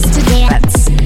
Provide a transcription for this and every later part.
to Dance.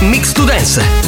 Mix to Dance,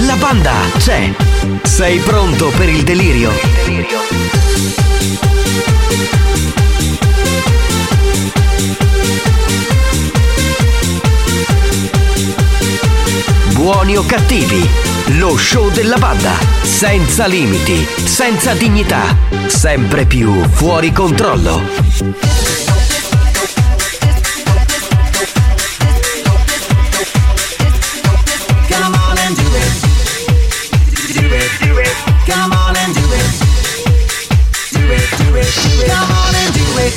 La banda c'è. Sei pronto per il delirio? Buoni o cattivi, lo show della banda, senza limiti, senza dignità, sempre più fuori controllo. Come on and do it. Do it, do it. Come on and do it. Do it, do it, do it. Come on and do it.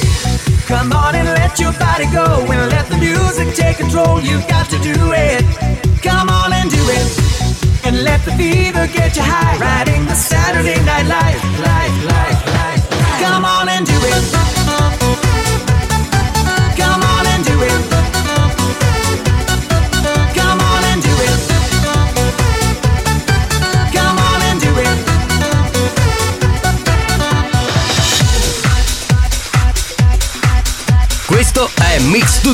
Come on and let your body go and let the music take control. You've got to do it. Come on and do it. And let the fever get you high. Riding the Saturday night life, life, life, life. Come on and do it. Come on and do it. Come on and do it. Come on and do it. Questo è Mix to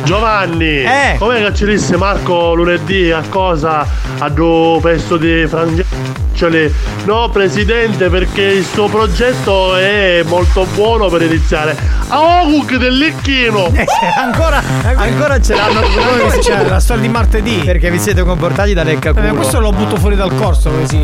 Giovanni, Eh. com'è che ci disse Marco lunedì a cosa a due pezzo di frangioli? No, presidente, perché il suo progetto è molto buono per iniziare. A Ogug del Lecchino! Eh, ancora, ancora ce l'hanno Ancora c'è la storia di martedì. Perché vi siete comportati da lecca Eh, questo lo butto fuori dal corso così.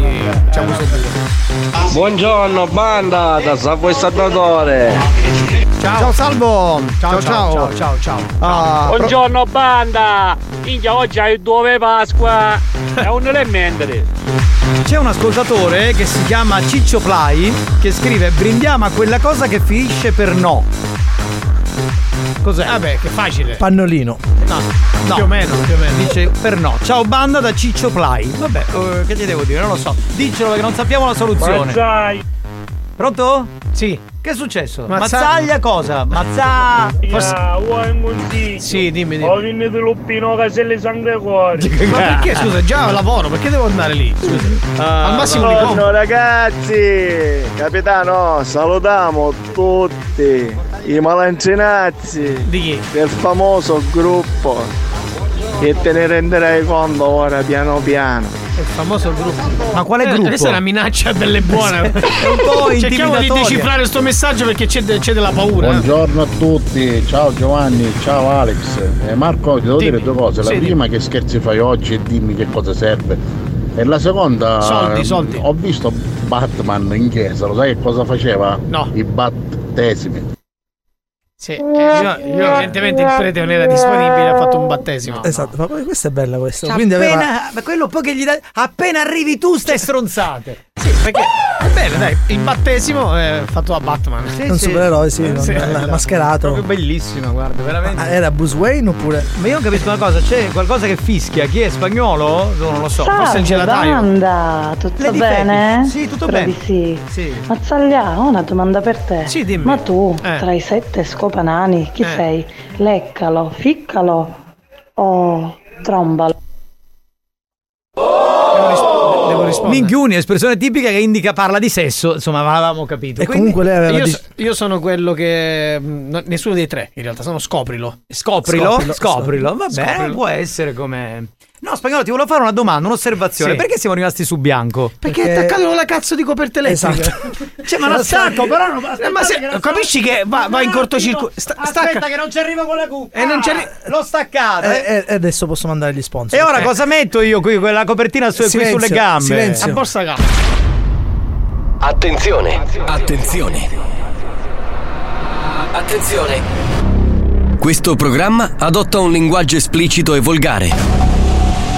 Diciamo subito. Buongiorno banda da Savoy Salvatore. Ciao. salvo. Ciao ciao ciao ciao. Ah, pro- Buongiorno banda! Minchia oggi hai dove Pasqua! È un elementare! C'è un ascoltatore che si chiama Ciccio Plai che scrive brindiamo a quella cosa che finisce per no. Cos'è? Vabbè, che facile. Pannolino. No, no. Più o meno, più o meno. Dice per no. Ciao banda da Ciccio Plai. Vabbè, eh, che ti devo dire? Non lo so. Diccelo perché non sappiamo la soluzione. Mazzai. Pronto? Sì. Che è successo? Mazza- Mazzaglia cosa? Mazza. Forse... vuoi un consiglio? Sì, dimmi, dimmi. Ho vinto l'oppino caselle sangue cuore. Ma perché scusa, già lavoro, perché devo andare lì? Scusa. Al massimo li compro. Buongiorno Ah, ragazzi! Capitano, salutiamo tutti i malancinazzi del famoso gruppo che te ne renderai conto ora piano piano. Il famoso gruppo. Eh, Ma quale gruppo? Questa è una minaccia belle e buone. È un po' Cerchiamo di intimidatoria. decifrare questo messaggio perché c'è, de- c'è della paura. eh. Buongiorno a tutti, ciao Giovanni, ciao Alex. Eh, Marco, ti devo Dimmi. dire due cose. La Sì, prima, che scherzi fai oggi e dimmi che cosa serve. E la seconda, Soldi, eh, soldi. ho visto Batman in chiesa, lo sai che cosa faceva? No. I battesimi. Sì, eh, io, io evidentemente il prete non era disponibile, ha fatto un battesimo. Esatto, ma poi questa è bella questa. Cioè, Quindi aveva- appena, ma quello poi che gli dai. Appena arrivi tu, Cioè. stai stronzate. Sì, perché. Bene, dai, il battesimo è fatto da Batman. è un supereroe, sì, non- è esatto. mascherato. Proprio bellissima, guarda, veramente. Ah, Era Bruce Wayne oppure. Ma io non capisco una cosa, c'è qualcosa che fischia, chi è spagnolo? No, non lo so, forse è il gelataio. domanda, tutto Lady bene? Fetish. Sì, tutto Spero bene. di Sì. Sì. Mazzaglia, ho una domanda per te. Sì, dimmi. Ma tu, tra i sette scopanani, chi Eh. sei? Leccalo, ficcalo o trombalo? Devo rispondere. Minchiuni, espressione tipica che indica parla di sesso, insomma, ma l'avevamo capito. Quindi- io, so- io sono quello che. mh, no- nessuno dei tre, in realtà, sono scoprilo. Scoprilo, scoprilo, vabbè, Scoprilo. può essere come... No, spagnolo, ti volevo fare una domanda, un'osservazione. Sì. Perché siamo rimasti su bianco? Perché, è attaccavano la cazzo di coperta elettrica. Esatto. Cioè, ma non stacco, però non- Eh, ma se- aspetta che non capisci che va, va in cortocircuito. Sta- stacca. che non ci arrivo con la cuffia. Ah, E non ci arri- Eh, L'ho staccata. eh. E e adesso posso mandare gli sponsor. E ora Eh. cosa metto io qui? Quella copertina su- qui Silenzio, sulle gambe. Ah, boh, silenzio. A borsa gambe. Attenzione! Attenzione! Attenzione! Questo programma adotta un linguaggio esplicito e volgare,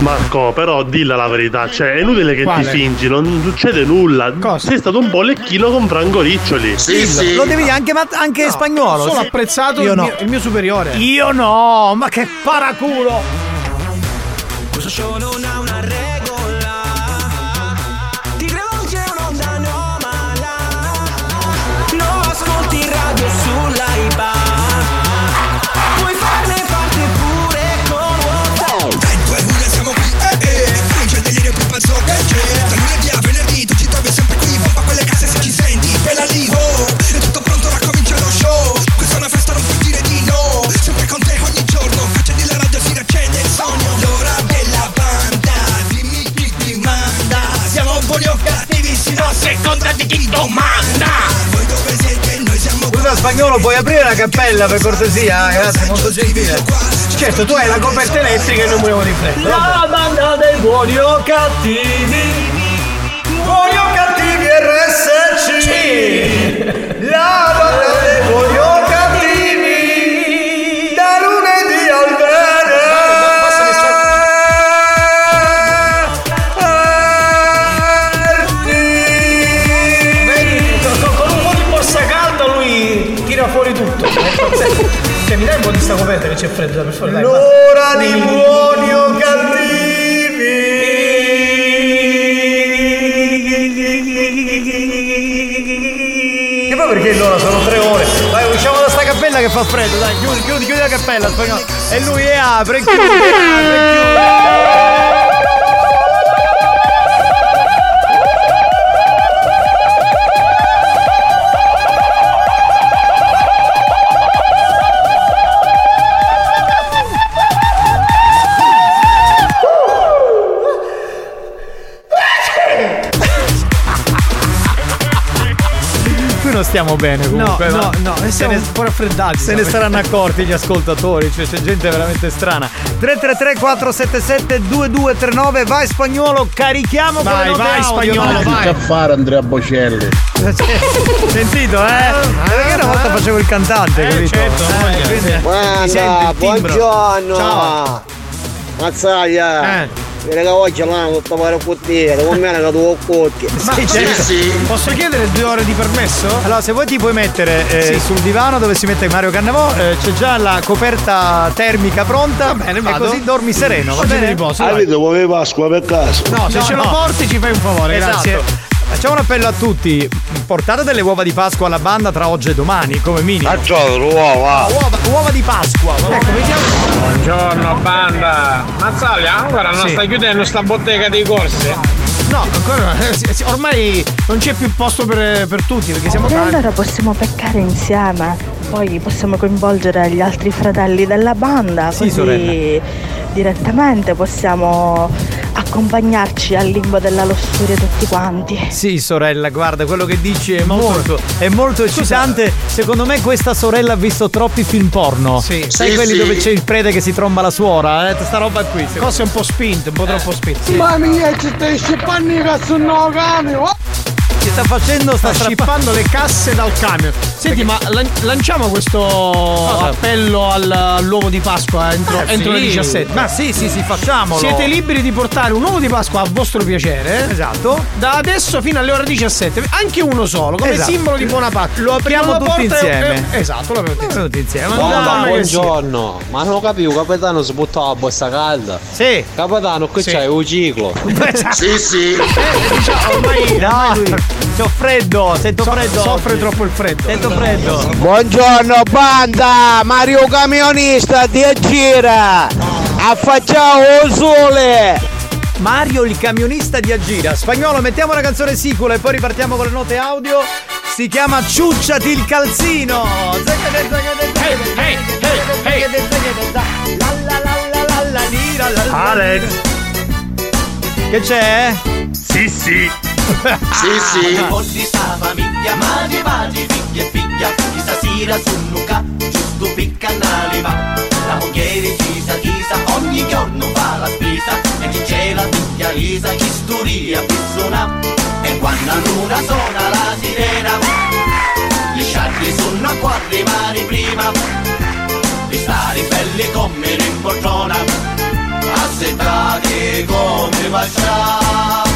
Marco, però dilla la verità, cioè è inutile che Quale? ti fingi, non succede nulla. Sei stato un po' lecchino con Franco Riccioli. Dillo, Lo devi dire anche, ma- anche spagnolo. Solo sì. apprezzato Io il, no. mio, il mio superiore. Io no, ma che paraculo! Questo show non ha una regola. Ti credo non c'è un'onda anomala. Non ascolti radio sull'AIPA. Puoi farne parte pure con WhatsApp. Dai, due lune siamo qui, eh eh. Non c'è delirio più pazzo che c'è. Da lunedì a venerdì tu ci trovi sempre qui. Pompa quelle case se ci senti, quella lì, oh. È tutto pronto, ora comincia lo show. Questa è una festa, non puoi dire di no. Sempre con te ogni giorno. Accendi la radio, si riaccende il sogno. L'ora della banda, dimmi chi ti manda. Siamo buoni o cattivi, si no, seconda di chi domanda. Voi dove siete, noi siamo Scusa spagnolo, puoi aprire la cappella per eh, cortesia? Grazie, molto gentile. Certo, tu hai la coperta elettrica e non volevo riflettere. La banda dei buoni o cattivi Buoni o cattivi RSC La banda dei buoni o cattivi Da lunedì al venerdì Con un po' di borsa calda lui tira fuori tutto. Cioè, mi dai un po' di sta coperta che c'è freddo, dai, per favore. Dai, L'ora basta. di Dai. buoni o cattivi. E poi perché allora sono tre ore? Vai, usciamo da sta cappella che fa freddo, dai, chiudi, chiudi, chiudi la cappella, spagnolo. E lui e apre, chiude, apre, chiude. Qui non stiamo bene comunque. no, ma no, e siamo se ne- un po' raffreddati. Se ne saranno accorti gli ascoltatori, cioè c'è gente veramente strana. 333 477 2239, vai spagnolo, carichiamo Vai, quelle note vai, audio, Ma che c'ha a fare Andrea Bocelli? Sentito, eh? Perché una volta facevo il cantante, capito? certo. Eh, quindi si sente Guarda, il timbro. buongiorno! Ciao. Mazzaglia! Eh. Vieni che oggi là, tutto pare cottiere, con me che tu occorti. Ma posso- Posso chiedere due ore di permesso? certo. Allora, se vuoi ti puoi mettere eh, Sì. sul divano dove si mette Mario Cannavò, eh, c'è già la coperta termica pronta e vado. così dormi sereno, va Oggi mi bene? riposo, Allora, Avete come Ah, Pasqua per caso? No, se ce lo porti ci fai un favore, Esatto. grazie. Facciamo un appello a tutti, portate delle uova di Pasqua alla banda tra oggi e domani, come minimo. A uova! Uova, di Pasqua! Ecco, vediamo. Buongiorno banda! Mazzaglia, ancora non Sì. stai chiudendo sta bottega dei corse? No, ancora no, eh, sì, sì, ormai non c'è più posto per, per tutti perché siamo E tanti. allora possiamo peccare insieme, poi possiamo coinvolgere gli altri fratelli della banda, Sì, così sorella. direttamente possiamo accompagnarci al limbo della lussuria tutti quanti. Sì, sorella, guarda, quello che dici è molto, è molto eccitante. Secondo me questa sorella ha visto troppi film porno. Sai Sì, quelli sì. dove c'è il prete che si tromba la suora? Eh, sta roba qui. Eh. Cose un po' spinte, un po' troppo spinte. mia, ci stai scippando i cazzo no cane! Ci sta facendo, sta scippando le casse dal camion. Senti, ma lan- lanciamo questo appello al- all'uovo di Pasqua entro, Eh, entro sì. le 17. Ma sì, sì, sì, facciamolo. Siete liberi di portare un uovo di Pasqua a vostro piacere. Esatto. Da adesso fino alle ore 17. Anche uno solo, come Esatto. simbolo di buona pace. Lo apriamo Chiamo la tutti porta e- insieme. eh, esatto, lo apriamo tutti tutti insieme. Madonna, che sì. buongiorno. Ma non capivo, capitano, si buttava la bossa calda. Sì. Capitano, qui c'è un ciclo. Sì, sì. Esatto. Eh, diciamo, ormai, no, ho freddo, sento freddo. Soffre troppo il freddo. Sento freddo. Buongiorno banda, Mario Camionista di Gira, affacciamo il sole. Mario il camionista di Agira. Spagnolo, mettiamo una canzone sicula e poi ripartiamo con le note audio. Si chiama Ciucciati il calzino. Alex. Che c'è? Sì, sì. Sì, sì. Oggi sta famiglia, magi, magi, picchia, picchia. Chi stasera su nuca, giusto piccanale va. La moglie chisa, chisa, ogni giorno fa la spesa. E chi c'è la figlia Lisa, chi studia, pissona. E quando a luna suona la sirena, gli sciarri sono a quattro mari prima. Di stare belli come in poltrona, assettate come baciare.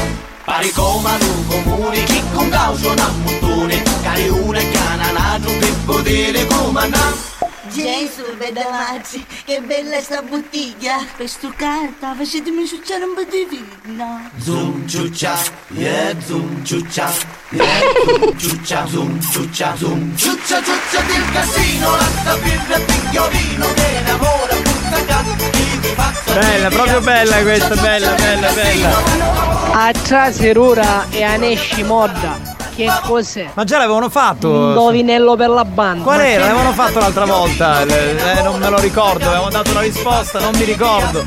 Pari comanu comuni, chi con causa un montone, cari una cananato per potere comandare. Gesù, vedamati, che bella sta bottiglia! Per stuccarta, facetemi succiare un po' di vino! Zoom ciuccia, yeah, zoom ciuccia, yeah, zoom ciuccia, zoom ciuccia, zoom ciuccia, ciuccia del casino, la sta birra e pigliolino che innamora, butta canto, chi ti fa Bella, proprio bella questa, bella, bella, bella. A traserura e anesci modda. Che cos'è? Ma già l'avevano fatto. Indovinello per la banda. Qual era? L'avevano fatto l'altra volta. Eh, non me lo ricordo, avevamo dato una risposta, non mi ricordo.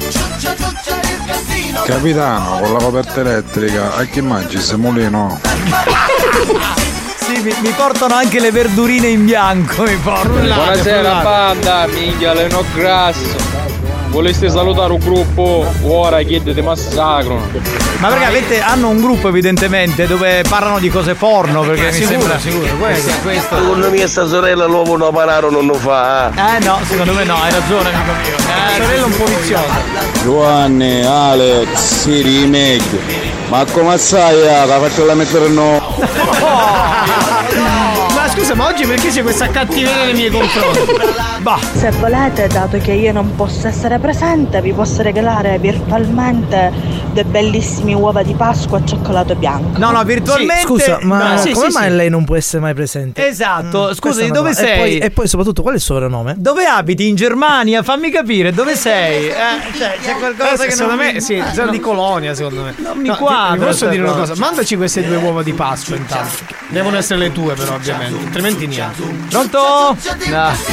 Capitano, con la coperta elettrica, a chi mangi semolino? Sì, mi, mi portano anche le verdurine in bianco, mi portano. Buonasera banda, minchia Leno Grasso. Voleste salutare un gruppo, ora chiedete massacro. Ma perché avete, hanno un gruppo evidentemente dove parlano di cose porno, perché Eh, mi sicuro, sembra Eh, sicuro, questo, Secondo me sta sorella l'uovo non pararo non lo fa. Eh no, secondo me no, hai ragione amico mio. Eh, sorella un po' viziosa. Eh, Giovanni, Alex, Siri, meglio. Ma come sai, la faccio la mettere no? Eh, Ma scusa, scusa, ma oggi perché c'è questa cattiveria nei miei confronti? Se volete, dato che io non posso essere presente, vi posso regalare virtualmente dei bellissimi uova di Pasqua e cioccolato bianco. No, no, virtualmente- Scusa, ma No, sì, come sì, mai sì. lei non può essere mai presente? Esatto, Questa scusi, è una dove domanda. E sei? poi- e poi soprattutto qual è il soprannome? Dove abiti? In Germania? Fammi capire, dove sei? Eh, cioè, c'è qualcosa Eh, che secondo non me, sì, zona di colonia, secondo me. Non mi No, ti- quadra cioè, ti posso sta dire una cosa. cosa? Mandaci queste due uova di Pasqua intanto. Devono essere le tue, però, ovviamente. Altrimenti niente. Pronto?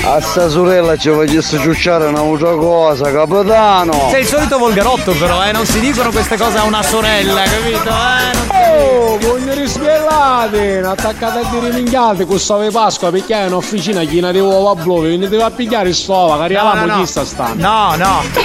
A sta sorella ci facesse ciucciare un'altra cosa, capitano! Sei il solito volgarotto però, eh, non si dicono queste cose a una sorella, capito? Eh, non- Oh, voglio risvegliate, attaccate a dire minchiate, costava Pasqua perché è un'officina piena di uova blu, venite a pigliare stova, che arriviamo no. chi sta stanno. No, no, no.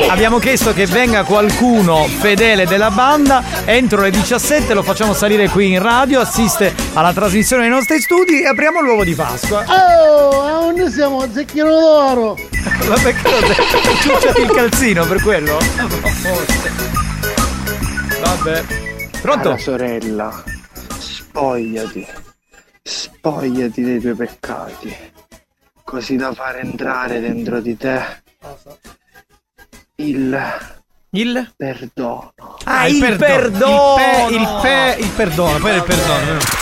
Eh, abbiamo chiesto che venga qualcuno fedele della banda. Entro le 17 lo facciamo salire qui in radio, assiste alla trasmissione dei nostri studi e apriamo l'uovo di Pasqua. Oh, a onde siamo? Zecchino d'oro! Ma perché lo sei- ciucciati il calzino per quello? Vabbè. Pronto? Cara sorella, spogliati. Spogliati dei tuoi peccati. Così da far entrare dentro di te il il perdono. Ah, il perdono. Il, pe- il, pe- il perdono, poi era il perdono. vero?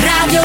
Radio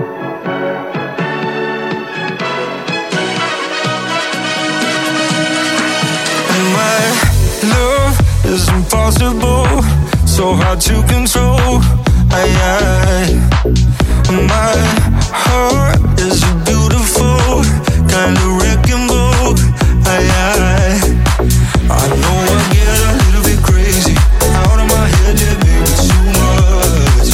And my love is impossible, so hard to control. I, I, my heart is a beautiful kind of wrecking ball. I, I, I know I get a little bit crazy, out of my head, yeah, baby, too much.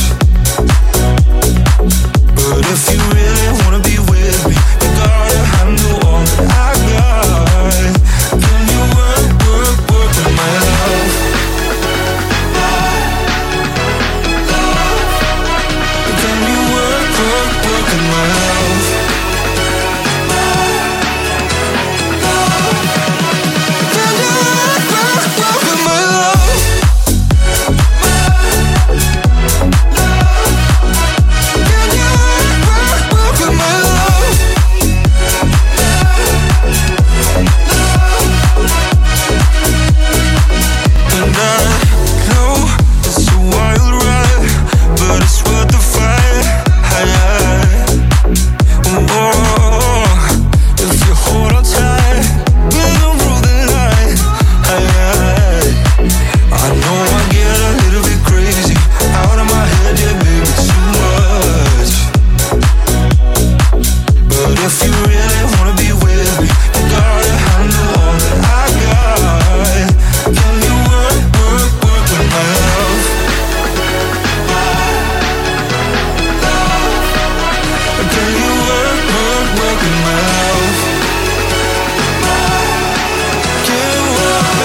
But if you really wanna be with me, you gotta handle all that I got. Can you work, work, work with my love? Can you work, work, work with my love? Can you work, work, work with my love? Can you work, work, work with my love? And I know it's a wild ride, but it's worth the fight. Whoa, if you hold on tight, we'll rule the night. I know I get a little bit crazy, out of my head, yeah, baby, too much. But if you really wanna be with me, you gotta handle all that I got. Can you work, work, work with my love? Can you work, work, work with my love? Can you work with my love? Can you work,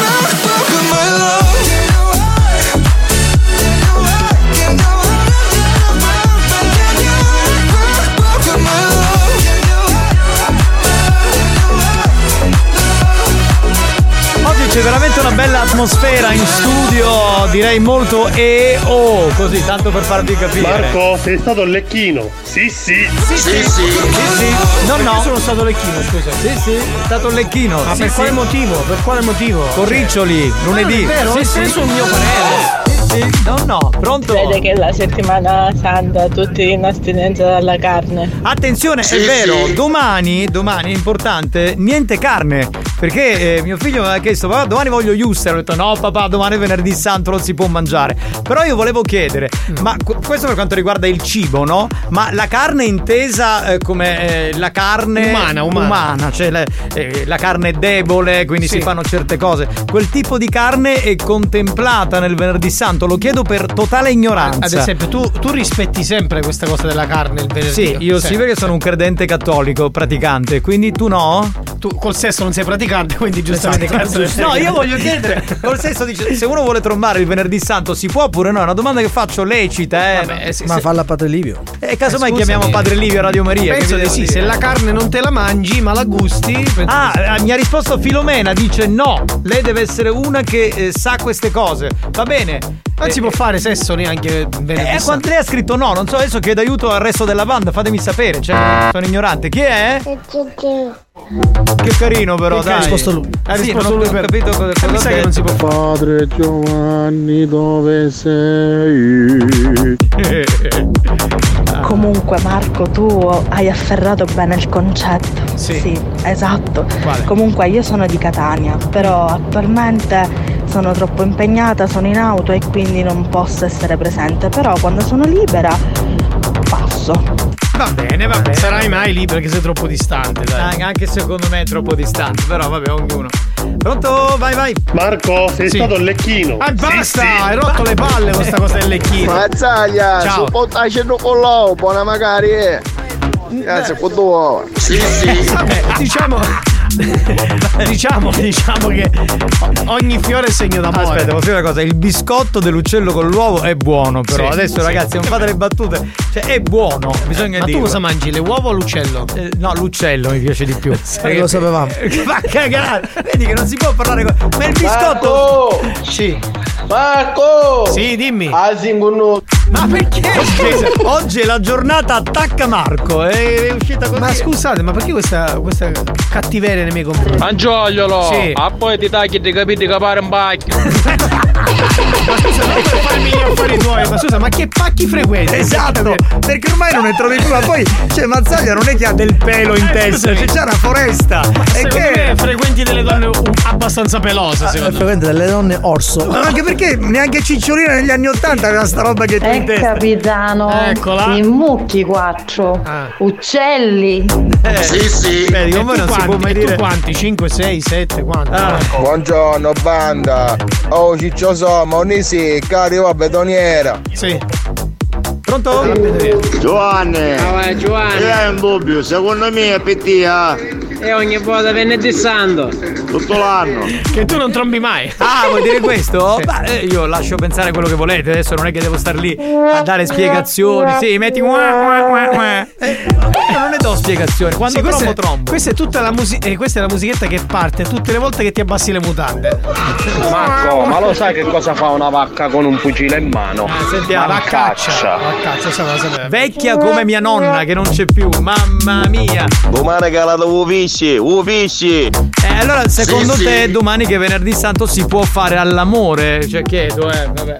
work, work with my love? Oggi c'è veramente una bella atmosfera in studio, direi molto e o così tanto per farvi capire. Marco, sei stato il lecchino. Sì, sì. Sì, sì, sì, No, no. sono stato lecchino, scusa. Sì, sì, è stato lecchino. Ma Sì, per sì. quale motivo? Per quale motivo? Corriccioli, lunedì. Sì, sì. mio parere. Sì, no, no, pronto? Vede che la settimana santa tutti in astinenza dalla carne. Attenzione, è vero, domani, domani è importante, niente carne. Perché eh, mio figlio mi ha chiesto, papà, domani voglio Yuster. Ho detto, no, papà, domani è venerdì santo, non si può mangiare. Però io volevo chiedere, Mm. ma qu- questo per quanto riguarda il cibo, no? Ma la carne è intesa eh, come eh, la carne Umana, umana. cioè le- eh, la carne è debole, quindi Sì. si fanno certe cose. Quel tipo di carne è contemplata nel venerdì santo, lo chiedo per totale ignoranza. Ad esempio, tu, tu rispetti sempre questa cosa della carne il venerdì. Sì, io sì perché sono un credente cattolico, praticante, quindi tu no? Tu col sesso non sei praticante, quindi giustamente. Esatto, No, io voglio chiedere. Col sesso dice, se uno vuole trombare il venerdì santo si può oppure no? È una domanda che faccio lecita, eh. Ma falla Padre Livio. E casomai chiamiamo Padre Livio a Radio Maria. Eh, Penso di sì, se la carne non te la mangi, ma la gusti. Ah, eh, mi ha risposto Filomena, dice no, lei deve essere una che eh, sa queste cose. Va bene. Non si può fare sesso neanche Eh, venerdì. quando lei ha scritto no, non so adesso chiedo aiuto al resto della banda, fatemi sapere, cioè, sono ignorante. Chi è? Che carino però, Che dai. ha risposto lui. Ha Sì, risposto non lui ho per... capito capito Eh, cosa- cosa, cosa ha detto. Padre Giovanni, dove sei? Ah. Comunque Marco, tu hai afferrato bene il concetto. Sì. esatto. Comunque io sono di Catania, però attualmente sono troppo impegnata, sono in auto e quindi non posso essere presente, però quando sono libera passo. Va bene, va bene. Sarai mai lì perché sei troppo distante, dai. Anche secondo me è troppo distante, però vabbè, ognuno. Pronto? Vai, vai. Eh, Marco, sei Sì. stato il lecchino. Ah, basta, Sì, sì. hai rotto le palle con sta cosa del lecchino. Mazzaglia, Ciao. su pottacino con l'uovo, buona magari. eh. Grazie, con due uova. Sì, Vabbè, diciamo. diciamo, diciamo che ogni fiore è segno d'amore. Aspetta, posso dire una cosa? Il biscotto dell'uccello con l'uovo è buono, però. Sì, Adesso, sì. ragazzi, non fate le battute. Cioè, è buono, bisogna Ma dire. tu cosa mangi? Le uova o l'uccello? Eh, no, l'uccello mi piace di più. Perché lo sapevamo. Ma cagare! Vedi che non si può parlare con. Ma il biscotto! Marco! Sì. Marco! Sì, dimmi. Ma perché? Oggi è la giornata attacca Marco. eh, È è uscita così. Ma scusate, ma perché questa, questa cattiveria nei miei confronti? Mangiogliolo! Sì. Ah, poi ti tagli di capire di capare un pacchio! farmi gli affari tuoi, ma scusa, ma che pacchi frequenti? Esatto, perché ormai non ne trovi più, ma poi cioè Mazzaglia non è che ha del pelo in testa, cioè, c'è una foresta. E Eh, Secondo che Ah, me frequenti delle donne un- abbastanza pelose, È secondo me. frequente delle donne orso. Ma anche perché neanche Cicciolina negli anni Ottanta aveva sta roba che tu in Eh, testa. capitano, Eccola. i mucchi quattro, uccelli. Eh, Sì, sì. Vedi, come non si può mai dire. Ah. dire- quanti? 5, 6, 7, quanti? Buongiorno banda. Oh Ciccio Somma, Onisi, carico a betoniera. Sì. Pronto? Giovanni! Ah, vai, Giovanni. Io ho un dubbio, secondo me è PTA E ogni volta venerdì santo. tutto l'anno. Che tu non trombi mai. Ah, vuoi dire questo? Ma, eh, io lascio pensare quello che volete, adesso non è che devo star lì a dare spiegazioni. Sì, metti qua, qua, qua, qua. Eh, io non ne do spiegazioni. Quando Sì, questa trombo è- trombo. Questa è tutta la musica. questa è la musichetta che parte tutte le volte che ti abbassi le mutande. Marco, ma lo sai che cosa fa una vacca con un fucile in mano? Ah, sentiamo. Ma La caccia. caccia. Cazzo, se la sapevo. Vecchia come mia nonna che non c'è più, mamma mia. Domani calata uvisci, uvisci! Eh, allora, secondo Sì, te sì. domani che è venerdì santo si può fare all'amore? Cioè, chiedo, eh, vabbè.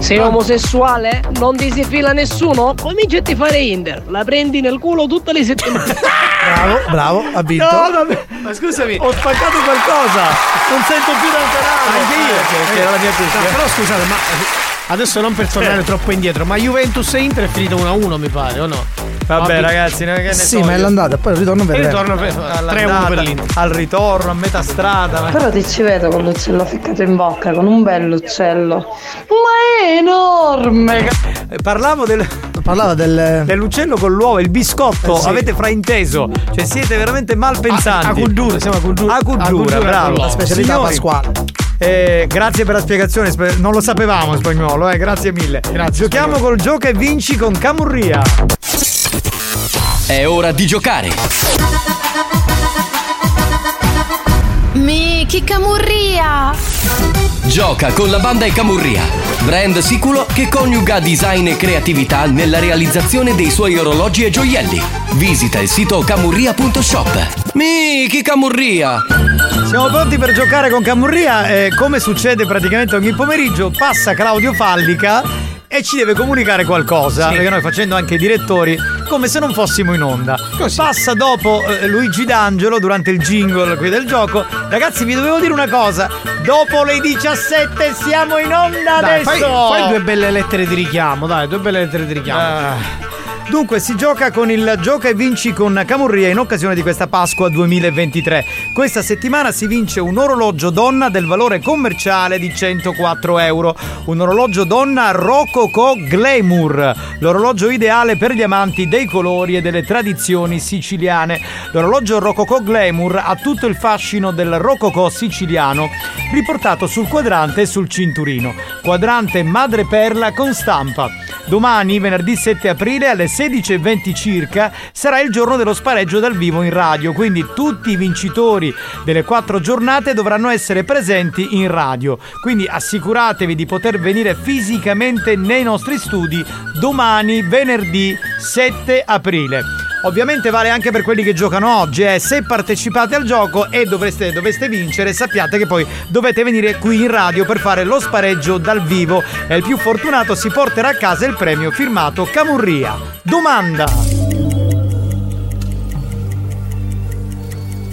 Sei Ah. omosessuale? Non disfila nessuno? Comincia a ti fare Inder. La prendi nel culo tutte le settimane. Bravo, bravo, ha vinto. No, vabbè. Ma scusami. Ho spaccato qualcosa. Non sento più dal canale. Anche io. che era la mia Eh, Eh. No, però scusate, ma eh, adesso non per tornare troppo indietro, ma Juventus e Inter è finita 1-1, mi pare, o no? Vabbè, Abbi- ragazzi, ne- che ne so Sì, ma è io. l'andata, poi il ritorno Il vedremo. ritorno per- all'andata, per Al ritorno, a metà strada. ma- Però ti ci vedo con l'uccello ficcato in bocca, con un bell'uccello. Ma è enorme! Eh, Parlavo del. Parlava del. Dell'uccello con l'uovo, il biscotto, Eh, sì. avete frainteso. Cioè siete veramente malpensanti. A- a Cuduro, siamo a Cuduro. Cuduro, A Cuduro, bravo. la specialità Signori, pasquale. eh, grazie per la spiegazione, spe- non lo sapevamo spagnolo, eh, grazie mille. Giochiamo col gioco e vinci con Camurria. È ora di giocare. Mi, che camurria! Gioca con la banda e Camurria, brand sicuro che coniuga design e creatività nella realizzazione dei suoi orologi e gioielli. Visita il sito camurria.shop. Mi, chi Camurria! Siamo pronti per giocare con Camurria. eh, come succede praticamente ogni pomeriggio, passa Claudio Fallica e ci deve comunicare qualcosa. Perché noi facendo anche i direttori, come se non fossimo in onda. Passa dopo eh, Luigi D'Angelo durante il jingle qui del gioco. Ragazzi, vi dovevo dire una cosa. Dopo le 17 siamo in onda Dai, fai, adesso! fai due belle lettere di richiamo, dai, due belle lettere di richiamo. Ah, Dunque si gioca con il gioca e vinci con Camurria in occasione di questa Pasqua 2023. Questa settimana si vince un orologio donna del valore commerciale di 104 euro, un orologio donna Rococo Glamour, l'orologio ideale per gli amanti dei colori e delle tradizioni siciliane. L'orologio Rococo Glamour ha tutto il fascino del Rococo siciliano, riportato sul quadrante e sul cinturino. Quadrante madreperla con stampa. Domani, venerdì 7 aprile alle 16.20 circa, sarà il giorno dello spareggio dal vivo in radio, quindi tutti i vincitori delle quattro giornate dovranno essere presenti in radio. Quindi assicuratevi di poter venire fisicamente nei nostri studi domani, venerdì 7 aprile. Ovviamente vale anche per quelli che giocano oggi, eh. se partecipate al gioco e dovreste, doveste vincere sappiate che poi dovete venire qui in radio per fare lo spareggio dal vivo e il più fortunato si porterà a casa il premio firmato Camurria. Domanda!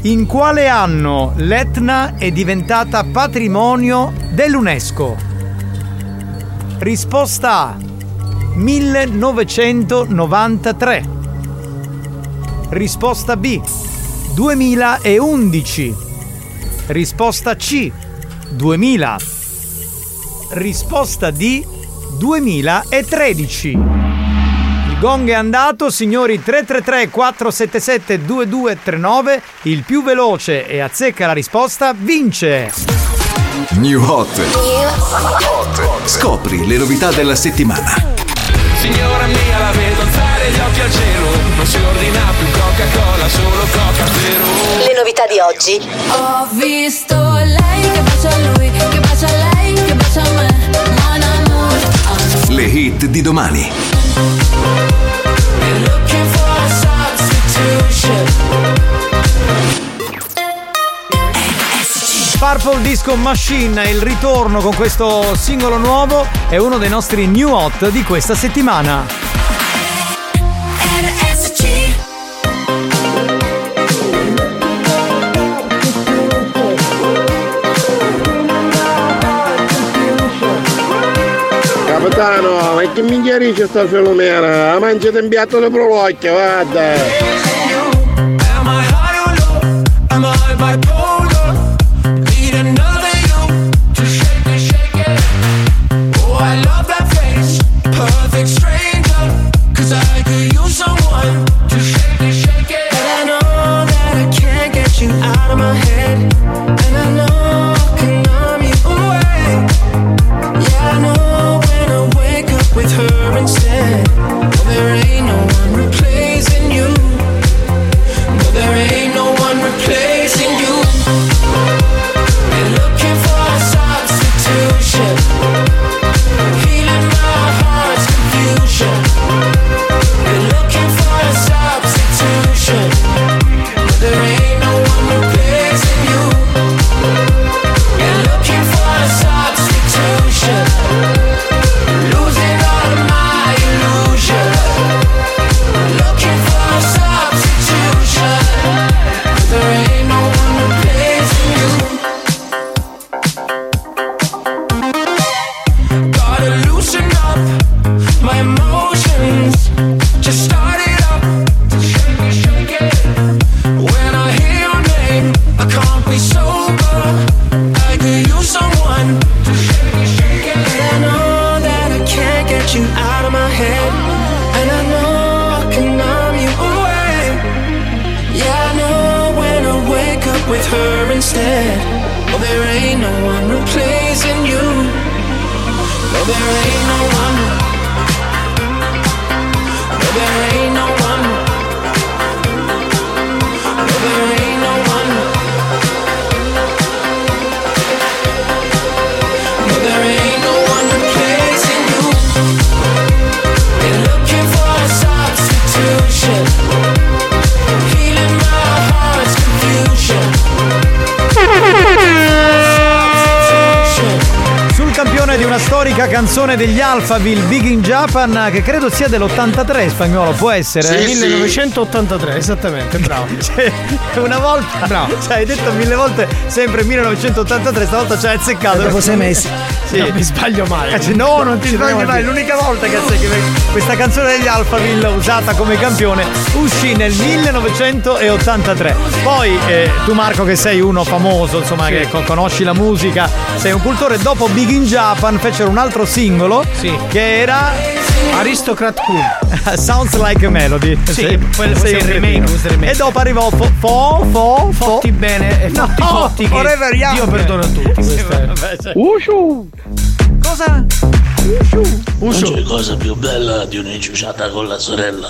In quale anno l'Etna è diventata patrimonio dell'UNESCO? Risposta A 1993 Risposta B 2011 Risposta C 2000 Risposta D 2013 Il gong è andato, signori 333 477 2239, il più veloce e azzecca la risposta vince. New Hot. Scopri le novità della settimana. Signora mia la vedo alzare gli occhi al cielo Non si ordina più Coca-Cola, solo Coca Zero Le novità di oggi. Ho visto lei che bacia lui, che bacia lei, che bacia me. Mon amour. Le hit di domani. Looking for a substitution Purple Disco Machine, il ritorno con questo singolo nuovo è uno dei nostri new hot di questa settimana. Capitano, ma che minchia dice sta filomena? Mangiate in piatto le prolocchie, guarda! Am I high or low? Am I bipolar? Need another you to shake it, shake it Oh, I love that face, perfect stranger Cause I could use someone to shake it, shake it But I know that I can't get you out of my head And I know I can numb you away Yeah, I know when I wake up with her instead Oh, there ain't no one replacing you no, there ain't no one replacing you. They're looking for a substitution. Healing my heart's confusion. They're looking for a substitution. No, there ain't no one replacing you. They're looking for a substitution. Losing all of my illusions. Looking for a substitution. There ain't no one replacing you. Gotta loosen up my emotions. Just start it up. Shake it, shake it. When I hear your name, I can't be sober. I could use someone to shake it, shake it. And I know that I can't get you out of my head. And I know I can numb you away. Yeah, I know when I wake up with her instead. Oh, there ain't no one replacing you. No, there ain't no one. No, there ain't no one. No, there ain't no one. No, there ain't no one replacing you. They're looking for a substitution. Healing my heart's confusion. L'unica canzone degli Alphaville, Big in Japan, che credo sia dell'83 spagnolo, può essere? Sì, 1983, esattamente, bravo. una volta. Bravo. Cioè, hai detto mille volte sempre 1983, stavolta ci hai azzeccato. Eh, dopo sei mesi. Sì. Non mi sbaglio mai. no, non ti Ci sbagli proviamo mai. a dire. L'unica volta che azzecchi questa canzone degli Alphaville usata come campione uscì nel 1983. Poi eh, tu Marco che sei uno famoso, insomma, Sì. che co- conosci la musica, sei un cultore, dopo Big in Japan fecero un altro singolo che era Aristocrat Cool. Sounds like a melody. Sì, Sei- quello- sei questo è un un remake, cretino. questo è un remake. E dopo arrivò fo, fo, fo, Fotti bene e no, fotti fotti che Forever Young. Dio perdona a Eh, tutti, questo è. Ushu. Cosa? Ushu. Non c'è cosa più bella di un'inciuciata con la sorella.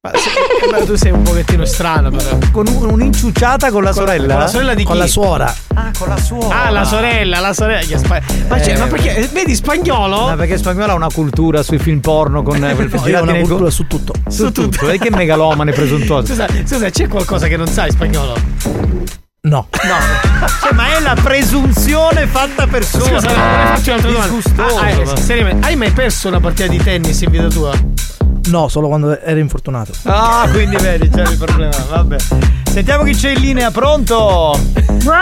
Ma se- ma tu sei un pochettino strano però. Con un- un'inciucciata con la sorella? Con la sorella di chi? Con la suora. Ah, con la suora. Ah, la sorella, la sorella. Gli spa- Ma, c'è- Eh, ma perché? eh, Vedi spagnolo? Ma perché spagnolo ha una cultura sui film porno con eh, quel- No, io ho girati una nei go- cultura su tutto. Su, Su tutto. tutto. E che megalomane presuntuoso. Scusa, scusa, c'è qualcosa che non sai spagnolo? No. Cioè, ma è la presunzione fatta per sola. Scusa, eh, vorrei farti un'altra domanda. Disgustoso, Ah, ah, ma- seriamente, hai mai perso una partita di tennis in vita tua? No, solo quando ero infortunato. Ah, quindi vedi, c'è il problema. Vabbè. Sentiamo chi c'è in linea, pronto?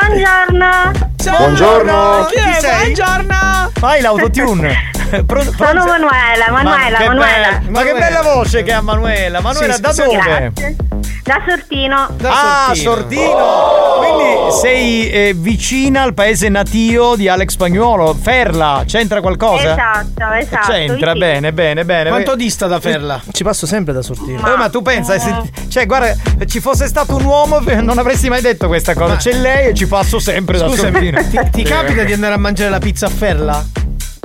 Buongiorno. Buongiorno. Chi è? Ah, Buongiorno. Fai l'autotune. Pronto, pronto? Sono Manuela, Manuela, ma che Manuela. bella- ma che bella voce che ha Manuela. Manuela, Sì, da sì, dove? grazie. Da Sortino. ah, Sortino. Oh. Quindi sei eh, vicina al paese natio di Alex Spagnuolo. Ferla, c'entra qualcosa? Eh, Esatto, esatto. C'entra, sì. bene, bene, bene. Quanto dista da Ferla? Eh, Ci passo sempre da sortire. Ma, ma tu Eh. pensa, se- cioè, guarda, ci fosse stato un uomo, eh, non avresti mai detto questa cosa. C'è lei e ci passo sempre da Scusami, Sortino. ti, ti Sì, capita vabbè. di andare a mangiare la pizza a Ferla?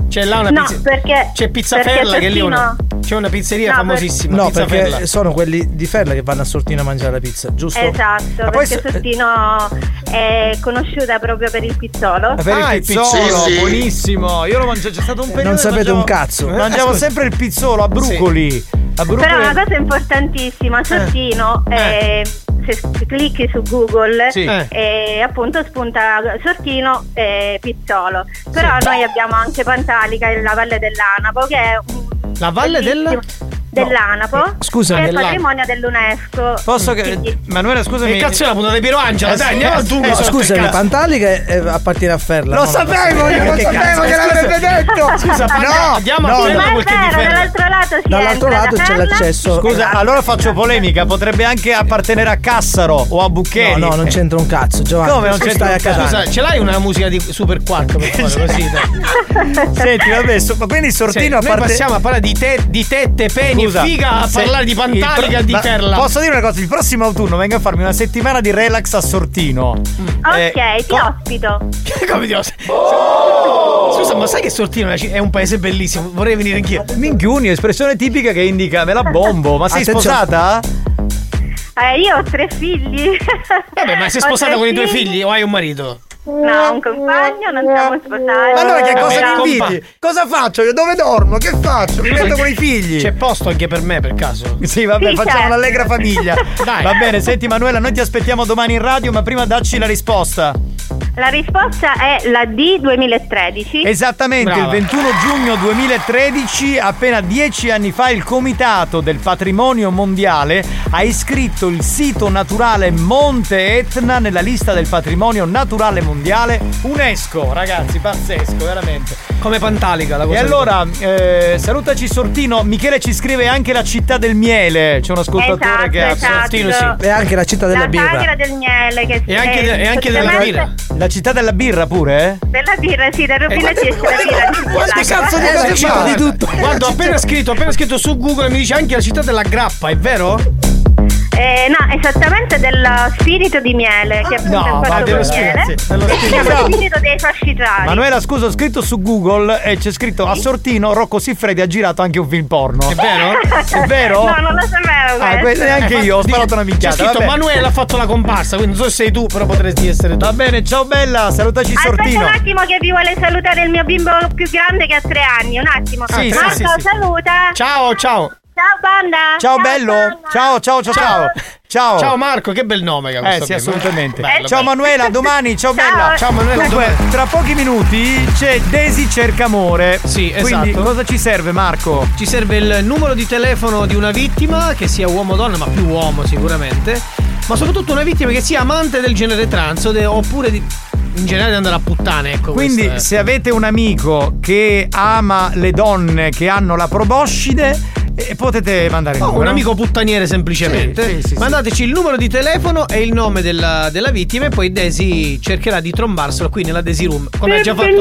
C'è là una no, pizza. perché C'è Pizza perché Ferla che è lì è una, Sortino- c'è una pizzeria No, per- famosissima. No, pizza perché Ferla. sono quelli di Ferla che vanno a sortino a mangiare la pizza, giusto? Esatto, Ma poi perché se- Sortino è conosciuta proprio per il pizzolo. Ah, Per Ah, il pizzolo, buonissimo. Io lo mangio, c'è stato un periodo. non che sapete mangiavo- un cazzo. Mangiavo Eh, scusa. sempre il pizzolo a brucoli. A brucoli. Però una cosa importantissima, Sortino, eh, se clicchi su Google, Sì. Eh. eh, appunto spunta Sortino e Pizzolo. Però noi abbiamo anche Pantalica e la Valle dell'Anapo, che è un La valle della. bellissimo- dell'Anapo, scusa, che è dell'Anapo. patrimonio dell'UNESCO. Posso che. Quindi- Manuela, scusami. Che Eh, cazzo è la puntata di Piero Angela? Dai, andiamo Eh, al tuo. No, scusa, la Pantalica è- è- appartiene a Ferla. Lo non a sapevo, Passarella. io lo Che sapevo cazzo? che l'avrebbe Scusa. detto. Scusa, no, andiamo a no, Ferla Ma è qualche vero, difetto. dall'altro lato si Dall'altro entra, lato da c'è Ferla. l'accesso. Scusa, allora faccio polemica. Potrebbe anche appartenere a Cassaro o a No, Buccheri. Eh. no, non c'entra un cazzo, Giovanni. Come non tu c'entra un stai a cazzo? casa. Scusa, ce l'hai una musica di Super Quark per favore, così dai. Senti, vabbè, so- ma quindi Sortino a Cioè, parte. Noi passiamo a parlare di, te- di tette, peni Scusa, e figa a se- parlare di il pantalica pro- e di ma perla. Posso dire una cosa? Il prossimo autunno venga a farmi una settimana di relax a Sortino. Mm. Ok, Eh, ti ospito. Come ti osa- Scusa, ma sai che Sortino è una ci- è un paese bellissimo? Vorrei venire anch'io. Minchiuni, espressione tipica che indica me la bombo. Ma sei Attenzione. sposata? Eh, io ho tre figli. Vabbè, ma sei Ho sposata tre con i tuoi figli o hai un marito? No, un compagno, non siamo sposati. Allora che cosa Però- mi inviti? Cosa faccio? Io dove dormo? Che faccio? Mi Scusa, metto con i figli. C'è posto anche per me per caso? Sì, vabbè, Sì, facciamo certo. un'allegra famiglia. Dai. Va bene, senti Manuela, noi ti aspettiamo domani in radio, ma prima dacci la risposta. La risposta è la D 2013. Esattamente, il 21 giugno 2013, appena dieci anni fa, il Comitato del Patrimonio Mondiale ha iscritto il sito naturale Monte Etna nella lista del patrimonio naturale mondiale UNESCO. Ragazzi, pazzesco, veramente. Come pantalica la E cosa. allora, eh, salutaci Sortino, Michele ci scrive anche la città del miele, c'è un ascoltatore Esatto, che ha esatto. Sortino E anche la città della la sagra birra. del miele che E anche, è e anche della praticamente- birra. La città della birra pure, eh? Della birra, sì, dal rubinetto esce la birra. Quante cazzo di Eh, cose sì, fa? guarda. Guarda, ho appena scritto, ho appena scritto su Google e mi dice anche la città della grappa, è vero? Eh, no, esattamente dello spirito di miele che appunto no, è ma fatto dello con spirito, miele. sì, dello che si chiama spirito. spirito dei fascitrali. Manuela, scusa, ho scritto su Google e c'è scritto a Sortino Rocco Siffredi ha girato anche un film porno. È vero? È vero? No, non lo sapevo. Ah, que- questo. Eh, neanche io, ho sparato una minchiata. C'è scritto vabbè. Manuela ha fatto la comparsa, quindi non so se sei tu, però potresti essere tu. Va bene, ciao bella, salutaci Aspetta Sortino. un attimo che vi vuole salutare il mio bimbo più grande che ha tre anni, un attimo. Sì, sì, Marco sì, sì. saluta. Ciao, ciao. Ciao banda! Ciao bello, ciao ciao ciao ciao. Ciao. Ciao Marco, che bel nome che ha Eh questo sì, bimbo. assolutamente. Bello, ciao bello. Manuela, a domani, ciao, Ciao. bella. Ciao, Manuela, a Dunque, domani. tra pochi minuti c'è Desi Cercamore. Sì, Quindi esatto. cosa ci serve Marco? Ci serve il numero di telefono di una vittima, che sia uomo o donna, ma più uomo sicuramente. Ma soprattutto una vittima che sia amante del genere trans o de- oppure di, in generale di andare a puttane, ecco. Quindi questo è. se avete un amico che ama le donne che hanno la proboscide eh, potete mandare eh. il Oh, numero. un amico puttaniere semplicemente. Sì, sì, sì, sì. Mandateci il numero di telefono e il nome della, della vittima e poi Daisy cercherà di trombarselo qui nella Daisy Room, come È ha già fatto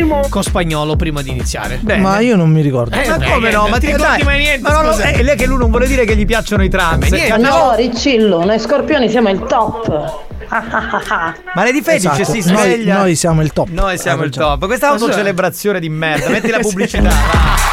con, con Spagnolo prima di iniziare. Ma io non mi ricordo. Eh, ma dai, come no? non Ma ti ti ricordi dai, mai niente, Ma no, no, scusa. eh, lei che lui non vuole dire che gli piacciono i trans. Cannavo- No, Ricillo, noi scorpioni siamo il top. Ah, ah, ah, ah. Ma le difendi Esatto. si Noi- sveglia. noi siamo il top. Esatto. Noi siamo Ha il ragione. top. Questa è un'autocelebrazione di merda. Metti la Sì. pubblicità.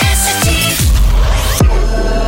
RSC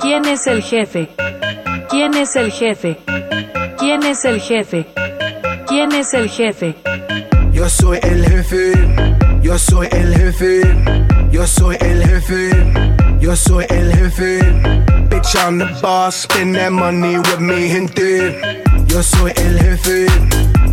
¿Quién es el jefe? ¿Quién es el jefe? ¿Quién es el jefe? ¿Quién es el jefe? Yo soy el jefe, yo soy el jefe, yo soy el jefe, yo soy el jefe. Bitch, I'm the boss, spend that money with me, gente. Yo soy el jefe,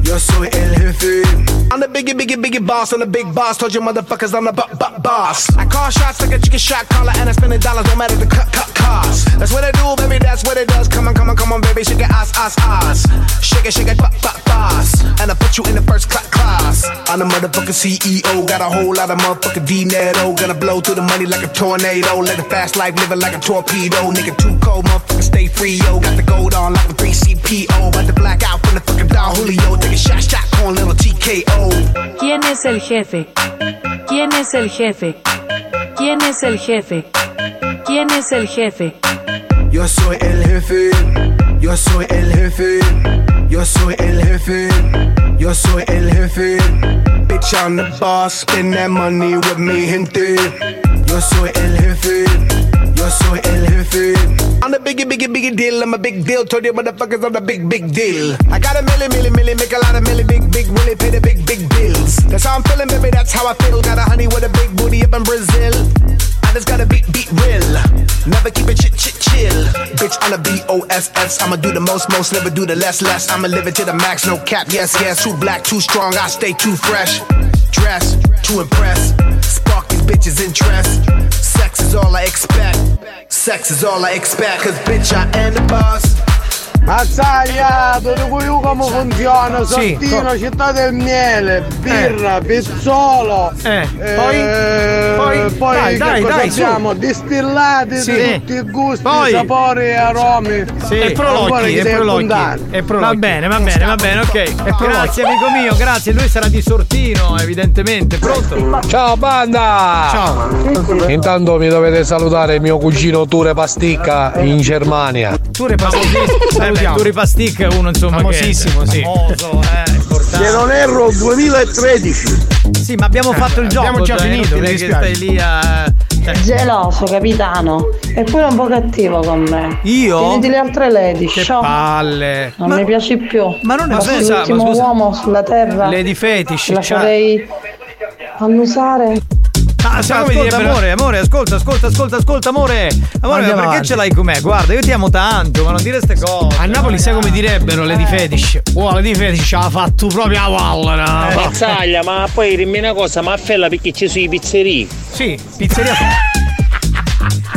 yo soy el jefe. I'm the biggie, biggie, biggie boss, I'm the big boss. Told you motherfuckers I'm the bu- bu- boss. I call shots like a chicken shot caller, and I spend the dollars, no matter the cut, cut, cost. That's what I do, baby, that's what it does. Come on, come on, come on, baby, shake it, ass, ass, ass. Shake it, shake it, pop, pop, boss. And I put you in the first cla- class. I'm the motherfucking CEO, got a whole lot of motherfucking D-Netto. Gonna blow through the money like a tornado. Live a fast life, living like a torpedo. Nigga, too cold, motherfucker, stay free, yo. Got the gold on like a 3CPO. About to black out from the fucking Don Julio. Take a shot, shot, on little TKO. ¿Quién es el jefe? ¿Quién es el jefe? ¿Quién es el jefe? ¿Quién es el jefe? Yo soy el jefe, yo soy el jefe, yo soy el jefe, yo soy el jefe. Bitch, I'm the boss, spend that money with me, gente. Yo soy el jefe, yo soy el jefe. I'm the biggie, biggie, biggie deal, I'm a big deal. Told you motherfuckers I'm the big, big deal. I got a milli, milli, milli, make a lot of milli, big, big, really pay the big, big bills. That's how I'm feeling, baby, that's how I feel. Got a honey with a big booty up in Brazil. I just gotta be be real. Never keep it chit chit chill. Bitch, I'm a B-O-S-S. I'ma do the most, most, never do the less, less. I'ma live it to the max, no cap, yes, yes. Too black, too strong, I stay too fresh. Dress, to impress. Spark these bitches' interest. Sex is all I expect. Sex is all I expect, cause bitch, I am the boss. Mazzaglia, te lo dico io come funziona, Sì, Sortino, co- città del miele, birra, pizzolo, Eh, Eh. poi- poi, poi- dai, dai, che cosa dai, su. abbiamo? Distillati Sì. di tutti i gusti, Poi- sapori e aromi. Sì. E prologhi, e prologhi, e prologhi. Va bene, va bene, va bene, ok. Grazie amico mio, grazie. Lui sarà di Sortino, evidentemente. Pronto? Ciao banda! Ciao! Intanto mi dovete salutare mio cugino Ture Pasticca in Germania. Ture Eh Pastic, Ture Pastic è uno insomma famosissimo, sì. Famoso, eh, importante. Se non erro 2013. Sì, ma Eh, abbiamo fatto il gioco. abbiamo già cioè, finito, non è mi che dispiace. stai lì a eh, Geloso, capitano. E pure un po' cattivo con me. Io? Tieniti le altre lady, sciò. palle. Non mi piace più. ma non è- ma Fossi scusa, ma l'ultimo scusa. uomo sulla terra. Lady Fetish, La cioè- farei annusare. Ma Ma sai come dire, ascolta, però- amore, amore, ascolta, ascolta, ascolta, ascolta, amore. Andiamo Amore, ma perché avanti. ce l'hai con me? Guarda, io ti amo tanto, ma non dire ste cose. Eh. A Napoli sai come direbbero le di Fetish? Wow, le di Fetish ce l'ha fatto proprio a palla. Eh, no? Mazzaglia, ma poi dimmi una cosa, ma fella perché ci sono i pizzeri? Sì, pizzeria. C'è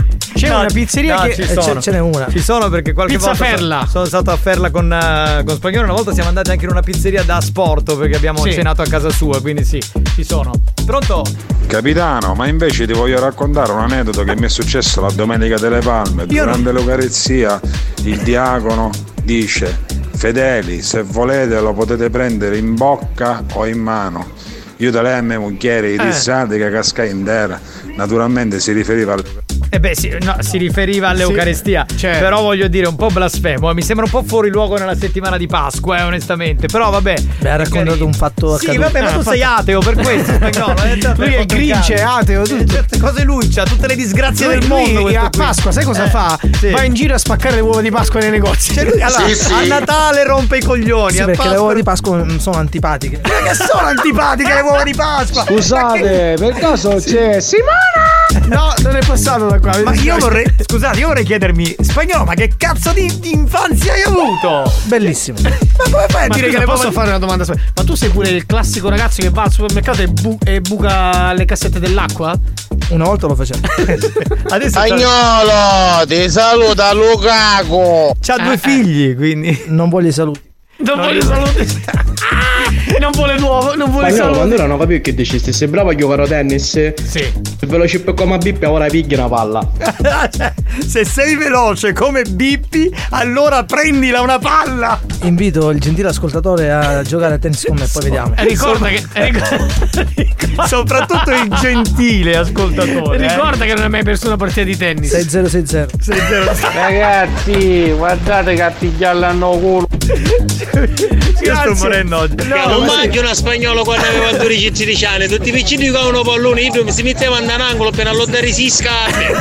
No, una pizzeria no, che. ci sono. Ci sono perché qualche Pizza volta sono- Ferla. Sono, stato a Ferla con, eh, con Spagnolo. Una volta siamo andati anche in una pizzeria da sporto perché abbiamo Sì. cenato a casa sua, quindi sì, ci sono. Pronto? Capitano, ma invece ti voglio raccontare un aneddoto che mi è successo la domenica delle Palme. Io Durante l'Eucarizia il diacono dice: Fedeli, se volete lo potete prendere in bocca o in mano. Io da lei a me mucchiere i Eh. risate che cascai in terra. Naturalmente si riferiva al. Eh beh, sì, no, si riferiva all'Eucarestia. Però voglio dire, un po' blasfemo. eh, Mi sembra un po' fuori luogo nella settimana di Pasqua, eh, onestamente. Però vabbè. Beh, ha raccontato un fatto Sì, accaduto. vabbè, ma tu Ah, sei fatto- ateo per questo, spagnolo. eh, tanto Eh, Lui è fatto grinch, il è cazzo. ateo, tutto. Eh, Certe cose lui c'ha, tutte le disgrazie Lui- del lui mondo. questo a qui. Pasqua, sai cosa Eh, fa? sì. Va in giro a spaccare le uova di Pasqua nei negozi. Cioè, lui- allora, a Natale rompe i coglioni. Sì, a perché le Pasqua- uova di Pasqua mm, sono antipatiche. Ma che sono antipatiche le uova di Pasqua? Scusate, per caso c'è Simona? No, non è passato da qua. Ma io vorrei. Scusate, io vorrei chiedermi, spagnolo, ma che cazzo di, di infanzia hai avuto? Bellissimo. Ma come fai a Ma dire che scusa, le posso uova di- fare una domanda? Ma tu sei pure il classico ragazzo che va al supermercato e, bu- e buca le cassette dell'acqua? Una volta lo facevo. Adesso Spagnolo, ti saluta Lukaku. C'ha Ah, due figli, quindi. Non voglio i saluti. Non voglio saluti. Ah, non vuole nuovo, non vuole Spagnolo, saluti. quando ero non capivo che dicesti, sei bravo a giocare a tennis? Sì. Veloce per come a bippia, ora pigli una palla. Ah, cioè. Se sei veloce come Bippi, allora prendila una palla. Invito il gentile ascoltatore a giocare a tennis con me, poi vediamo. Eh, E Eh, ricorda che. e ricorda- Soprattutto il gentile ascoltatore. E eh. Ricorda che non hai mai perso una partita di tennis. 6060. Ragazzi, guardate che a pigliarla hanno culo. Io sto morendo oggi. No, non ma- mangio una spagnolo quando aveva 12-13 anni, tutti i piccini con uno pallone, io mi si metteva in un angolo per allontanare si scarpe.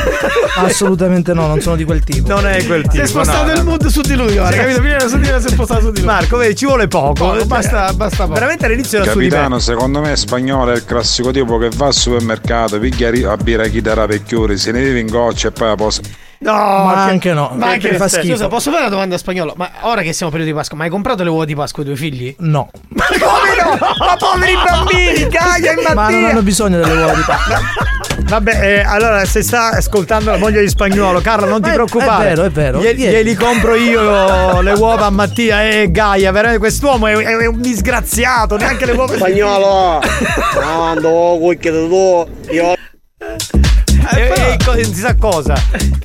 Assolutamente no, non sono di quel tipo. Non è quel Si è spostato il mood su di lui, ora, Sì. capito? Prima era su di lui, si è spostato su di lui. Marco, vedi, ci vuole poco. Cioè, Poco, basta, basta poco. Veramente all'inizio era su di me. Capitano, secondo me spagnolo è il classico tipo che va al supermercato, piglia ri- a birra chitarra per chiuri, se ne vive in goccia e poi la posta. No, Ma che- anche no, Ma perché anche fa scusa, schifo. posso fare una domanda a spagnolo? Ma ora che siamo a periodo di Pasqua, ma hai comprato le uova di Pasqua ai tuoi figli? No. Ma come no? Ma poveri bambini, Gaia e Ma non Mattia. hanno bisogno delle uova di Pasqua. Vabbè, eh, allora se sta ascoltando la moglie di spagnolo, Carlo, non ti È- preoccupare. Eh, è vero, è vero. Glie- Ieri- Glieli compro io le uova a Mattia e Gaia. Veramente quest'uomo è, è un disgraziato, neanche le uova. Spagnolo! No, Oh, andavo cucchia tu, io E, e Eh, co- non si sa cosa.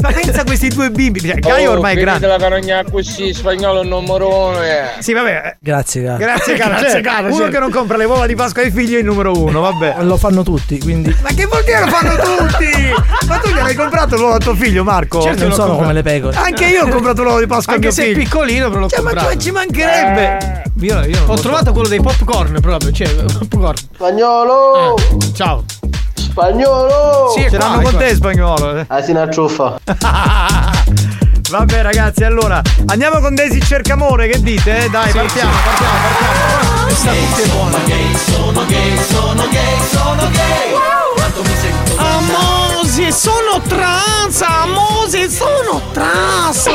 Ma pensa a questi due bimbi. Cioè, Gaia ormai è grande. Oh, la carogna così, spagnolo numero uno. Sì, vabbè. Grazie, cara. Eh. Grazie, caro. Grazie, Cioè, caro, Uno certo. che non compra le uova di Pasqua ai figli è il numero uno, vabbè. Eh, Lo fanno tutti, quindi. Ma che vuol dire lo fanno tutti? Ma tu gli hai comprato l'uovo a tuo figlio, Marco? Certo, non sono come le pecore. Anche io ho comprato l'uovo di Pasqua Anche a mio se è figlio. piccolino, però l'ho Cioè, ma comprato. tu ci Eh. mancherebbe. Io, io Ho trovato quello dei popcorn proprio, cioè popcorn. Spagnolo! Ciao. Spagnolo! Eh, Sì, è Ce qua, l'hanno è con qua. te, spagnolo. Oh. eh. Ah, sì, una ciuffa. Vabbè, ragazzi, allora andiamo con Daisy Cercamore, che dite? eh? Dai, partiamo, partiamo, partiamo. Questa tutte buona. Sono gay, sono gay, sono gay. Quanto mi sento Amose, sono trans, amose, sono trans.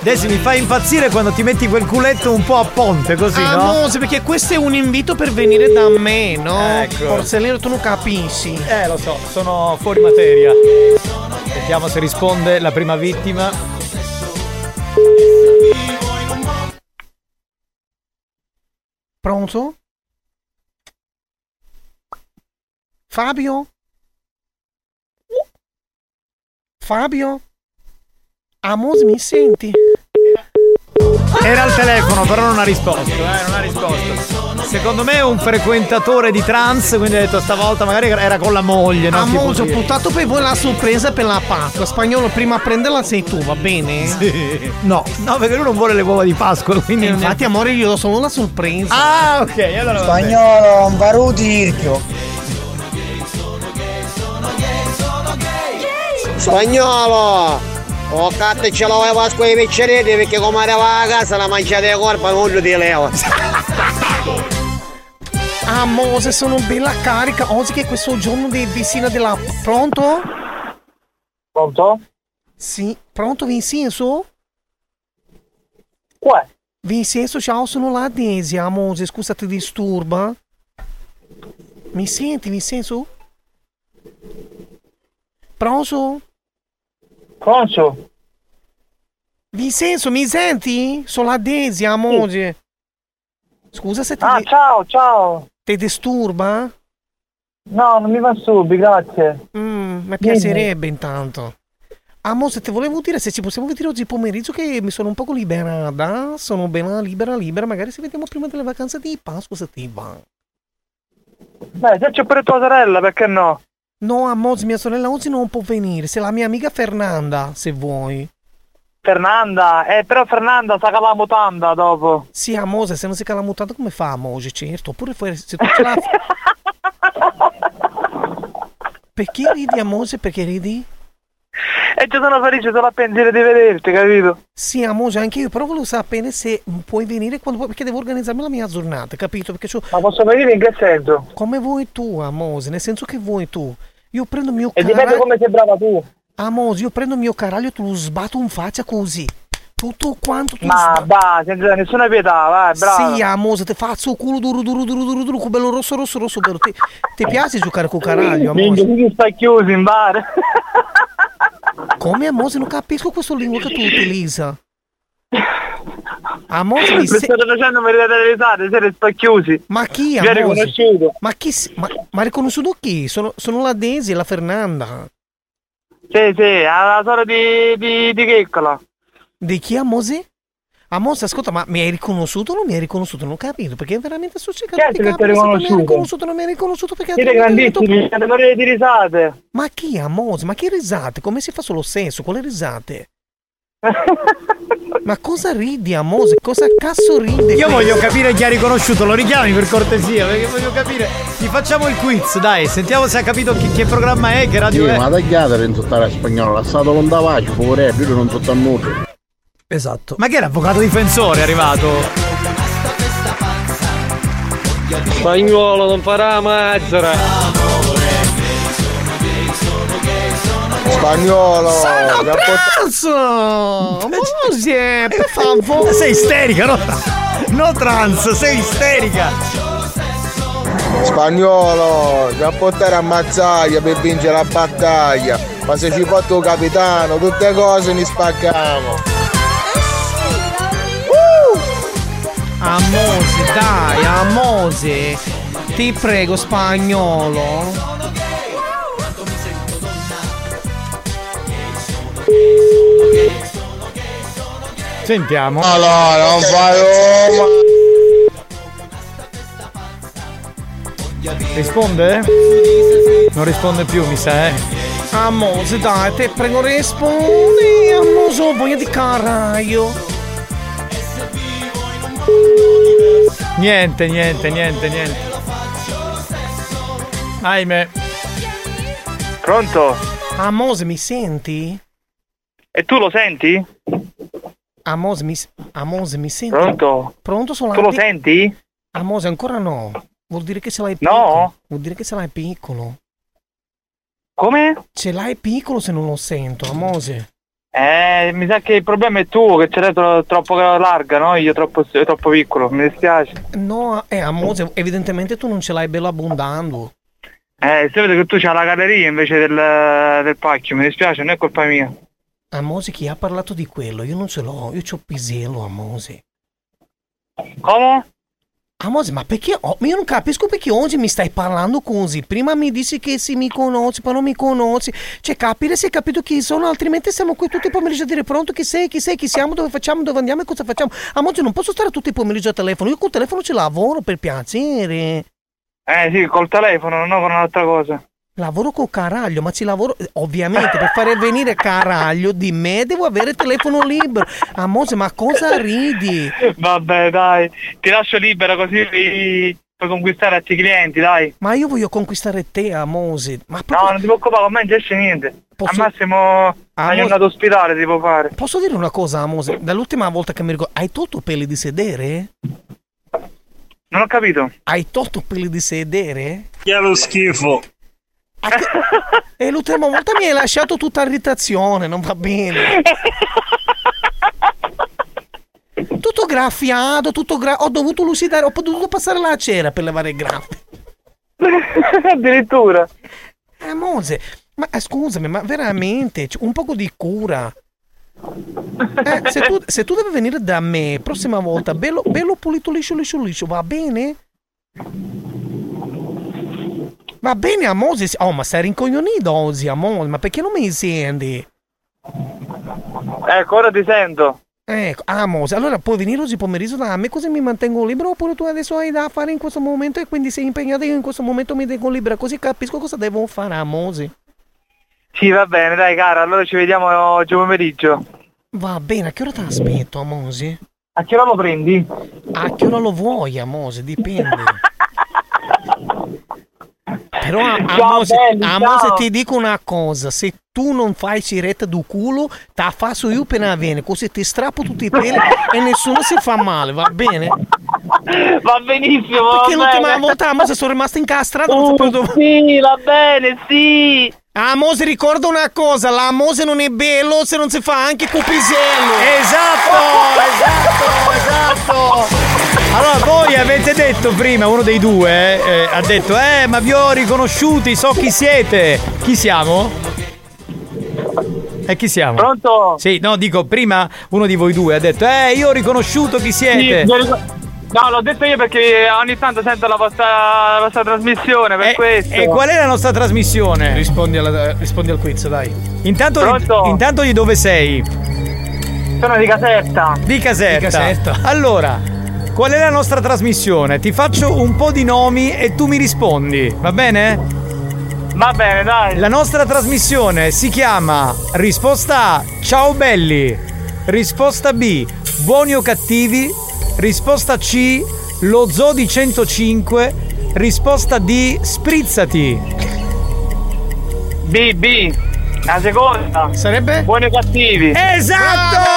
Daisy mi fa impazzire quando ti metti quel culetto un po' a ponte, così, no? Amose, perché questo è un invito per venire da me, no? Ecco. Porcellino, tu non capisci. Eh, lo so, sono fuori materia. Vediamo se risponde la prima vittima. Pronto? Fabio? Fabio? Amos, mi senti? Era al telefono, però non ha risposto, eh, non ha risposto. Secondo me è un frequentatore di trans, quindi ha detto stavolta magari era con la moglie, no? Amos, ho Tipo- buttato per voi la sorpresa per la Pasqua. Spagnolo, prima a prenderla sei tu, va bene? Sì. No, no, perché lui non vuole le uova di Pasqua, quindi E Eh, infatti, amore, io do solo la sorpresa. Ah, ok, Eh, allora va bene. Spagnolo, un barutirchio. Spagnolo! Oh cazzo ce l'avevo a scuola i picceriti perché come arrivava a casa la mangiate di corpo non lo ti leva. Ah, Ah, Mose, sono bella carica. Oggi che è questo giorno di vicino della... Pronto? Pronto? Sì, pronto Vincenzo? Qua. Vincenzo, ciao, sono la Desia, Mose, scusa ti disturba. Mi senti Vincenzo? Pronto? Pronto? Vincenzo, mi senti? Sono la Desia, Mose. Scusa se ti... Ah, ciao, ciao. Ti disturba? No, non mi va subito, grazie. Mm, mi piacerebbe intanto. Ah, Mose, ti volevo dire se ci possiamo vedere oggi pomeriggio che mi sono un poco liberata. Sono bella, libera, libera. Magari ci vediamo prima delle vacanze di Pasqua se ti va. Beh, se c'è pure tua sorella, perché no? No, Mose, mia sorella oggi non può venire. Se la mia amica Fernanda, se vuoi. Fernanda, eh, però Fernanda sa che la mutanda dopo. Sì, Mose, se non si cala mutata come fa Mose? Certo, oppure fuori, se tu ce la... Perché ridi a Mose? Perché ridi? E ci sono felice solo a pensare di vederti, capito? Sì, Amose, anche io, però volevo sapere se puoi venire quando vuoi, perché devo organizzarmi la mia giornata, capito? Perché c'ho... Ma posso venire in che senso? Come vuoi tu, Amose, nel senso che vuoi tu. Io prendo il mio E dipende caraglio... come sei brava tu. Amose, io prendo il mio caraglio e te lo sbatto in faccia così. Tutto quanto tu Ma va, senza nessuna pietà, vai, bravo. Sì, ah, Amose, te faccio culo duro duro duro duro duro, con bello rosso rosso rosso bello. Ti, ti piace giocare con caraglio, Minchia, Amose? tu che stai chiuso in bar. Come Amose? Non capisco questo lingua che tu utilizza. Amose, Mi mi se... state facendo morire dalle risate, siete spacchiusi. Ma chi Mi ha Amose? riconosciuto. Ma chi? si- Ma, ma ha riconosciuto chi? Sono, sono la Daisy e la Fernanda. Sì, sì, alla sorella di, di, di Checcola. Di chi Amose? Amose, ascolta, ma mi hai riconosciuto o non mi hai riconosciuto? Non ho capito, perché veramente sto cercando Certo di che ti ho capire se non mi hai riconosciuto. riconosciuto, non mi hai riconosciuto perché Siete altrimenti grandissimi, tutto- siete morire di risate. Ma chi Amose? Ma che risate? Come si fa solo senso? Con le risate? ma cosa ridi Amose? Cosa cazzo ride? Io questo? voglio capire chi ha riconosciuto, lo richiami per cortesia, perché voglio capire. Gli facciamo il quiz, dai, sentiamo se ha capito chi, che programma è, che radio Sì, è. ma tagliata per insultare a spagnolo, è stato lontavaggio, pure, più non tutto a nulla. Esatto. Ma che era avvocato difensore è arrivato? Spagnolo, non farà mazzara. Spagnolo! Sono che ha portato- pranzo! Mose, per favore! Eh, Sei isterica, no? No trans, sei isterica! Spagnolo, che a portare a mazzaglia per vincere la battaglia. Ma se ci fa tuo capitano, tutte cose ne spaccamo. Amose, Uh! dai, Amose. Ti prego, spagnolo. Sentiamo. Allora, non fai Roma. Risponde? Non risponde più, mi sa, eh. Amose, dai, te prego, rispondi. Amose, ho voglia di caraio. Niente, niente, niente, niente. Ahimè. Pronto? Amose, mi senti? E tu lo senti? Amose, mi, s- Amose, mi senti? Pronto? Pronto, sono Tu lo Adi- senti? Amose, ancora no. Vuol dire che ce l'hai piccolo. No? Vuol dire che ce l'hai piccolo. Come? Ce l'hai piccolo se non lo sento, Amose. Eh, mi sa che il problema è tuo, che ce l'hai tro- troppo larga, no? Io troppo, troppo piccolo, mi dispiace. No, eh, Amose, evidentemente tu non ce l'hai bello abbondando. Eh, se vedo che tu c'hai la galleria invece del, del pacchio, mi dispiace, non è colpa mia. Amose, chi ha parlato di quello? Io non ce l'ho, io c'ho Pisello, Amose. Come? Amose, ma perché? ho- ma io non capisco perché oggi mi stai parlando così. Prima mi dici che sì, mi conosci, poi non mi conosci. Cioè, capire se hai capito chi sono, altrimenti siamo qui tutti i pomeriggi a dire pronto chi sei, chi sei, chi siamo, dove facciamo, dove andiamo e cosa facciamo. Amose, non posso stare tutti i pomeriggi al telefono. Io col telefono ci lavoro, per piacere. Eh sì, col telefono, no con un'altra cosa. Lavoro con Caraglio, ma ci lavoro eh, ovviamente per fare venire Caraglio di me devo avere telefono libero. Amose, ma cosa ridi? Vabbè, dai, ti lascio libera così puoi puoi conquistare altri clienti, dai. Ma io voglio conquistare te, Amose. Ma No, non ti preoccupare, con me non c'è niente. Posso- Al massimo Ah, hai mo- andato ospedale, ti può fare. posso dire una cosa, Amose? Dall'ultima volta che mi ricordo, hai tolto peli di sedere? Non ho capito. Hai tolto peli di sedere? Che è lo schifo. E l'ultima volta mi hai lasciato tutta irritazione, non va bene. Tutto graffiato, tutto gra- ho dovuto lucidare, ho dovuto passare la cera per levare il graffio. Addirittura. Eh, Mose, ma eh, scusami, ma veramente, c- un poco di cura. Eh, se, tu, se tu devi venire da me, prossima volta, bello, bello pulito, liscio, liscio, liscio, va bene? Va bene, a Mose? Oh, ma sei rincoglionito oggi, a Mose, ma perché non mi senti? Ecco, ora ti sento. Ecco, Amos, allora puoi venire oggi pomeriggio da me così mi mantengo libero oppure tu adesso hai da fare in questo momento e quindi sei impegnato io in questo momento mi tengo libera così capisco cosa devo fare Amos. Sì, va bene, dai cara, allora ci vediamo oggi pomeriggio. Va bene, a che ora ti aspetto Amos? A che ora lo prendi? A che ora lo vuoi Amos, dipende. Però Amos, belli, Amos, ciao. ti dico una cosa, se tu non fai ciretta du culo, ta faccio io appena viene, così ti strappo tutti i peli e nessuno si fa male, va bene? Va benissimo. Perché va l'ultima bene. volta Amos sono rimasto incastrato, non Oh, sapevo dove... Sì, va bene, sì. Amos ricorda una cosa, la Mose non è bello se non si fa anche cupisello. Esatto, esatto, esatto. Allora, voi avete detto prima, uno dei due eh, ha detto, eh, ma vi ho riconosciuti, so chi siete. Chi siamo? E chi siamo? Pronto? Sì, no, dico, prima uno di voi due ha detto, eh, io ho riconosciuto chi siete. Sì, io- No, l'ho detto io perché ogni tanto sento la vostra, la vostra trasmissione per questo. Eh, E qual è la nostra trasmissione? Rispondi, alla- rispondi al quiz, dai. Intanto, di, intanto di dove sei? Sono di Caserta. Di Caserta. Di Caserta. Allora, qual è la nostra trasmissione? Ti faccio un po' di nomi e tu mi rispondi, va bene? Va bene, dai. La nostra trasmissione si chiama Risposta A, ciao belli. Risposta B, buoni o cattivi. Risposta C, lo zoo di 105. Risposta D, sprizzati. B, B. La seconda. Sarebbe? Buoni o cattivi. Esatto!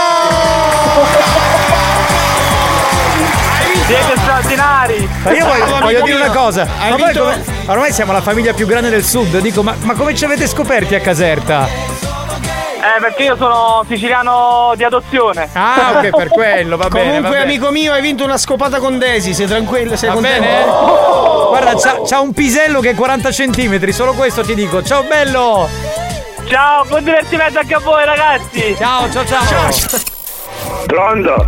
Siete straordinari. Ma io voglio, voglio dire una cosa, Hai ma voi vinto- come- ormai siamo la famiglia più grande del sud, dico, ma, ma come ci avete scoperti a Caserta? Eh, perché io sono siciliano di adozione. Ah, ok, per quello, va bene, Comunque, va bene. amico mio, hai vinto una scopata con Desi, sei tranquillo, sei Va contento. bene? Ah. Guarda, c'ha, c'ha un pisello che è 40 centimetri, solo questo ti dico. Ciao bello! Ciao, buon divertimento anche a voi ragazzi! Ciao, ciao, ciao! Pronto?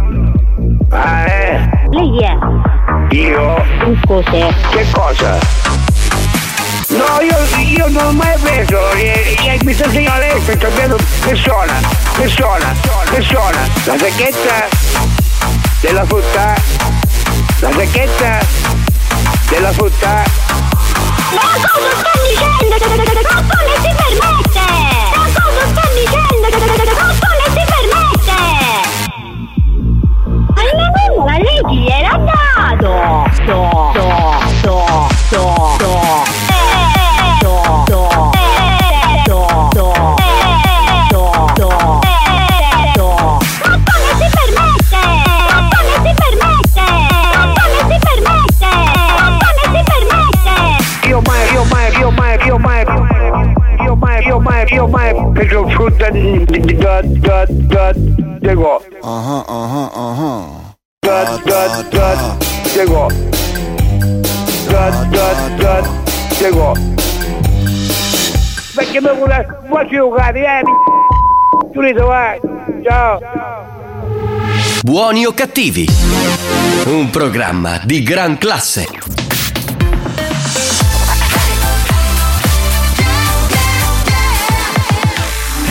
Ah, eh? Lei è? Io? Cos'è? Che cosa? No, io, io non ho mai preso, eh, eh, mi sono segnato adesso, ho preso persona, persona, persona, la sacchetta della frutta, la sacchetta della frutta. Ma cosa sta dicendo? Ma come si permette? Ma cosa sta dicendo? Ma come si permette? Ma non ma lei chi gliel'ha dato? Sto, sto, sto, sto, sto. Sto, sto, sto, sto, sto, sto, sto. Ma come si permette? Ma come si permette? Ma come si permette? Ma come si permette? Io mai, io mai, io mai, io mai, io mai, io mai, io mai preso frutta Eh, di- di- di- da, da, da, da, go. Uh-huh, uh-huh, uh-huh. da, da, da, da, go. Da, da, da, da, go. Perché mi vuole, vuoi giocare, eh, mi- Tu li vai, ciao. Buoni o cattivi? Un programma di gran classe.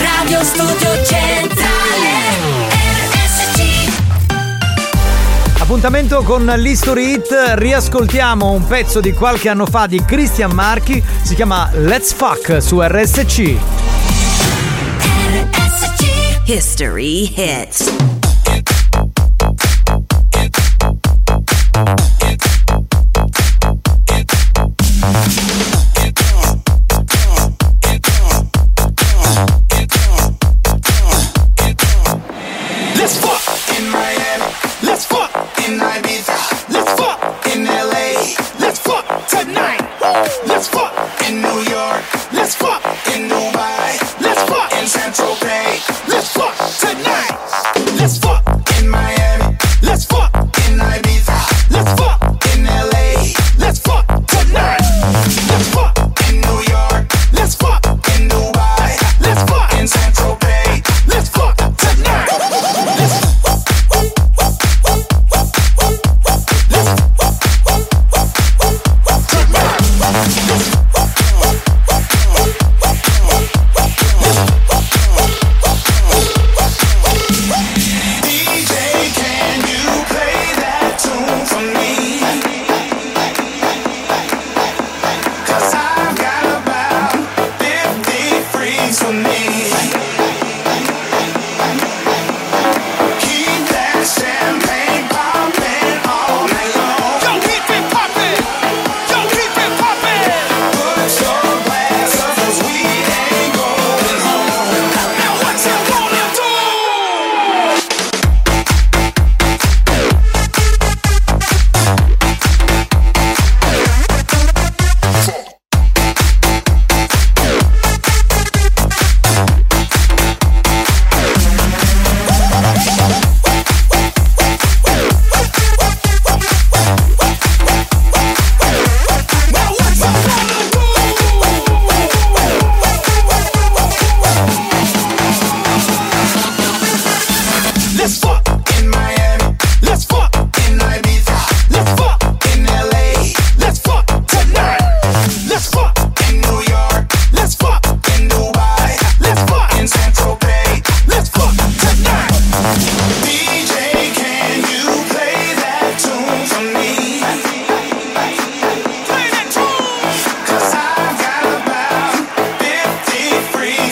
Radio Studio Centrale RSC Appuntamento con l'History Hit, riascoltiamo un pezzo di qualche anno fa di Christian Marchi, si chiama Let's Fuck su RSC. History hits. Let's fuck in Miami. Let's fuck in Ibiza. Let's fuck in LA.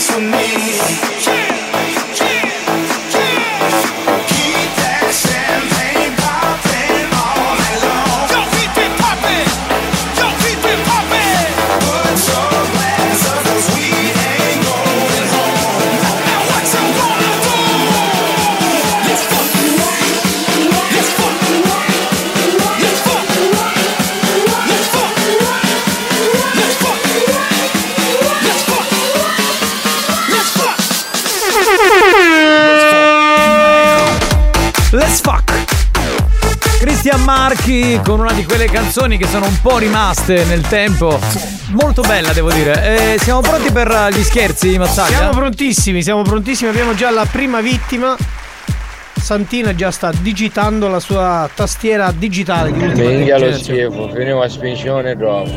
to me. Keep that champagne popping all night long. Yo, keep it popping. Yo, keep it popping. Put your glass up 'cause we ain't going home. Now what you gonna do? Let's fucking rock. Let's fucking rock. Let's fucking rock. Let's fucking rock. Let's fucking rock. Let's fuck. Let's fuck. Let's fuck! Cristian Marchi con una di quelle canzoni che sono un po' rimaste nel tempo. Molto bella, devo dire. Eh, siamo pronti per eh, gli scherzi, Mazzaglia? eh? Siamo prontissimi, siamo prontissimi. Abbiamo già la prima vittima. Santina già sta digitando la sua tastiera digitale di ultima Minchia lo generazione. schifo, finiamo a spincione dopo.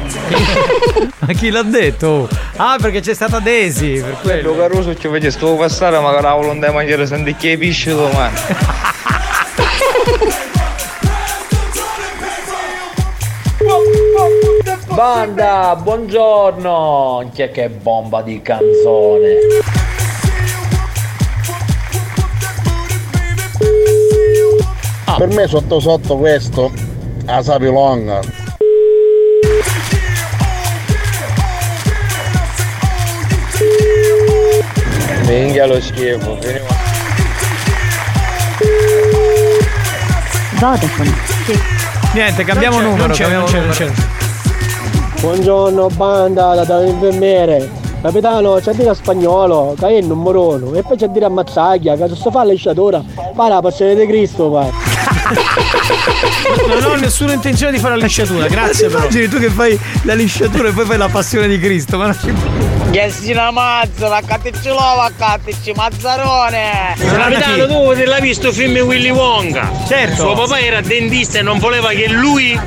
Ma chi l'ha detto? Ah, perché c'è stata Daisy, per quello. Lo caruso ci vedi sto passare, ma cavolo non devi mangiare sandicchie pisci domani. Banda, buongiorno! Che che bomba di canzone! Per me sotto sotto questo a sapilonga. Minchia lo schifo, finiamo a Vodafone. Niente, cambiamo Non c'è, numero. non c'è, cambiamo non c'è, non numero. Buongiorno banda da dall'infermiere. Capitano, c'è a dire a spagnolo, che è il numero uno, e poi c'è a dire a Mazzaglia, che se sto fa la lisciatura, fa la passione di Cristo, va. Non ho nessuna intenzione di fare la lisciatura, grazie però. Immagini tu che fai la lisciatura e poi fai la passione di Cristo, ma non ci Gessina Mazzola, Caticilova, Catici, Mazzarone! Capitano, tu te l'hai visto il film Willy Wonka? Certo. Suo papà era dentista e non voleva che lui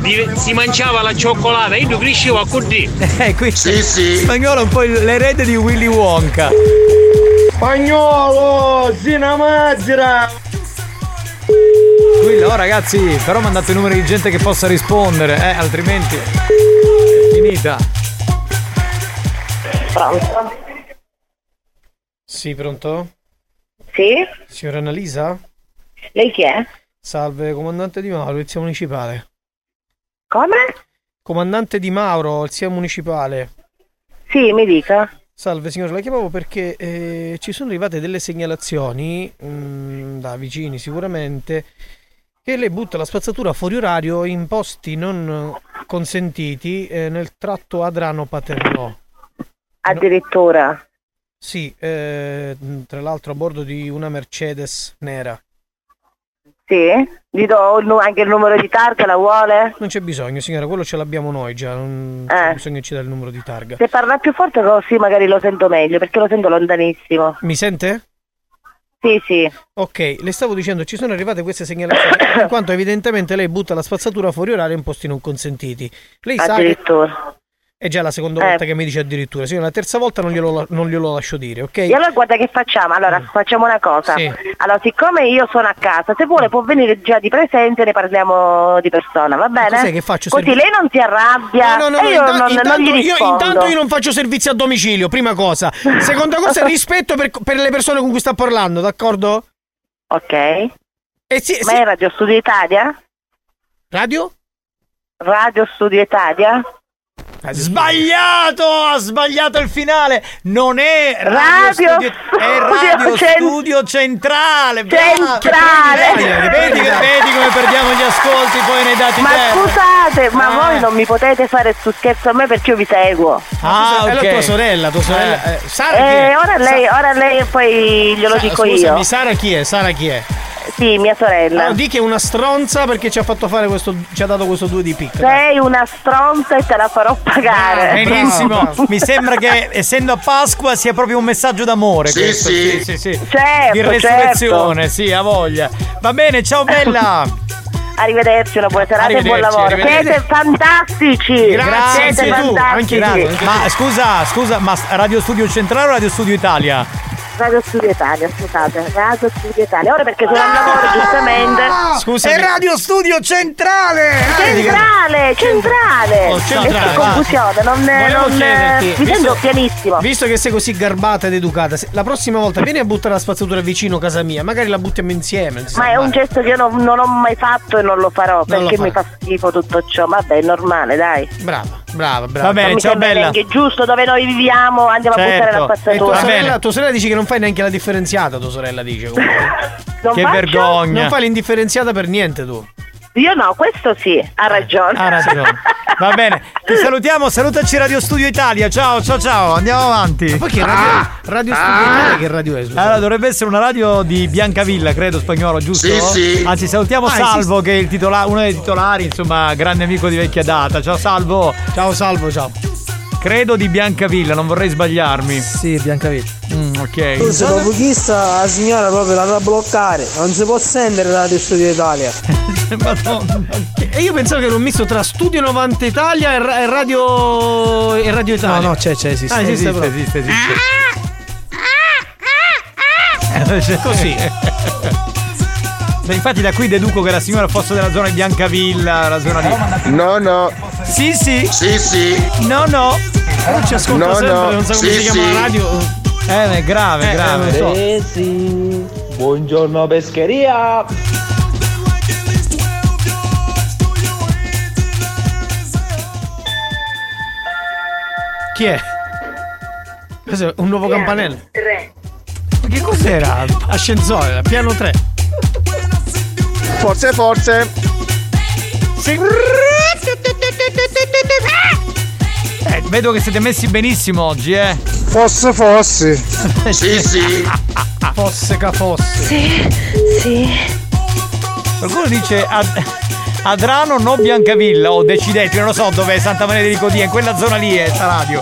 div- si mangiava la cioccolata, io crescevo a così. Eh, qui sì, sì. Spagnolo è un po' il- l'erede di Willy Wonka. Spagnolo, Sina Mazzera! Qui, oh, ragazzi, però mandate i numeri di gente che possa rispondere, eh, altrimenti è finita. Pronto? Sì, pronto? Sì? Signora Annalisa? Lei chi è? Salve, comandante Di Mauro, polizia municipale. Come? Comandante Di Mauro, polizia municipale. Sì, mi dica. Salve signora, la chiamavo perché eh, ci sono arrivate delle segnalazioni mm, da vicini sicuramente che lei butta la spazzatura fuori orario in posti non consentiti eh, nel tratto Adrano-Paternò. Addirittura. Sì, eh, mm, tra l'altro a bordo di una Mercedes nera. Sì? Gli do il nu- anche il numero di targa, la vuole? Non c'è bisogno signora, quello ce l'abbiamo noi già, non Eh. c'è bisogno che ci dà il numero di targa. Se parla più forte così magari lo sento meglio, perché lo sento lontanissimo. Mi sente? Sì, sì. Ok, le stavo dicendo, ci sono arrivate queste segnalazioni, in quanto evidentemente lei butta la spazzatura fuori orario in posti non consentiti. Lei sa che... Addirittura. Eh. È già la seconda volta che mi dice addirittura, signora, la terza volta non glielo, non glielo lascio dire, ok? Mm. E allora guarda che facciamo, allora facciamo una cosa. Sì. Allora, siccome io sono a casa, se vuole può venire già di presenza e ne parliamo di persona, va bene? cos'è che faccio? Così Servi- lei non si arrabbia No, no, no, e no, io inta- non, non intanto, gli io, rispondo. intanto io non faccio servizio a domicilio, prima cosa. Seconda cosa, rispetto per, per le persone con cui sta parlando, d'accordo? Ok. Ma è Radio Studio Italia? Radio? Radio Studio Italia? Eh, Sbagliato! Ha sbagliato il finale! Non è Radio, Radio Studio, è Studio Radio Cen- Studio Centrale! bravo! Centrale. Vedi, vedi, vedi come perdiamo gli ascolti poi nei dati Ma terra. scusate, ma Eh. voi non mi potete fare su scherzo a me perché io vi seguo. Ah, Scusa, è la ok. tua sorella, tua sorella. Eh, Sara chi è? Eh, ora lei, Sa- ora lei poi glielo Sa- dico scusami, io. Sara chi è? Sara chi è? Sì, mia sorella. Ah, di che è una stronza perché ci ha fatto fare questo. ci ha dato questo 2 di picca. Sei una stronza e te la farò pagare. Benissimo, mi sembra che essendo a Pasqua sia proprio un messaggio d'amore. Sì, questo, sì. sì, sì, sì. Certo, Di resurrezione, sì, ha voglia. Va bene, Eh, ciao bella. Arrivederci, una buona serata e buon Arrivederci, lavoro. arrivederci. Siete fantastici! Siete fantastici. Ma scusa, scusa, ma Radio Studio Centrale o Radio Studio Italia? Radio Studio Italia, scusate, Radio Studio Italia. Ora perché sono al lavoro, giustamente. Ah! Scusami. È Radio Studio Centrale! Ah, Centrale, centrale! Oh, centrale, È confusione, non, Volevo non mi chiederti, sento visto- pianissimo. Visto che sei così garbata ed educata, se- la prossima volta vieni a buttare la spazzatura vicino a casa mia, magari la buttiamo insieme. non si sa Ma è mai. un gesto che io non, non ho mai fatto e non lo farò perché lo mi fa schifo tutto ciò. Vabbè, è normale, dai. Brava, brava, brava. Va bene, Non mi ciao sembra bella. neanche giusto dove noi viviamo, andiamo a buttare la Certo. E spazzatura. tua sorella- sorella, tua sorella dice che non fai neanche la differenziata, tua sorella dice. comunque. Non che faccio? vergogna. Non fai l'indifferenziata per niente tu. Io no, questo sì, ha ragione. Ha ragione. Va bene, ti salutiamo, salutaci Radio Studio Italia. Ciao, ciao, ciao, andiamo avanti. Ma poi che radio- Radio Studio Italia, che radio è? scusa? Allora, dovrebbe essere una radio di Biancavilla, credo, spagnolo, giusto? Sì, sì. Anzi, salutiamo Ah, Salvo, che è il titola- uno dei titolari, insomma, grande amico di vecchia data. Ciao, Salvo. Ciao, Salvo, ciao. Credo di Biancavilla, non vorrei sbagliarmi. Sì, Biancavilla. ok. Se dopo chissà la signora proprio la da bloccare, non si può sentire la Radio Studio Italia. E io pensavo che era un misto tra Studio 90 Italia e, ra- e radio e Radio Italia. No, no, c'è, c'è, esiste. Ah, esiste, Esiste, proprio. esiste, Così. Beh, infatti da qui deduco che la signora fosse della zona di Biancavilla, la zona di... No, no. Sì, sì. Sì, sì. No, no. Eh, Non ci ascolta No, sempre, no. non so come Sì, si chiama sì. la radio. Eh, ma è grave, Eh, grave. eh, lo so. Buongiorno pescheria! Chi è? Questo è un nuovo campanello. Ma che cos'era? Ascensore, piano 3. Forse, forse. Sì. Eh, vedo che siete messi benissimo oggi, eh. Fosse, fosse. Sì, sì. Fosse ca fosse. Sì, sì. Qualcuno dice Ad- Adrano no Biancavilla o decidete, non lo so dove è Santa Maria di Ricodia, in quella zona lì è sta radio.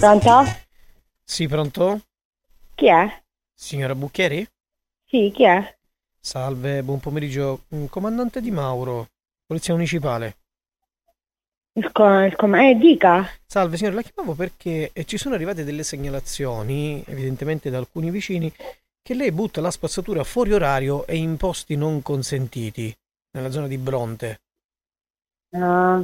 Pronto? Sì, pronto? Chi è? Signora Bucchieri? Sì, chi è? Salve, buon pomeriggio. Mm, Comandante Di Mauro, Polizia Municipale. Il, co- il com- eh, dica. Salve signora, la chiamavo perché eh, ci sono arrivate delle segnalazioni, evidentemente da alcuni vicini, che lei butta la spazzatura fuori orario e in posti non consentiti, nella zona di Bronte. Ah,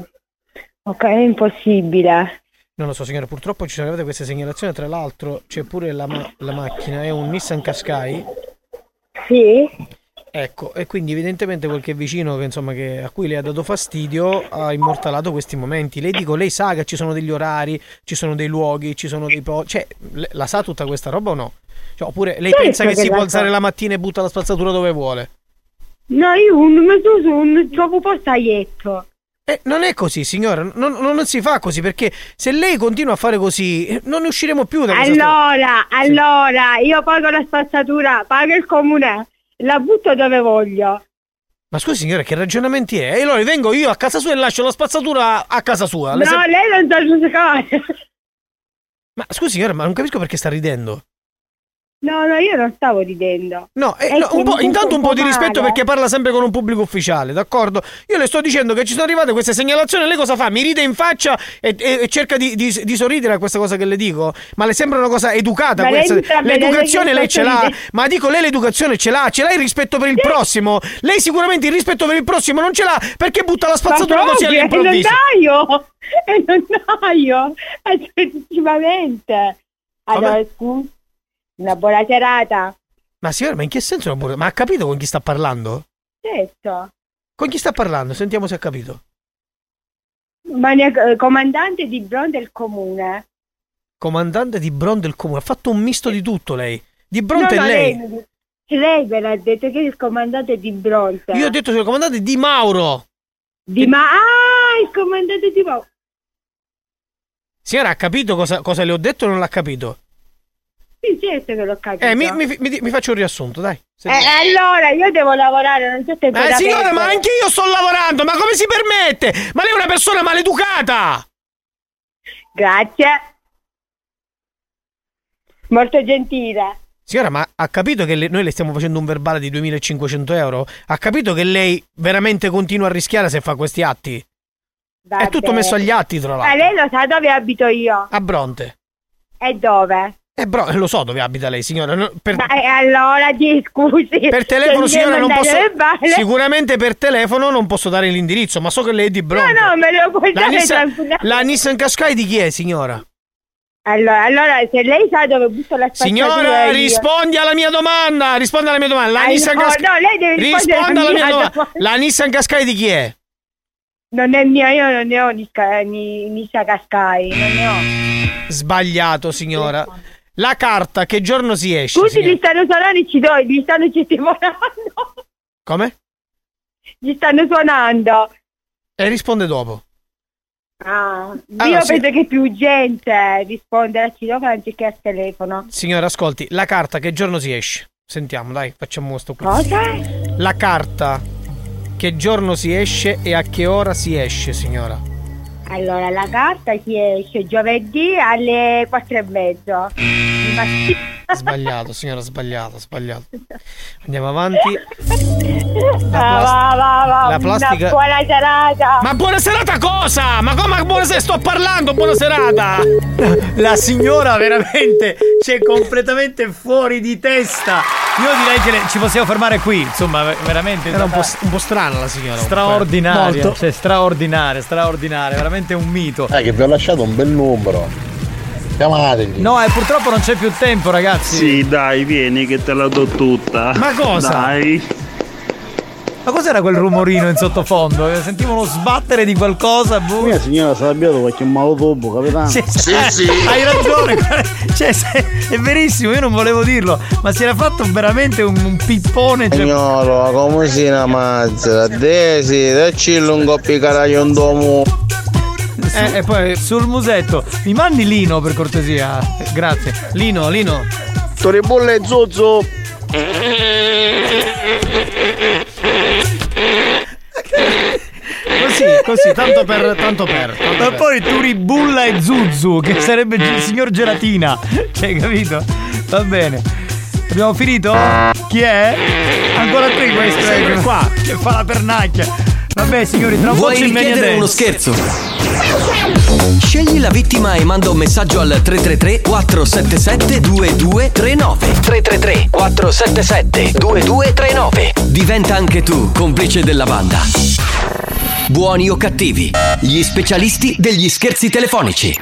ok, è impossibile. Non lo so signora, purtroppo ci sono arrivate queste segnalazioni, tra l'altro c'è pure la, ma- la macchina, è un Nissan Qashqai. Sì? Ecco, e quindi evidentemente qualche vicino che, insomma, che- a cui le ha dato fastidio ha immortalato questi momenti. Lei dico, lei sa che ci sono degli orari, ci sono dei luoghi, ci sono dei po'. Cioè, le- la sa tutta questa roba o no? Cioè, oppure lei Certo pensa che che si la può so. alzare la mattina e butta la spazzatura dove vuole? No, io un metto su un gioco postaietto. Eh, non è così, signora, non, non- non si fa così perché se lei continua a fare così eh, non ne usciremo più da questa storia. Allora, allora, io pago la spazzatura, pago il comune, la butto dove voglio. Ma scusi, signora, che ragionamenti è? E allora vengo io a casa sua e lascio la spazzatura a casa sua. Le no, sem- lei non sa giudicare. Ma scusi, signora, ma non capisco perché sta ridendo. No, no, io non stavo ridendo. No, eh, È no, un po'- comunque intanto un po' di male. rispetto perché parla sempre con un pubblico ufficiale, d'accordo? Io le sto dicendo che ci sono arrivate queste segnalazioni, lei cosa fa? Mi ride in faccia e, e- e cerca di, di- di sorridere a questa cosa che le dico? Ma le sembra una cosa educata Ma lei questa? mi sta vedendo L'educazione che lei sto ce l'ha, sorridendo. ma dico lei l'educazione ce l'ha, ce l'ha il rispetto per il prossimo. Lei sicuramente il rispetto per il prossimo non ce l'ha perché butta la spazzatura Ma così proprio, all'improvviso. È nonnaio, è nonnaio, Eh, effettivamente. Allora, scusa, una buona serata. Ma signora, ma in che senso? una burla? Ma ha capito con chi sta parlando? Certo, Con chi sta parlando? Sentiamo se ha capito. ma ne- eh, comandante di Bron del comune. comandante di Bronte del comune. Ha fatto un misto di tutto lei. Di Bronte No, e no, lei. mi dice- Lei me l'ha detto che è il comandante di Bronte. Io ho detto sono il comandante di Mauro. Di ma... Ah, il comandante di Mauro. Signora, ha capito cosa, cosa le ho detto o non l'ha capito? Sì, certo che l'ho capito. Eh, mi, mi- mi- mi faccio un riassunto, dai. Se- Eh, allora, io devo lavorare, non c'è tempo Eh, da signora, perdere. ma anche io sto lavorando, ma come si permette? Ma lei è una persona maleducata! Grazie. Molto gentile. Signora, ma ha capito che le- noi le stiamo facendo un verbale di 2500 euro? Ha capito che lei veramente continua a rischiare se fa questi atti? Va è tutto bene. messo agli atti, tra Ma l'altro. lei lo sa dove abito io? A Bronte. E dove? Eh, bro, lo so dove abita lei, signora. no, per- Ma eh, allora ti scusi. per telefono, se mi signora, devi non posso. mandare le balle- Sicuramente per telefono non posso dare l'indirizzo, ma so che lei è di Bronte. No, no, me lo puoi La dare Nissan, tranquillamente. la Nissan Qashqai di chi è, signora? Allora, allora, se lei sa dove butto la spazzatura Signora, io- rispondi alla mia domanda! Risponda alla mia domanda! La Ah, Nissan no, Qashqai- no, lei deve rispondere Risponda alla alla mia mia domanda! La Nissan Qashqai di chi è? Non è mia, io non ne ho ni, ca- ni, ni sa cascai, non ne ho. Sbagliato, signora. La carta che giorno si esce? Tutti signora? gli stanno suonando e ci do, gli stanno testimoniando, Come? gli stanno suonando. E risponde dopo. Ah, Allora, io sì. penso che è più urgente rispondere al citofono anziché al telefono. Signora, ascolti, la carta che giorno si esce? Sentiamo, dai, facciamo sto qui. Cosa? La carta che giorno si esce e a che ora si esce, signora? Allora, la carta si esce giovedì alle quattro e mezzo. Di mattina. Sbagliato, signora, sbagliato, sbagliato. Andiamo avanti. Ah, va, va, va, la una plastica- Buona serata. Ma buona serata cosa? Ma come buona serata? Sto parlando, buona serata! Eh, La signora veramente c'è completamente fuori di testa. Io direi che le- ci possiamo fermare qui, insomma, ve- veramente. Era un po', s- un po' strana la signora. straordinaria, Molto. cioè straordinaria, straordinaria, veramente un mito. Dai, che vi ho lasciato un bel numero. Chiamateli. No, e purtroppo non c'è più tempo, ragazzi. Sì, dai, vieni che te la do tutta. Ma cosa? Dai. Ma cos'era quel rumorino in sottofondo? Eh, Sentivo uno sbattere di qualcosa. Boh. Mia signora si è arrabbiata perché un malotobo, capitano. Sì, Hai ragione, guarda, cioè, se- è verissimo, io non volevo dirlo, ma si era fatto veramente un, un pippone. cioè- Signoro, come si ammazza? Desi, dacci un coppio caraglio un domo. Eh, e poi sul musetto, mi mandi Lino per cortesia? Grazie. Lino, Lino. Torebolle e zozzo. Così, così, tanto per. Tanto per Ma poi Turibulla e Zuzu, che sarebbe il signor Gelatina. Cioè, capito? Va bene. Abbiamo finito? Chi è? Ancora qui questo è qua, che fa la pernacchia. Vabbè, signori, tra un po' Vuoi c'è il media dance. richiedere uno scherzo? Scegli la vittima e manda un messaggio al 333 477 2239 333 477 2239 Diventa anche tu complice della banda. Buoni o cattivi, gli specialisti degli scherzi telefonici.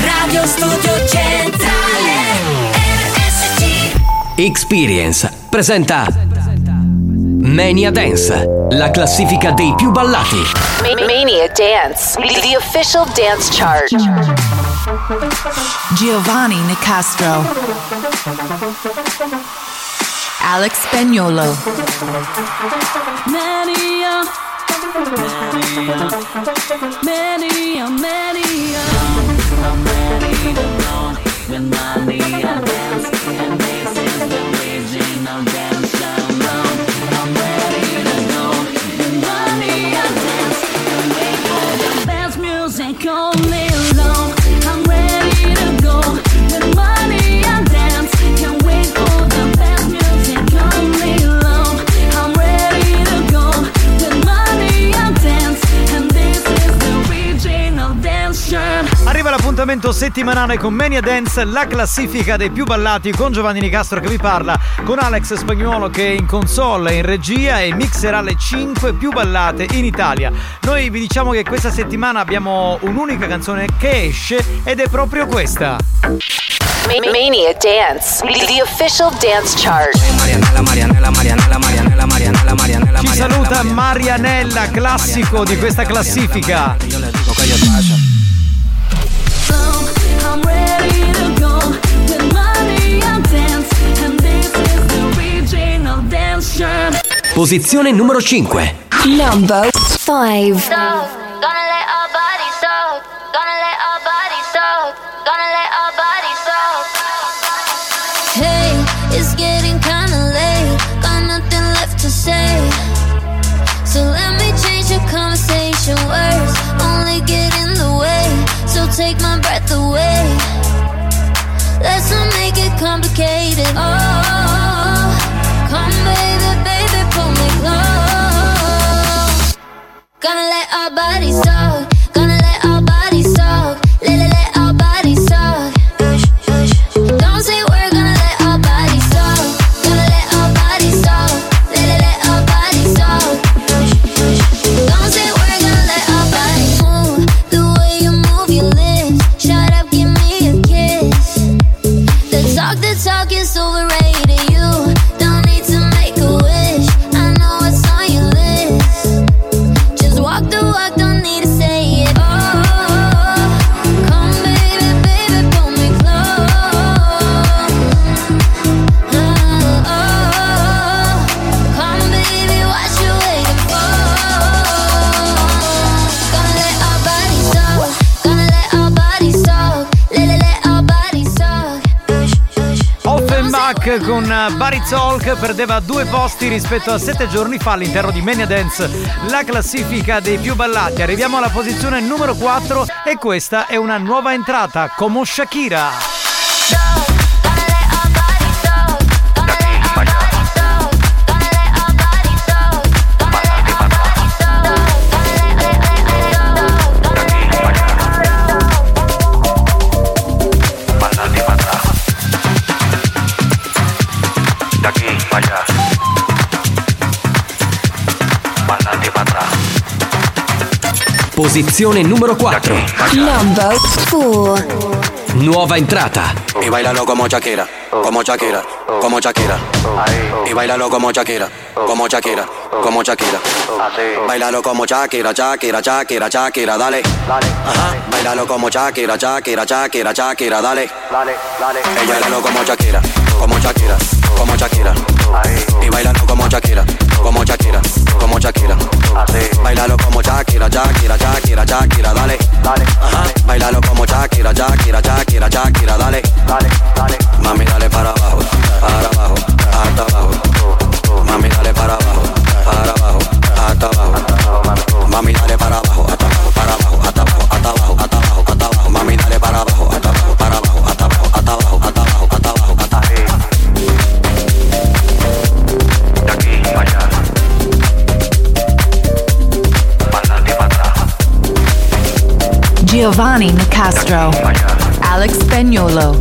Radio Studio Centrale RSC Experience presenta Mania Dance, la classifica dei più ballati. Mania Dance, the official dance chart. Giovanni Nicastro, Alex Spagnolo, Mania, mania, Dance music all day long. I'm ready to go. The money and dance. Can't wait for the best music all day long. I'm ready to go. The money and dance. And this is the original dance shirt. Arriva l'appuntamento settimanale con Mania Dance, la classifica dei più ballati con Giovanni Nicastro che vi parla, con Alex Spagnuolo che è in console e in regia e mixerà le 5 più ballate in Italia. Noi vi diciamo che questa settimana abbiamo un'unica canzone che esce ed è proprio questa. Ma- Mania Dance, the official dance chart. Ci saluta Marianella, classico di questa classifica. I'm ready to go. The money and dance. And this is the original dance shirt. Posizione numero 5. Number 5. Hey, it's getting kinda late. Got nothing left to say. So let me change your conversation. Words only get in the way. So take my breath away. Let's not make it complicated. Oh, come baby, baby, pull me close. Gonna our bodies talk. Gonna let our bodies talk. Let, let, let our bodies talk. Hush, hush. Don't say we're gonna let our bodies talk. Gonna let our bodies talk. Let, let, let our bodies talk. Hush, hush. Don't say we're gonna let our bodies move. The way you move your lips. Shut up, give me a kiss. The talk, the talk is overrated. You don't need to make a wish. I know what's on your list. Just walk the walk, don't need to say it. Oh, come baby, baby, pull me close. Oh, oh, come baby, what you waiting for? Gonna let our bodies talk. Gonna let our bodies talk. Let let let our bodies talk. Offenbach con eh, Barry Talk perdeva due posti rispetto a sette giorni fa all'interno di Mania Dance, la classifica dei più ballati. Arriviamo alla posizione numero 4 e questa è una nuova entrata, Como Shakira. De aquí para allá. Para adelante y para atrás. Posizione numero 4. Number four. Nuova entrata. Y bailalo como Shakira, como Shakira, como Shakira. Y bailalo como Shakira, como Shakira, como Shakira. Bailalo como Shakira, Shakira, Shakira, Shakira, dale. Ajá. Bailalo como Shakira, Shakira, Shakira, Shakira, dale. Dale, dale. Y bailalo como Shakira, como Shakira, como Shakira. Y bailalo como Shakira, como Shakira, como Shakira. Bailalo como Shakira, Shakira, Shakira, Shakira, dale. Dale. Ajá. Bailalo como Shakira, Shakira, Shakira, Shakira, dale. Dale, dale. Mami, dale para abajo, para abajo, hasta abajo. Mami, dale para abajo, para abajo, hasta abajo. Mami, dale para abajo, hasta abajo, para abajo, hasta abajo, hasta abajo, hasta abajo, hasta abajo. Mami, dale para abajo, hasta abajo, para abajo, hasta abajo, hasta abajo, hasta abajo, hasta abajo, hasta abajo. De aquí para allá. Giovanni Nicastro. Alex Spagnolo.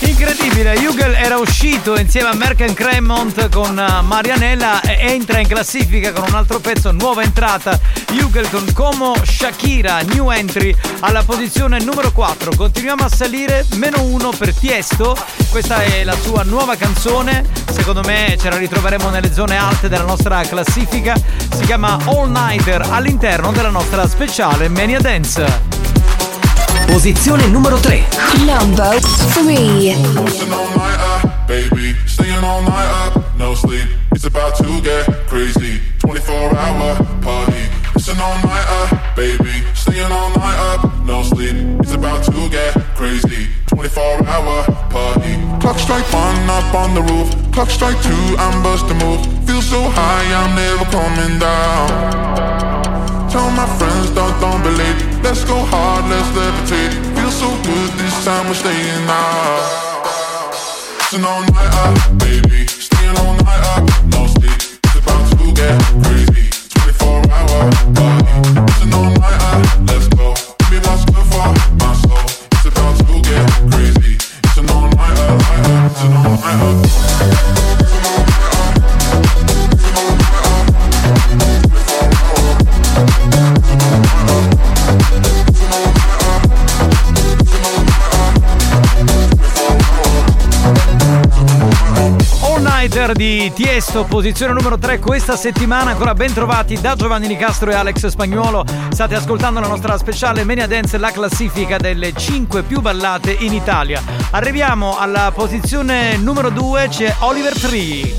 Incredibile, Hugel era uscito insieme a Merck Cremont con eh, Marianella e entra in classifica con un altro pezzo, nuova entrata. Hugel con Como Shakira, new entry alla posizione numero 4. Continuiamo a salire, meno 1 per Tiesto. Questa è la sua nuova canzone. Secondo me ce la ritroveremo nelle zone alte della nostra classifica. Si chiama All Nighter all'interno della nostra speciale Mania Dance. Posizione numero 3. Number three. uh, baby. Staying all night up, no sleep. It's about to get crazy. 24 hour party. It's an all nighter, baby. Staying all night up, no sleep. It's about to get crazy. 24 hour party. Clock strike one up on the roof. Clock strike two, I'm busting move. Feel so high, I'm never coming down. Tell my friends, don't, don't believe. Let's go hard, let's levitate. Feel so good this time, we're staying out. It's an all nighter, baby. Staying all night up, no sleep. It's about to get crazy. 24 hour party. It's an all nighter, let's go. Give me what's good for my soul. It's about to get crazy. It's an all nighter, nighter. It's an all nighter. All Nighter di Tiesto, posizione numero 3 questa settimana, ancora ben trovati da Giovanni Nicastro e Alex Spagnuolo. State ascoltando la nostra speciale Mania Dance, la classifica delle 5 più ballate in Italia. Arriviamo alla posizione numero 2, c'è Oliver Tree.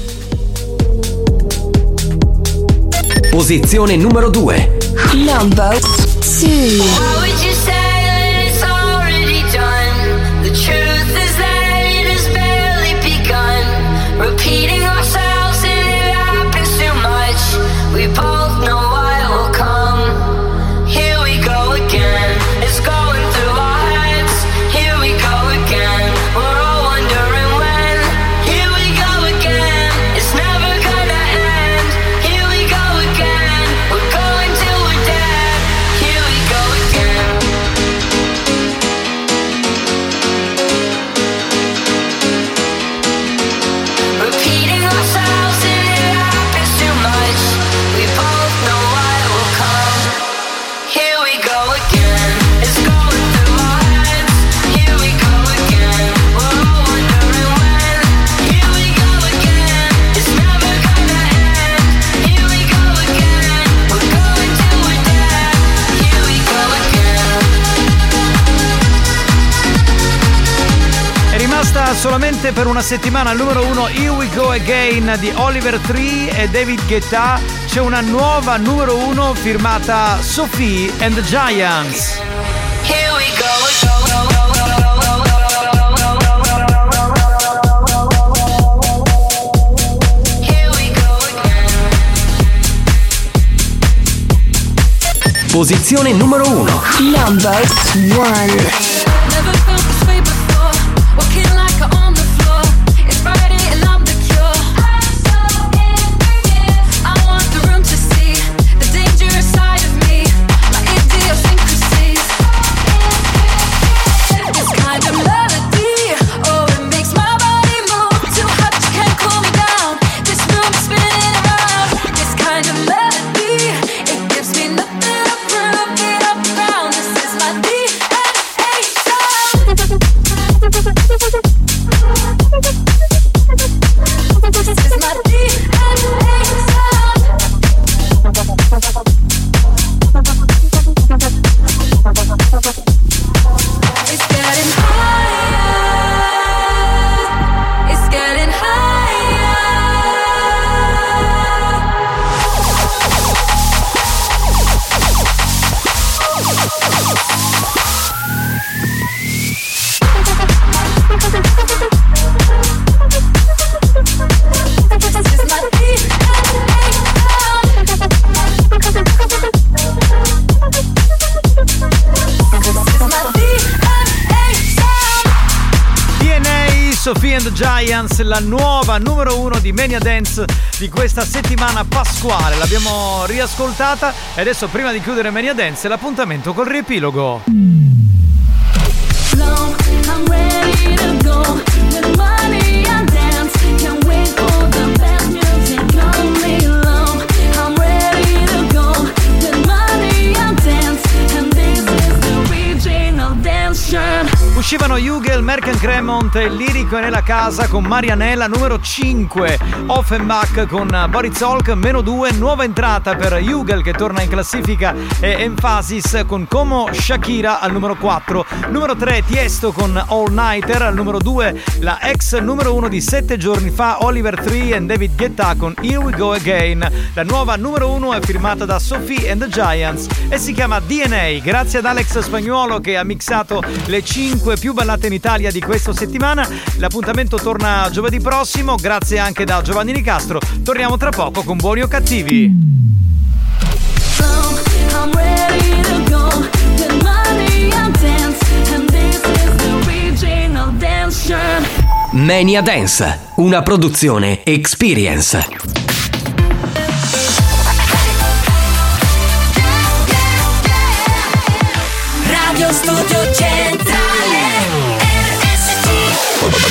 Posizione numero 2. Number two. What would you say that it's already done? The truth is that it has barely begun. Repeating ourselves and it happens too much. We both know what will come. Here we go again. It's going through our heads. Here we go again. We're all wondering when. Here we go again. It's never gonna end. Here we go again. assente per una settimana al numero uno Here We Go Again di Oliver Tree e David Guetta. C'è una nuova numero uno firmata Sophie and the Giants. Here we go. Posizione numero 1. Number one. Never felt this way before. Walking like I'm on the floor. It's Friday and I'm the cure. I'm so inferior. I want the room to see the dangerous side of me. My idiosyncrasies. This kind of melody, oh, it makes my body move. Too hot, you can't cool me down. This room is spinning around. This kind of melody, it gives me nothing to prove. Get up around. This is my DNA sound. This is my DNA sound. It's getting higher. It's getting DNA Sophie and the Giants, la nuova numero uno di Mania Dance di questa settimana pasquale. L'abbiamo riascoltata e adesso prima di chiudere Mania Dance l'appuntamento col riepilogo. Long, I'm ready to go. The money I dance can't wait for the best music. Only long, I'm ready to go. The money I dance, and this is the original dance show. Uscivano Hugel, Merken Cremont e Lirico è nella casa con Marianella numero 5, Offenbach con Borizolk meno 2, nuova entrata per Hugel che torna in classifica e Emphasis con Como Shakira al numero 4, numero 3 Tiesto con All Nighter al numero 2, la ex numero 1 di 7 giorni fa Oliver 3 and David Guetta con Here We Go Again, la nuova numero 1 è firmata da Sophie and the Giants e si chiama DNA grazie ad Alex Spagnuolo che ha mixato le 5 più ballate in Italia di questa settimana. L'appuntamento torna giovedì prossimo, grazie anche da Giovanni Nicastro. Torniamo tra poco con Buoni o Cattivi. I'm ready to go. The money I dance, and this is the original dance show. Mania Dance, una produzione Experience. Radio Studio Centrale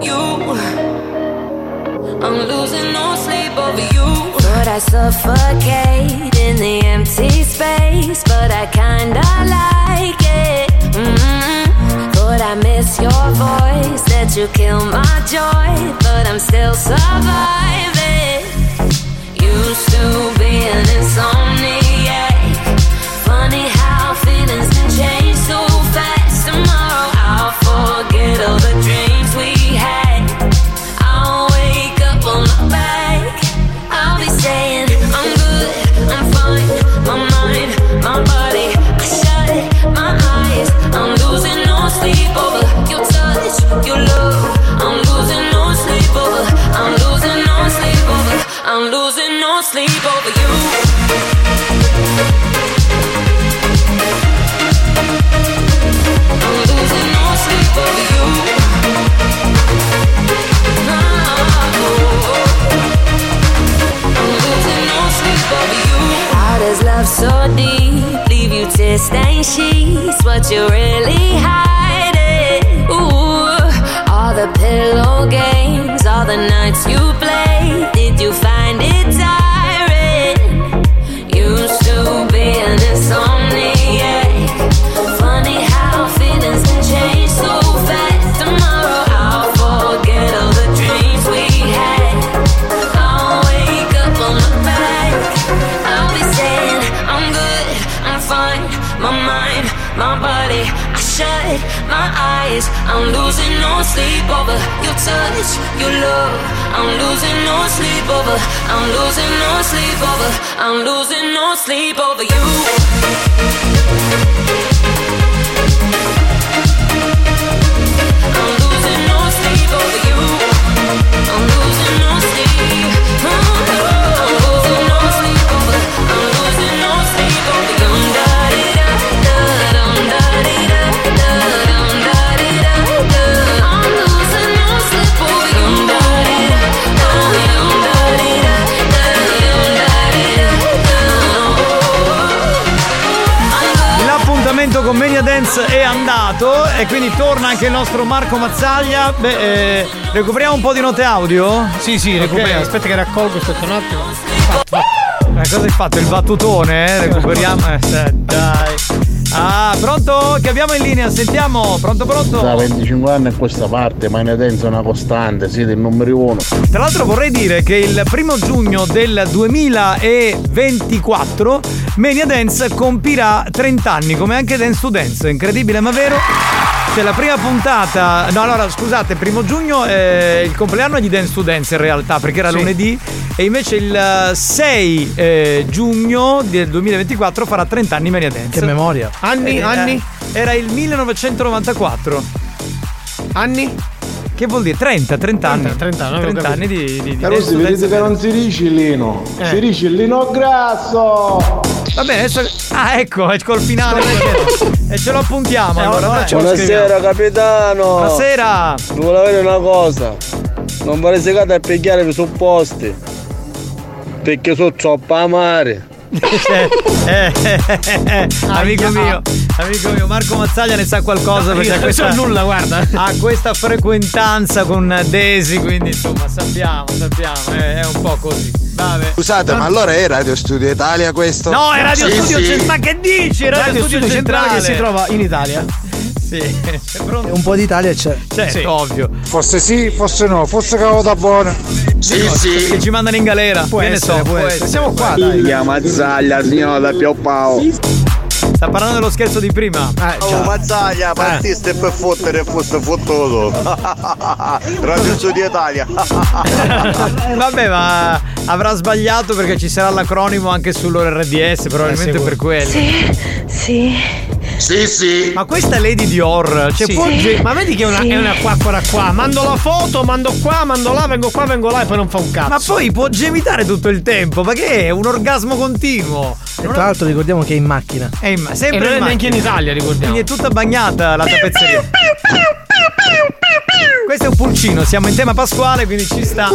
You. I'm losing no sleep over you. Thought I suffocate in the empty space, but I kinda like it. mm Thought I miss your voice, that you kill my joy, but I'm still surviving. Used to be an insomniac. Funny how feelings can change so fast. Tomorrow I'll forget all the dreams we had. I'll wake up on my back. I'll be saying I'm good, I'm fine. My mind, my body, I shut my eyes. I'm losing no sleep over your touch, your love. I'm losing no sleep over. I'm losing no sleep over. I'm losing no sleep over you. I'm losing no sleep over you. Oh. How does love so deep leave you tear stained sheets? What you really hiding? my eyes. I'm losing no sleep over your touch, your love. I'm losing no sleep over. I'm losing no sleep over. I'm losing no sleep over you. I'm losing no sleep over you. I'm losing no sleep. Oh, no. I'm losing no sleep over. I'm losing no sleep over you. L'appuntamento con Mania Dance è andato e quindi torna anche il nostro Marco Mazzaglia. Beh, eh, recuperiamo un po' di note audio? Sì, sì, recuperiamo. Aspetta che raccolgo, aspetta un attimo. Eh, cosa hai fatto? Il battutone? eh? Recuperiamo. eh, se- dai. Ah, pronto? Che abbiamo in linea? Sentiamo. Pronto, pronto? Da 25 anni a questa parte, ma in Edenza è una costante, siete il numero uno. Tra l'altro vorrei dire che il primo giugno del 2024 Mania Dance compirà 30 anni, come anche Dance to Dance, incredibile ma vero. C'è la prima puntata, no allora scusate, primo giugno eh, il compleanno è di Dance to Dance in realtà perché era Sì. lunedì e invece il eh, 6 eh, giugno del 2024 farà 30 anni Mania Dance. Che memoria. Anni, Eh, anni? Era il 1994. Anni? Che vuol dire? 30, 30 anni. 30 anni, 30 anni di, di, di Carosi, dance, vedete dance, che non si dice il lino, Eh. si dice il lino grasso. Va bene, adesso. Ah, ecco, ecco il finale. e ce lo Eh, appuntiamo. allora, dai. Buonasera capitano Buonasera Vi volevo dire una cosa Non vorrei segare a pigliare i supposti Perché sono troppo amare Eh, eh, eh, eh, amico mio, amico mio, Marco Mazzaglia ne sa qualcosa Ah, No, perché io ha non questa, so nulla, guarda. Ha questa frequentanza con Desi, quindi insomma sappiamo, sappiamo, è, è un po' così. Vabbè. Scusate, ma allora è Radio Studio Italia questo? No, è Radio Sì, Studio sì. Centrale. Ma che dici? È Radio, Radio Studio, Studio Centrale Centrale che si trova in Italia. Sì, è pronto. Un po' d'Italia c'è Certo, ovvio. Forse sì, forse no, forse cavolo buona Sì, sì. Che ci mandano in galera. Può che ne essere, so, può essere. Siamo qua, dai. Figlia mazzaglia, signora da Pioppao. Sta parlando dello scherzo di prima. Eh, Eh. Oh, mazzaglia, partiste per fottere e fosse fottuto. Radio Studio Italia. Vabbè, ma avrà sbagliato perché ci sarà l'acronimo anche sull'RDS, Eh, probabilmente per quello. sì. Sì, sì. Ma questa è Lady Dior. Cioè, Sì. può- Sì. Ma vedi che è una, Sì. è una qua, qua, qua. Mando la foto, mando qua, mando là, vengo qua, vengo là e poi non fa un cazzo. Ma poi può gemitare tutto il tempo, ma che è un orgasmo continuo. E tra l'altro ricordiamo che è in macchina È in- sempre E non è neanche in Italia, ricordiamo. Quindi è tutta bagnata la tappezzeria. Questo è un pulcino, siamo in tema pasquale, quindi ci sta. Mm.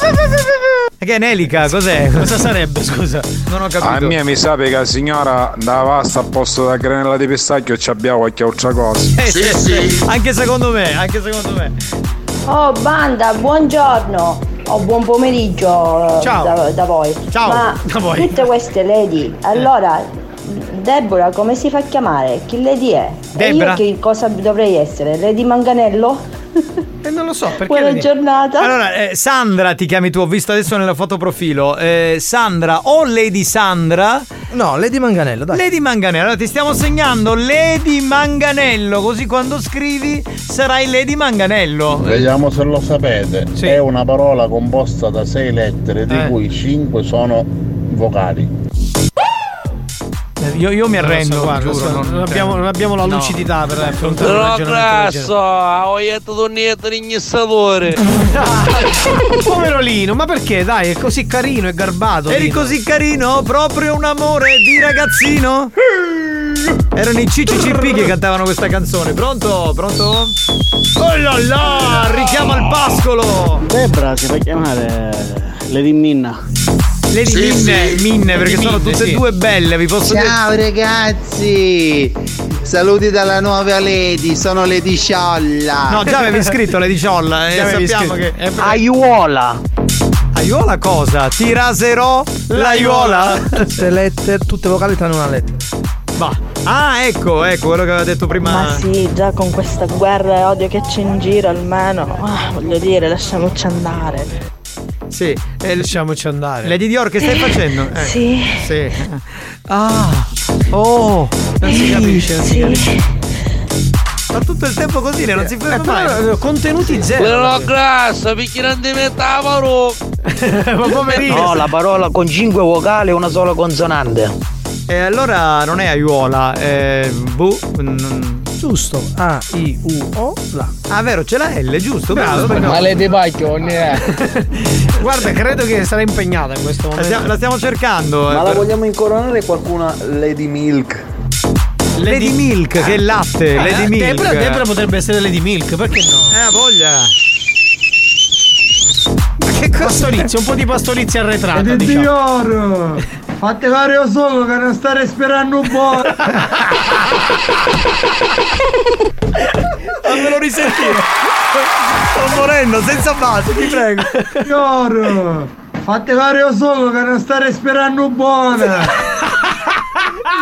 Tá E Che è Nelica, cos'è? Cosa sarebbe, scusa? Non ho capito. A me mi sa che la signora da pasta a posto da granella di pistacchio ci abbiamo qualche altra cosa. Eh, sì, sì. Anche secondo me, anche secondo me. Oh banda, buongiorno o buon pomeriggio eh, Ciao. Da, da voi. Ciao, Ma da voi. tutte queste Eh. lady, allora Deborah come si fa a chiamare? Chi lady è? Deborah? E io che cosa dovrei essere? Lady Manganello? E Eh, non lo so perché. Buona giornata. Allora, eh, Sandra ti chiami tu, ho visto adesso nella fotoprofilo. Eh, Sandra o Lady Sandra? No, Lady Manganello, dai. Lady Manganello, allora ti stiamo segnando Lady Manganello, così quando scrivi sarai Lady Manganello. Eh, Vediamo se lo sapete. È una parola composta da sei lettere, di Eh. cui cinque sono vocali. Eh, Io, io mi Non lo arrendo, so, guarda, giuro, so, non, Ecco. non abbiamo- non abbiamo la lucidità per affrontare un Però ragionamento del grasso, ah, ho detto di niente di sapore. Poverolino, ma perché? Dai, è così carino e garbato. Eri Lino. così carino, proprio un amore di ragazzino. Erano i CCCP che cantavano questa canzone. Pronto? Pronto? Oh là là, richiamo al pascolo. Debra si fa chiamare Lady Minna. Lady Minne, Minne, perché sono tutte e due belle, vi posso dire. Ciao ragazzi! Saluti dalla nuova Lady, sono Lady Sciolla. No, già avevi scritto Lady Ciolla, eh, Già avevi sappiamo scritto. che. Aiuola! Aiuola cosa? Ti raserò l'aiuola? Tutte lettere, tutte vocali tranne una lettera Va. Ah, ecco, ecco quello che aveva detto prima. Ma sì, già con questa guerra e odio che c'è in giro almeno, ah, voglio dire, lasciamoci andare. Sì, lasciamoci andare. Lady Dior, che stai facendo? Eh, Sì. sì. Ah, Oh, non si capisce, non si capisce. Ma tutto il tempo così, non si ferma Eh, però, mai. eh, Contenuti Però zero. grassa, perché di metavano! Ma come ridi? No, la parola con cinque vocali e una sola consonante. E allora non è aiuola, è bu. Giusto, A, I, U, O, la. Ah, vero, c'è la L, giusto? Bravo, bravo. bravo. Male di Guarda, credo che sarà impegnata in questo La momento. stiamo, la stiamo cercando. Ma eh, la per- vogliamo incoronare qualcuna Lady Milk? Lady Milk, Ah, che è latte, Eh, Lady Milk. Debra, Debra potrebbe essere Lady Milk, perché no? Eh, ha voglia. Che Pastorizia, un po' di pastorizia arretrata, diciamo. Dior! Fate fare io solo che non stare sperando un po'! Fammelo risentire! Sto morendo, senza base, ti prego! Dior! Fate fare io solo che non stare sperando buona!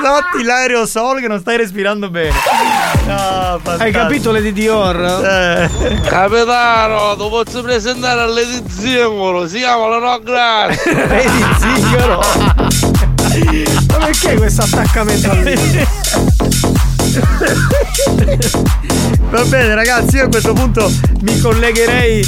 Notti l'aerosol che non stai respirando bene. No, Eh. Hai capito Lady Dior? Capitano, ti posso presentare a Lady Zingolo, si chiama Loro Grassa! Lady Zingolo? Ma perché questo attaccamento? Va bene ragazzi, io a questo punto mi collegherei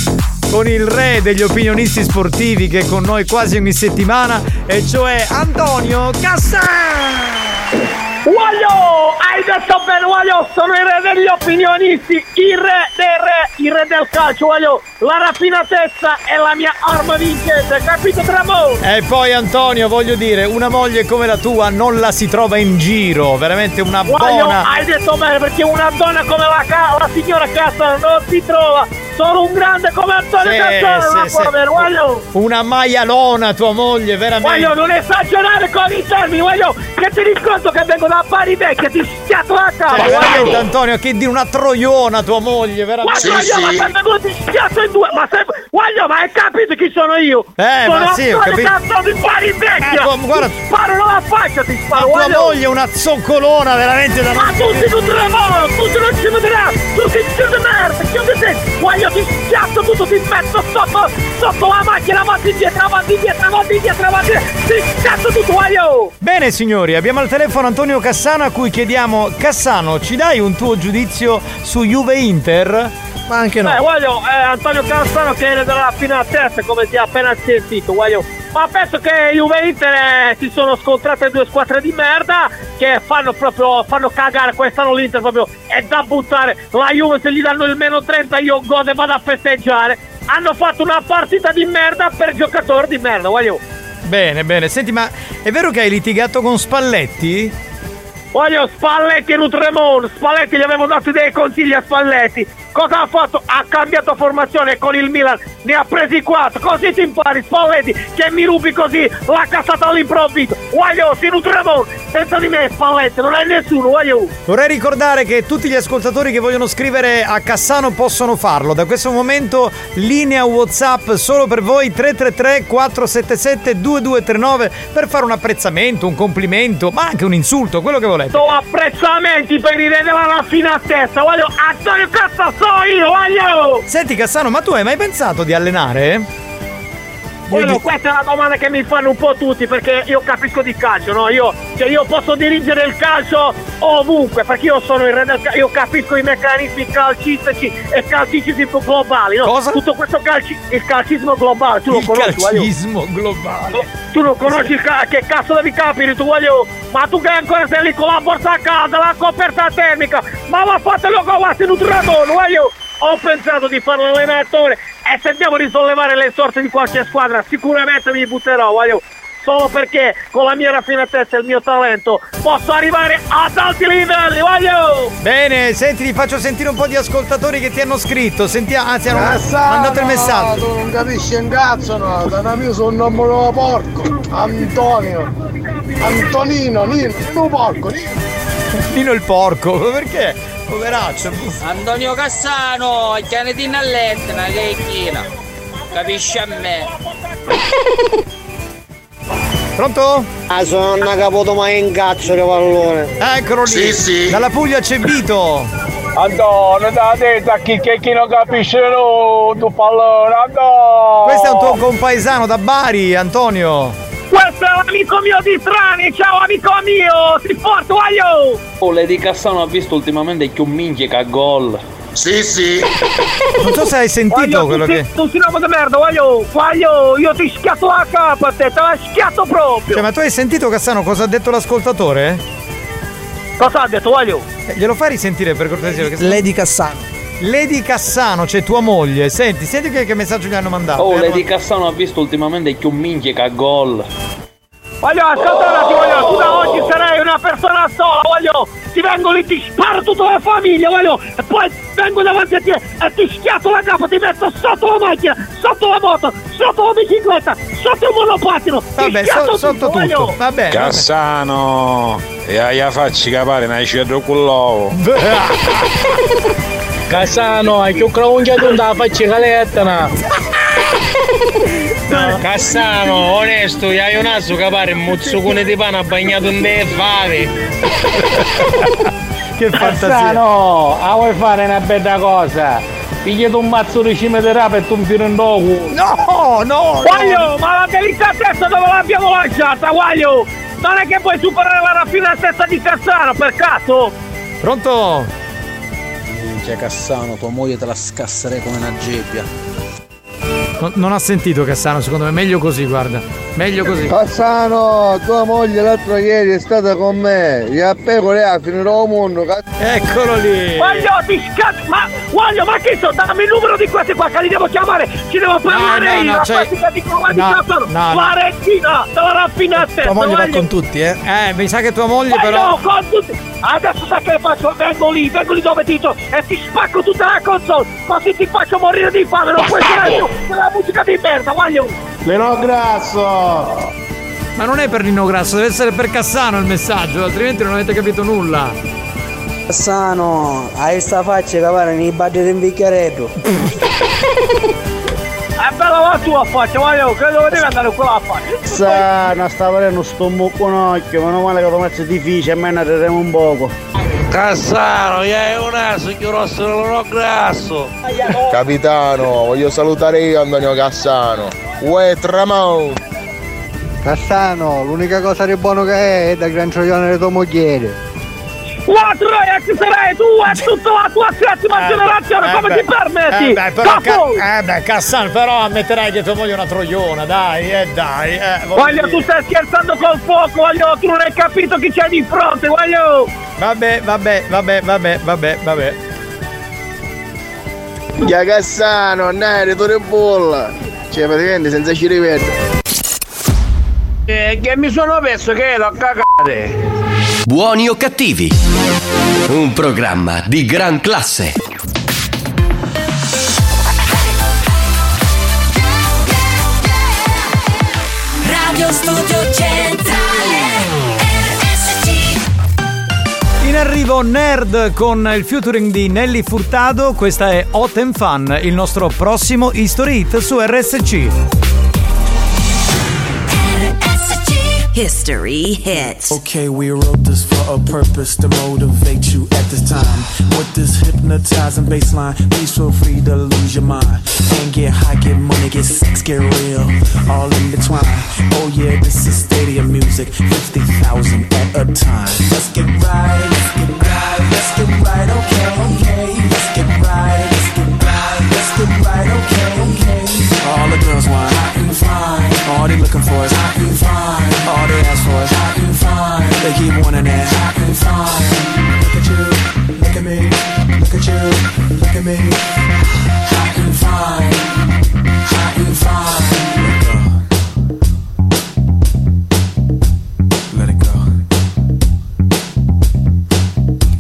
con il re degli opinionisti sportivi che è con noi quasi ogni settimana, e cioè Antonio Cassan! Guaglio! Hai detto bene, Guaglio! Sono il re degli opinionisti, il re del re, il re del calcio, Guaglio! La raffinatezza è la mia arma vincente, capito, Tramo? E poi Antonio, voglio dire, una moglie come la tua non la si trova in giro, veramente una Guaglio, buona... hai detto bene, perché una donna come la, ca- la signora Cassa non si trova! Sono un grande come Antonio Sì, Cassano, non sì, può sì. avere, Guaglio! Una maialona tua moglie, veramente. Cioè, Guaglio, non esagerare con i termini, Guaglio! Che ti riscontro che vengo da Bari Vecchia, ti schiatto la Cioè, cava, veramente Guaglio! Antonio, che di una troiona tua moglie, Ma veramente. guaglio, ma quando tu ti schiaccio in due, ma se... Guaglio, ma hai capito chi sono io? Eh, sono ma sì, ho Antonio capito. Cazzo di Bari Eh, Vecchia! tua- guarda- Ti sparo nella faccia, ti Ma sparo, tua guaglio! moglie è una zoccolona, veramente da Ma tutti tu tremolo, tutti non ci vedrà, tutti chiudi merda, chiudi te, guaglio, ti schiaccio tutto, ti metto sotto, sotto la macchina, avanti indietro, avanti indietro, avanti indietro, avanti indietro, ti schiaccio tutto, guaglio! Bene signori, abbiamo al telefono Antonio Cassano a cui chiediamo Cassano, ci dai un tuo giudizio su Juve Inter? Ma anche Eh, voglio, eh, Antonio Castano che era dalla fine a testa, come si è appena sentito, voglio. Ma penso che Juve e Inter eh, si sono scontrate due squadre di merda che fanno proprio, fanno cagare quest'anno l'Inter proprio, è da buttare. La Juve se gli danno il meno 30 io godo e vado a festeggiare. Hanno fatto una partita di merda per giocatori di merda, voglio. Bene, bene. Senti, ma è vero che hai litigato con Spalletti? Voglio Spalletti e Nutremon, Spalletti gli avevo dato dei consigli a Spalletti. Cosa ha fatto? Ha cambiato formazione con il Milan, ne ha presi quattro. Così ti impari Spalletti che mi rubi così la cazzata all'improvviso. Voglio, si Nutremon, senza di me Spalletti, non hai nessuno, voglio. Vorrei ricordare che tutti gli ascoltatori che vogliono scrivere a Cassano possono farlo. Da questo momento linea WhatsApp solo per voi 333 477 2239 per fare un apprezzamento, un complimento, ma anche un insulto, quello che volete. Sto apprezzamenti per i re della raffina a testa, voglio. Antonio Cazzo so io, voglio. Senti Cassano, ma tu hai mai pensato di allenare? Quello, questa è la domanda che mi fanno un po' tutti perché io capisco di calcio, no? Io, cioè io posso dirigere il calcio ovunque perché io sono il re del calcio, io capisco i meccanismi calcistici e calcistici globali, no? Cosa? Tutto questo calci- il calcismo globale, tu lo Il conosci, voglio. calcismo globale. Tu non conosci il ca- che cazzo devi capire, tu voglio. Ma tu che ancora sei lì con la borsa a casa, la coperta termica, ma va fatelo con la sinutramono, voglio. Ho pensato di fare l'allenatore e se devo risollevare le sorti di qualche squadra, sicuramente mi butterò, voglio. Solo perché con la mia raffinatezza e il mio talento posso arrivare ad alti livelli, voglio! Bene, senti, ti faccio sentire un po' di ascoltatori che ti hanno scritto. Sentiamo, anzi, hanno Cassano, mandato il messaggio. Tu non capisci un cazzo, no? Da da mio sono un numero da porco! Antonio! Antonino, Nino, tu porco, Nino! Nino il porco, ma perché? Poveraccio. Antonio Cassano, Chianetina all'Etna, che è china. Capisci a me? Pronto? Ah, sono una capoto ma in cazzo che pallone. Eccolo lì. Sì, sì. Dalla Puglia c'è Vito. Antonio, da testa chi che chi non capisce no, tu pallone, Antonio! Questo è un tuo compaesano da Bari, Antonio. Questo l'amico mio di Trani, ciao amico mio, si porta, uaio! Oh, Lady Cassano ha visto ultimamente che un minchia che gol. Sì, sì. Non so se hai sentito quello che. Tu sei una di merda, uaio, uaio, io ti schiatto la capa a te, te la schiatto proprio! Cioè, ma tu hai sentito Cassano cosa ha detto l'ascoltatore? Cosa ha detto, uaio? Eh, glielo fai risentire per cortesia? Perché... Lady Cassano. Lady Cassano, c'è tua moglie. Senti, senti che, che messaggio gli hanno mandato. Eh, Oh, Gli hanno Lady Cassano ha visto ultimamente che un minchia che gol. Voglio ascoltare, ti voglio, tu da oggi sarei una persona sola, voglio, ti vengo lì, ti sparo tutta la famiglia, voglio, e poi vengo davanti a te e ti schiatto la capa, ti metto sotto la macchina, sotto la moto, sotto la bicicletta, sotto il monopattino, Vabbè, ti schiatto so- sotto tutto, tutto. voglio. tá Vabbè. Cassano, e a facci capare, ne hai scelto con l'uovo. Cassano, hai più cronchia tu da facci calettana. Cassano, onesto, gli hai un asso capare un mozzucone di pane bagnato in te fave. che Cassano, a ah, vuoi fare una bella cosa? Pigliate un mazzo di cime di rapa e tu un filo in dopo. Oh, No, no! Guaglio, ma la delicatezza dove l'abbiamo lasciata, Guaglio? Non è che puoi superare la raffinatezza di Cassano, per caso? Pronto? Minchia Cassano, tua moglie te la scasserei come una gebbia. Non, non ha sentito Cassano, secondo me. Meglio così, guarda. Meglio così. Cassano, tua moglie l'altro ieri è stata con me, gli a pecore a finirò il Oh, mondo, cazzo. Eccolo lì! Guaglio, ti scatti! Ma, Guaglio, ma che so? Dammi il numero di questi qua che li devo chiamare! Ci devo parlare no, io! no, la c'è- pratica di Roma di no, Cassano! no, no. la regina della raffinatezza! Guaglio. tutti, eh? Eh, mi sa che tua moglie Guaglio, però. con tutti! Adesso sai che faccio? Vengo lì, vengo lì dove ti do e ti spacco tutta la console! Così ti faccio morire di fame, non puoi stare più! Quella musica di merda, Guaglio! Lino Grasso! Ma non è per Lino Grasso, deve essere per Cassano il messaggio, altrimenti non avete capito nulla. Cassano, hai sta faccia che pare nei bagni di un bicchieretto. È bella la tua faccia, Guaglio! Che dove devi andare con quella faccia? Cassano, sta venendo sto mucco un occhio, meno male che lo metti difficile, almeno terremo un poco. Cassano, gli hai un asso, che rosso non ho grasso. Capitano, voglio salutare io Antonio Cassano. Uè, tramau! Cassano, l'unica cosa di buono che è è da gran gioione di tua moglie. La É troia che sarai tu e tutta la tua settima generazione, come ti permetti? Eh beh, però, Capo! ca- eh beh, Cassano, però ammetterai che tua moglie è una troiona, dai, eh, dai, eh. voglio Voglio, dire. tu stai scherzando col fuoco, voglio, tu non hai capito chi c'è di fronte, voglio! Vabbè, vabbè, vabbè, vabbè, vabbè, vabbè. Chia Cassano, dai, ritorno bolla! Cioè, praticamente senza ci ripeto. Eh, che mi sono perso che l'ho cagate. Buoni o cattivi? Un programma di gran classe. Radio Studio Centrale RSC In arrivo Nerd con il featuring di Nelly Furtado, questa è Hot and Fun, il nostro prossimo History Hit su RSC. History hits. Okay, we wrote this for a purpose to motivate you at this time. With this hypnotizing baseline, please feel free to lose your mind. And get high, get money, get sex, get real. All in between. Oh yeah, this is stadium music, 50,000 at a time. Let's get right, let's get right, let's get right, okay, okay. Let's get right, let's get right, let's get right, okay, okay. All the girls want hot and fine. All they looking for is hot and fine. All they ask for is hot and fine. They keep wanting that hot and fine. Look at you, look at me, look at you, look at me. Hot and fine, hot and fine. Let it go.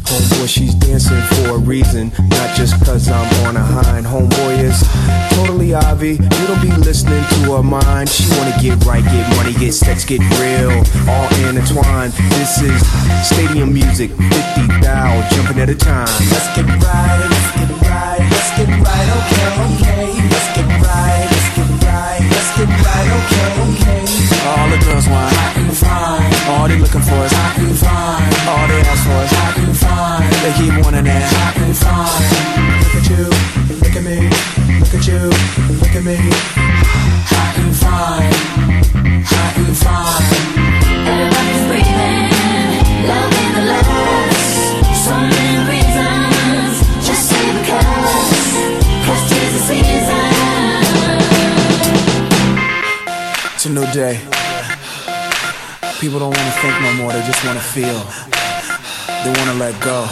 Homeboy, she's dancing for a reason, not just cause I'm on a hind. Homeboy is totally Ivy, you don't be listening to her mind. She wanna get right, get money, get sex, get real, all intertwined. This is stadium music, 50 thou, jumping at a time. Let's get right, let's get right, let's get right, okay, okay. Let's get right, let's get right, let's get right, okay, okay. All the girls want hot and fine, all they looking for is hot and fine, all they ask for is hot and fine. They keep wanting that hot and fine. Look at you, look at me, look at you, look at me. Hot and fine, hot and fine. another day. People don't want to think no more, they just want to feel. They want to let go.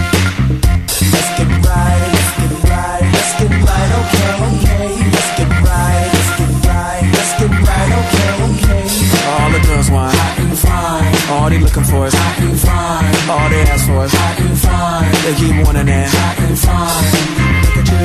Let's get right, let's get right, let's get right, okay, okay. Let's get right, let's get right, let's get right, okay, okay. All the girls want hot and fine. All they looking for is hot and fine. All they ask for is hot and fine. They keep wanting that hot and fine.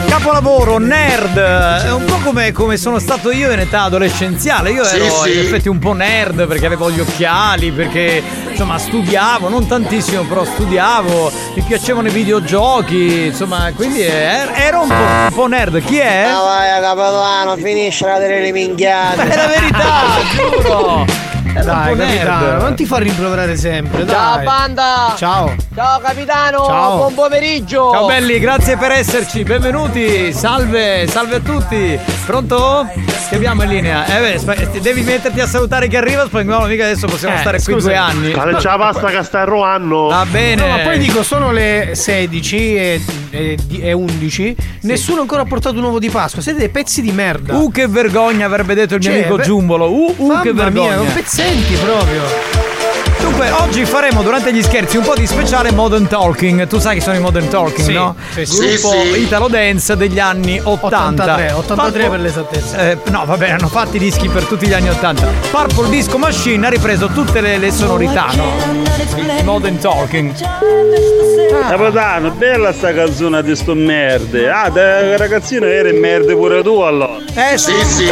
Capolavoro, nerd, è un po' come, come sono stato io in età adolescenziale. Io Sì, ero sì. in effetti un po' nerd perché avevo gli occhiali, perché insomma studiavo, non tantissimo, però studiavo, mi piacevano i videogiochi, insomma, quindi er- ero un po', un po' nerd. Chi è? Ma vai a Capolano, finisci a delle minchiate. È la verità, giuro. Dai, un po' nerd. capitano, non ti fa rimproverare sempre. Ciao dai. banda! Ciao. Ciao capitano! Ciao. Buon pomeriggio! Ciao belli, grazie per esserci, benvenuti, salve, salve a tutti. Pronto? Che abbiamo in linea? Eh beh, spe- devi metterti a salutare chi arriva, spagnolo, mica adesso possiamo Eh, stare qui scusa. due anni. Dale, ciao, basta che sta roando. Va bene. No, ma poi dico, sono le 16 e, e- e 11. Nessuno ancora ha portato un uovo di Pasqua. Siete dei pezzi di merda. Uh che vergogna avrebbe detto il mio Cioè, amico beh- Giumbolo. Uh, uh Mamma che vergogna. mia, pezzenti proprio. Dunque, oggi faremo durante gli scherzi un po' di speciale Modern Talking. Tu sai che sono i Modern Talking, Sì, no? sì, sì. Gruppo Sì, sì. Italo Dance degli anni 80. 83, 83 per l'esattezza. no, vabbè, hanno fatti i dischi per tutti gli anni 80. Purple Disco Machine ha ripreso tutte le, le sonorità, no? Il Modern Talking. Capitano, bella sta canzone di sto merde. Ah, da ragazzino eri merde pure tu allora. Eh sì, sì.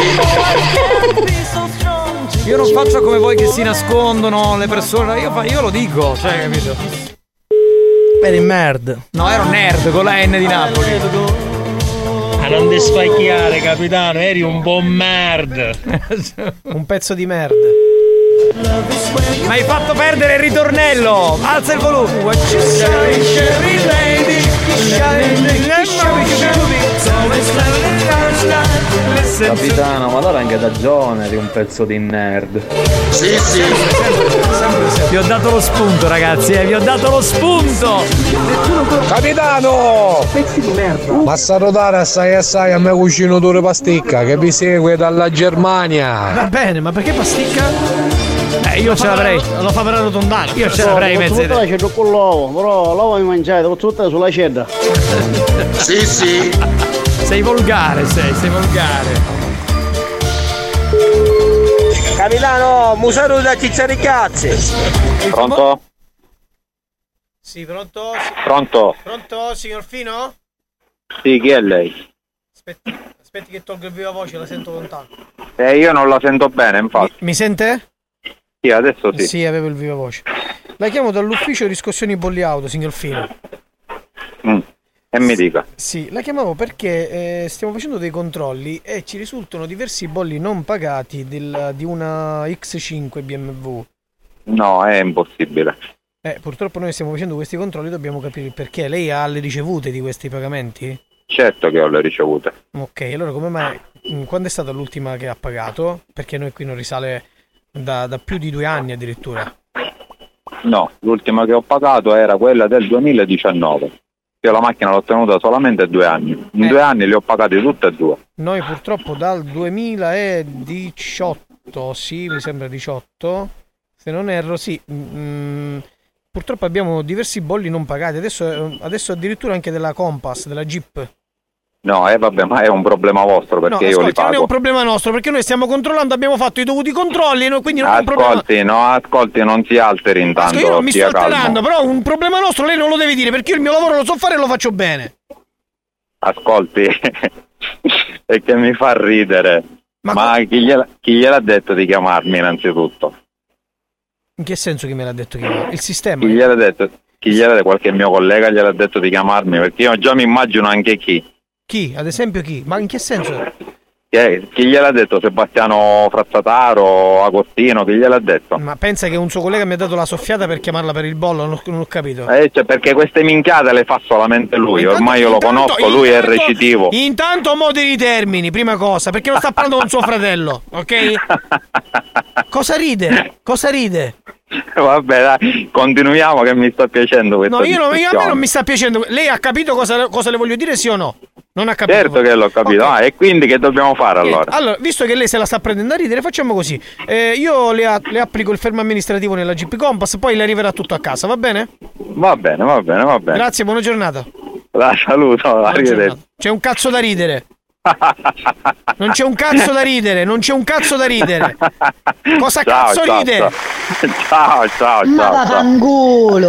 Io non faccio come voi che si nascondono le persone, io, fa- io lo dico, cioè, capito? Per il merda. No, ero nerd con la N di Napoli. A non despacchiare, capitano, eri un buon merda. Un pezzo di merda. Mi hai fatto perdere il ritornello! Alza il volume! Capitano, ma allora anche da giovane eri un pezzo di nerd. Sì, sì! Vi ho dato lo spunto, ragazzi, eh, vi ho dato lo spunto! Capitano! Pezzi di merda! Ma salutare assai assai a me cucino dure pasticca che vi segue dalla Germania. Va bene, ma perché pasticca? Eh, io ce l'avrei. Lo fa per arrotondare. Io ce l'avrei, Posso mezz'ora. buttare la cedro con l'uovo, però l'uovo mi mangiate, posso buttare sulla cedra. Eh, Sì, sì! Sei volgare, sei, sei volgare. Capitano, musaro da cicciare i cazzi! Pronto? Sì, pronto? Pronto? Pronto, signor Fino? Sì, chi è lei? Aspetti che tolgo il viva voce, la sento lontano. Eh, io non la sento bene, infatti. Mi sente? Sì, adesso sì. Sì, avevo il viva voce. La chiamo dall'ufficio riscossioni bolli auto, signor Fino. Mm. E mi dica. Sì, la chiamavo perché eh, stiamo facendo dei controlli e ci risultano diversi bolli non pagati del- di una X5 BMW. No, è impossibile. Eh, purtroppo noi stiamo facendo questi controlli, dobbiamo capire il perché. Lei ha le ricevute di questi pagamenti? Certo che ho le ricevute. Ok, allora come mai? mm, Quando è stata l'ultima che ha pagato? Perché noi qui non risale da, da più di due anni addirittura. No, l'ultima che ho pagato era quella del 2019. Io la macchina l'ho tenuta solamente due anni. Eh. In due anni le ho pagate tutte e due. Noi purtroppo dal 2018, sì, mi sembra 18, se non erro, sì, mm, purtroppo abbiamo diversi bolli non pagati, adesso, eh, adesso addirittura anche della Compass, della Jeep. No, eh vabbè, ma è un problema vostro No, perché io li ascolti, non è un pago. problema nostro, perché noi stiamo controllando, abbiamo fatto i dovuti controlli, no, quindi non è un problema... Ascolti, no, ascolti, non si alteri intanto. Ascolti, io non mi stia sto calmo. alterando, però un problema nostro lei non lo deve dire, perché io il mio lavoro lo so fare e lo faccio bene. Ascolti, è che mi fa ridere. Ma, chi, gliela, chi gliel'ha detto di chiamarmi innanzitutto? In che senso che me l'ha detto chi? Il sistema? Chi gliel'ha detto? Chi gliel'ha Qualche mio collega gliel'ha detto di chiamarmi? Perché io già mi immagino anche chi. Chi? Ad esempio chi? Ma in che senso? Che- chi gliel'ha detto? Sebastiano Frazzataro, Agostino, chi gliel'ha detto? Ma pensa che un suo collega mi ha dato la soffiata per chiamarla per il bollo, non ho, non ho capito. Eh, cioè, perché queste minchiate le fa solamente lui, ormai io lo conosco, lui è recitivo. Intanto moderi i termini, prima cosa, perché non sta parlando con suo fratello, ok? Cosa ride? Cosa ride? Vabbè, dai, continuiamo che mi sta piacendo questa No, io non, io- a me discussione. non mi sta piacendo. Lei ha capito cosa, cosa le voglio dire, sì o no? Non ha capito. Certo che l'ho capito. Ah, e quindi che dobbiamo fare Niente, allora? Allora, visto che lei se la sta prendendo a ridere, facciamo così. Eh, io le, a- le applico il fermo amministrativo nella GP Compass, poi le arriverà tutto a casa, va bene? Va bene, va bene, va bene. Grazie, buona giornata. La saluto, arrivederci. C'è un cazzo da ridere. Non c'è un cazzo da ridere, non c'è un cazzo da ridere. Cosa Ciao, cazzo ciao, ridere? Ciao, ciao, ciao. ciao. vaffanculo.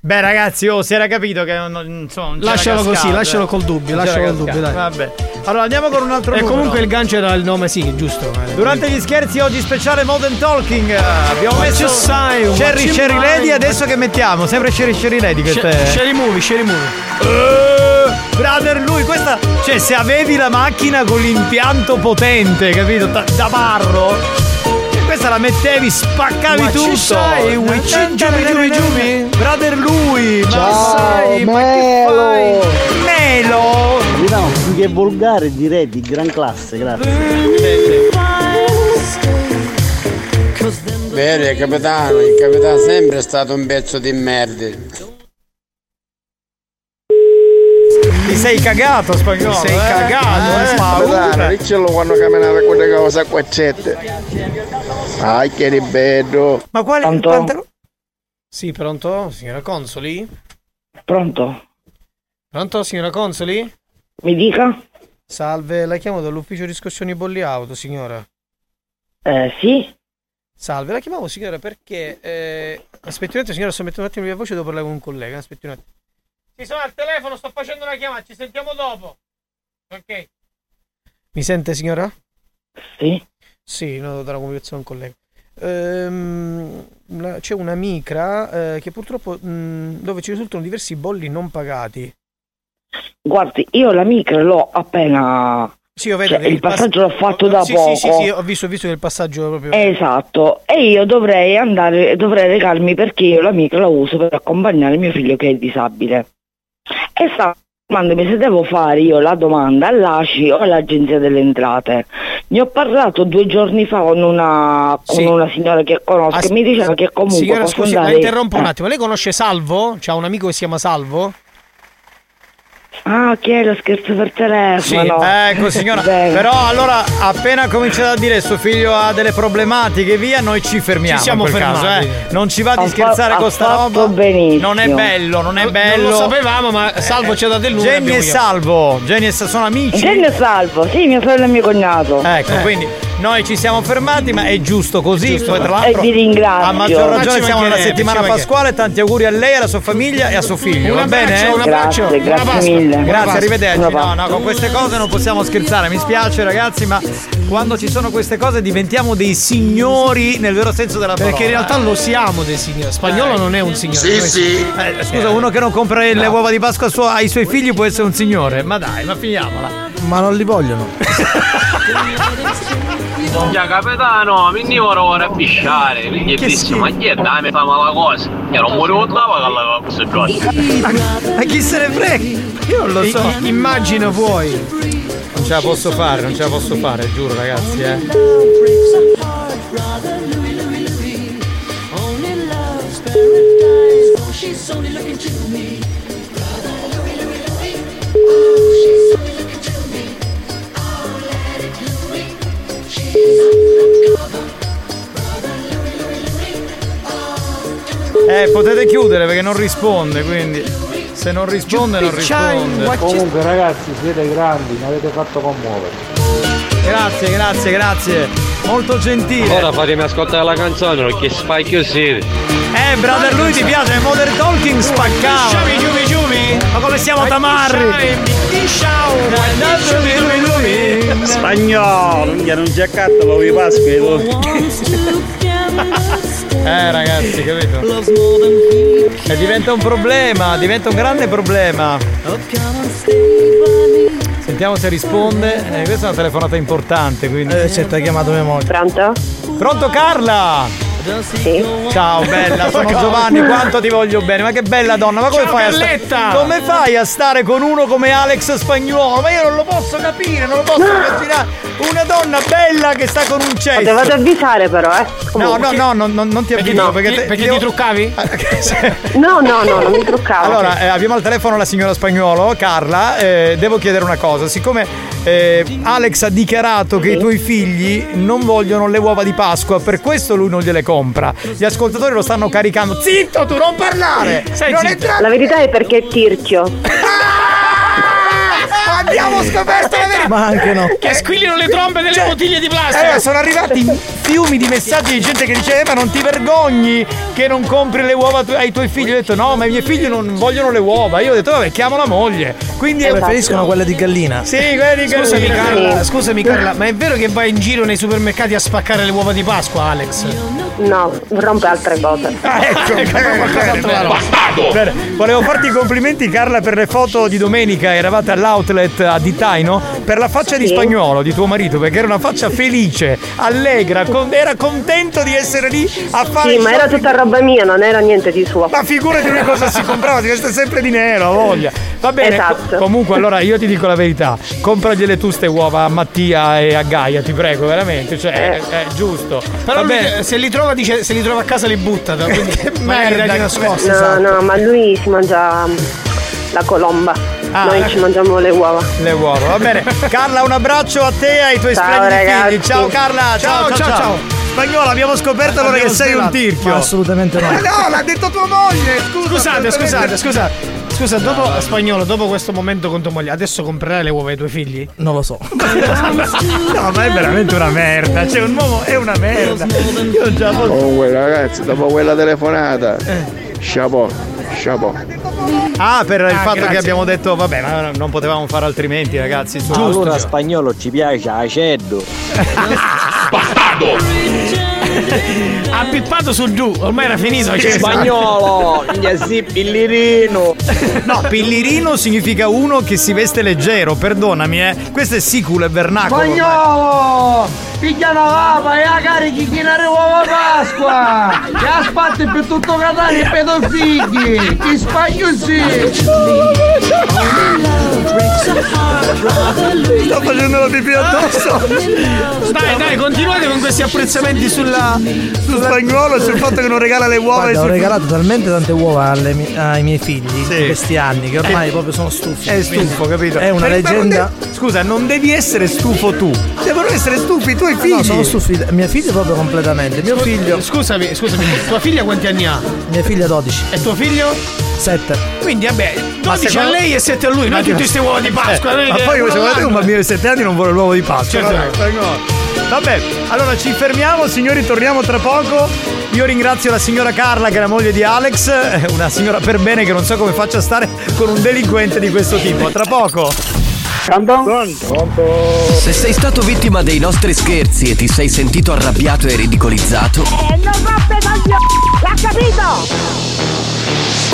Beh ragazzi, oh, si era capito che non, non- insomma, non c'era Lascialo cascata, così, eh. lascialo col dubbio, Non c'era lascialo col cascata, dubbio, dai. Vabbè. Allora andiamo con un altro E numero. Eh, comunque il gancio era il nome, sì, giusto. eh. Durante gli scherzi oggi speciale Modern Talking eh, abbiamo Ma messo ci sai, ma Cherry ci Cherry vai. Lady adesso che mettiamo? Sempre Cherry Cherry Lady questa Sce- è- Sherry Movie, Sherry Movie. Eh, Brother lui, questa. Cioè, se avevi la macchina con l'impianto potente, capito? Ta- Da barro. e Questa la mettevi, spaccavi Ma ci tutto. Eh, sai, ui, ci- giumi, giumi, giumi. Brother lui, ma Ciao, sai, ma che fai? Melo! Milano, più che volgare direi di gran classe, grazie. Vero, capitano, il capitano sempre è stato un pezzo di merda. Ti sei cagato, spagnolo. Ti sei eh? cagato, Eh, Capitano, paura. dicello quando camminava con le cose a quaccette. Ai che ribello. Ma quale? Sì, pronto, signora Consoli? Pronto? Pronto, signora Consoli? Mi dica? Salve, la chiamo dall'ufficio riscossioni bolli auto, signora. Eh, sì? Salve, la chiamavo signora perché... Eh... Aspetti un attimo, signora, sto mettendo un attimo via voce, devo parlare con un collega, aspetti un attimo. Sì, sono al telefono, sto facendo una chiamata, ci sentiamo dopo. Ok. Mi sente signora? Sì. Sì, no, dalla conversazione con un collega. Ehm, la- c'è una micra eh, che purtroppo mh, dove ci risultano diversi bolli non pagati. Guardi, io l'amica l'ho appena... Sì, io vedo Cioè, che il pass- passaggio l'ho fatto da sì, poco. Sì, sì, sì, ho visto, ho visto che il passaggio proprio. Esatto, e io dovrei andare, dovrei recarmi perché io la micro la uso per accompagnare mio figlio che è disabile. E sta domandandomi se devo fare io la domanda all'ACI o all'Agenzia delle Entrate. Ne ho parlato due giorni fa con una, con Sì. una signora che conosco As- e mi diceva che comunque Signora, posso scusi, andare... la interrompo un attimo. Lei conosce Salvo? C'ha un amico che si chiama Salvo? Ah, chi è lo scherzo per Sì, telefono? ecco signora. Bene. Però allora appena cominciate a dire suo figlio ha delle problematiche via, noi ci fermiamo. Ci siamo in quel caso, fermati. eh. Non ci va di Ha fa- scherzare ha con sta fatto roba. benissimo. Non è bello, non è Non- bello. Eh, non lo sapevamo, ma Salvo ci ha dato il numero, Jenny abbiamo e chiamato. Salvo. Jenny e Sa- sono amici. Genio Salvo, sì, mio fratello e mio cognato. Eh. Ecco, quindi noi ci siamo fermati, ma è giusto così. Poi, tra l'altro, E vi ringrazio. A maggior Ma ci ragione siamo nella mancherebbe, settimana ci mancherebbe. pasquale. Tanti auguri a lei, alla sua famiglia e a suo figlio. Un va abbraccio, bene? un abbraccio, Grazie, buona grazie Pasqua. mille. Buona Grazie, Pasqua. arrivederci. Buona No, Pasqua. no, con queste cose non possiamo scherzare. Mi spiace, ragazzi, ma quando ci sono queste cose diventiamo dei signori nel vero senso della parola. Perché in realtà lo siamo dei signori. Spagnolo non è un signore. Sì, noi- sì. Eh, Scusa, uno che non compra le uova di Pasqua suo- ai suoi figli può essere un signore. Ma dai, ma finiamola. Ma non li vogliono. Minchia capitano, mi ne vorrei ora pisciare, quindi è bellissimo, ma chi è da me fa mala cosa? Che non morivo da con la cosa grossa. Ma chi se ne frega? Io non lo so. immagino vuoi. Non ce la posso fare, non ce la posso fare, giuro ragazzi, eh. Oh, Oh, Eh, potete chiudere perché non risponde, quindi. Se non risponde, non risponde. Comunque ragazzi siete grandi, mi avete fatto commuovere. Grazie, grazie, grazie. Molto gentile. Ora fatemi ascoltare la canzone perché spacchio siete. Eh, brother, lui ti piace Modern Talking spaccava. Giumi, giumi, giumi. Ma come siamo tamarri? Eh, Spagnolo, minchia, non c'è catto, lo vi pasqui tu. Eh, ragazzi, capito? E diventa un problema, diventa un grande problema. Sentiamo se risponde. Eh, questa è una telefonata importante, quindi. Eh, certo, hai chiamato mia moglie. Pronto? Pronto Carla? Ciao bella, sono Giovanni, quanto ti voglio bene, ma che bella donna, ma come Ciao, fai a belletta! sta- Come fai a stare con uno come Alex Spagnuolo? Ma io non lo posso capire, non lo posso immaginare. Una donna bella che sta con un cesso. Potevate avvisare però, eh. No, Comunque. no, no, non, non- non ti avviso perché, te- io- ti truccavi? Ah, no, no, no, non mi truccavo. Allora, eh, abbiamo al telefono la signora Spagnuolo, Carla. eh, devo chiedere una cosa. Siccome eh, Alex ha dichiarato che i tuoi figli non vogliono le uova di Pasqua, per questo lui non gliele compra. Gli ascoltatori lo stanno caricando. Zitto, tu non parlare! non entrare- La verità è perché è tirchio. Abbiamo scoperto la verità! Ma anche no. Che squillino le trombe delle bottiglie di plastica! sono arrivati fiumi di messaggi di gente che diceva: "Eh, Ma non ti vergogni che non compri le uova tu- ai tuoi figli? Io ho detto: No, ma i miei figli non vogliono le uova. Io ho detto: Vabbè, chiamo la moglie. Quindi Esatto. Eh, preferiscono quella di gallina. Sì, quella di gallina. Scusami Carla, Sì. scusami Carla, ma è vero che vai in giro nei supermercati a spaccare le uova di Pasqua, Alex? Ah, ecco, No, rompe altre cose. Bene, volevo farti i complimenti Carla per le foto di domenica, eravate all'outlet a Ditaino, per la faccia di spagnolo di tuo marito, perché era una faccia felice, allegra, con- era contento di essere lì a fare... Sì, il ma era shopping. tutta roba mia, non era niente di suo. Ma figurati lui cosa si comprava, si veste sempre di nero, ha voglia. Va bene, co- Esatto. comunque allora io ti dico la verità, compragliele tu ste uova a Mattia e a Gaia, ti prego, veramente, cioè è, Eh. è giusto. Però Va lui bene. dice- se li trova dice se li trova a casa li butta. Che Merda. di cioè. nascosto. no, esatto. no, ma lui si mangia mm, la colomba. Noi ci mangiamo le uova. Ah, Le uova, va bene. Carla, un abbraccio a te e ai tuoi Ciao, splendidi ragazzi. figli. Ciao Carla, ciao ciao ciao. Spagnolo, abbiamo scoperto allora che sei un tirchio. Eh, Ma assolutamente no. no, l'ha detto tua moglie! Scusate, scusate, assolutamente. scusate. Scusa, dopo spagnolo, dopo questo momento con tua moglie, adesso comprerai le uova ai tuoi figli? Non lo so. no, ma è veramente una merda. C'è un uomo è una merda. Io già Comunque ragazzi, dopo quella telefonata, Eh. chapeau, chapeau. Ah, per il Ah, fatto grazie. che abbiamo detto, vabbè, ma non potevamo fare altrimenti, ragazzi. Su. Allora Giusto. spagnolo ci piace aceddo. Ha pippato su giù, ormai era finito. cioè. Sì, spagnolo, sì, pillirino. No, pillirino significa uno che si veste leggero, perdonami, eh. Questo è siculo e vernacolo. Spagnolo! Piglia una vapa e la carichi chi ne uova Pasqua! Che ha spatti per tutto Catania e per due figli! Ti spagnolo Sto facendo la pipì addosso. Dai, dai, continuate con questi apprezzamenti sulla. Lo spagnolo sul fatto che non regala le uova. ai Guarda, ho suoi figli. regalato talmente tante uova alle mie- ai miei figli Sì. Eh. in questi anni che ormai proprio sono stufo. È stufo, capito? È una Ma- ma non leggenda. de- Scusa, non devi essere stufo tu. Devono essere stufi i tuoi figli. No, sono stufi. Mia figlia proprio completamente. Mio figlio. Scusami, scusami, tua figlia quanti anni ha? Mia figlia 12. E tuo figlio? 7. Quindi, vabbè, 12 secondo- a lei e 7 a lui, Ma noi che- tutti questi uova di Pasqua. Eh, noi ma che- poi secondo te un bambino di 7 anni non vuole l'uovo di Pasqua? Certo. Vabbè, spagnolo. Vabbè, allora ci fermiamo, signori, torniamo tra poco. Io ringrazio la signora Carla, che è la moglie di Alex, eh, una signora per bene che non so come faccia a stare con un delinquente di questo tipo. A Tra poco. Se sei stato vittima dei nostri scherzi e ti sei sentito arrabbiato e ridicolizzato, E non rompere coglioni! L'ha capito?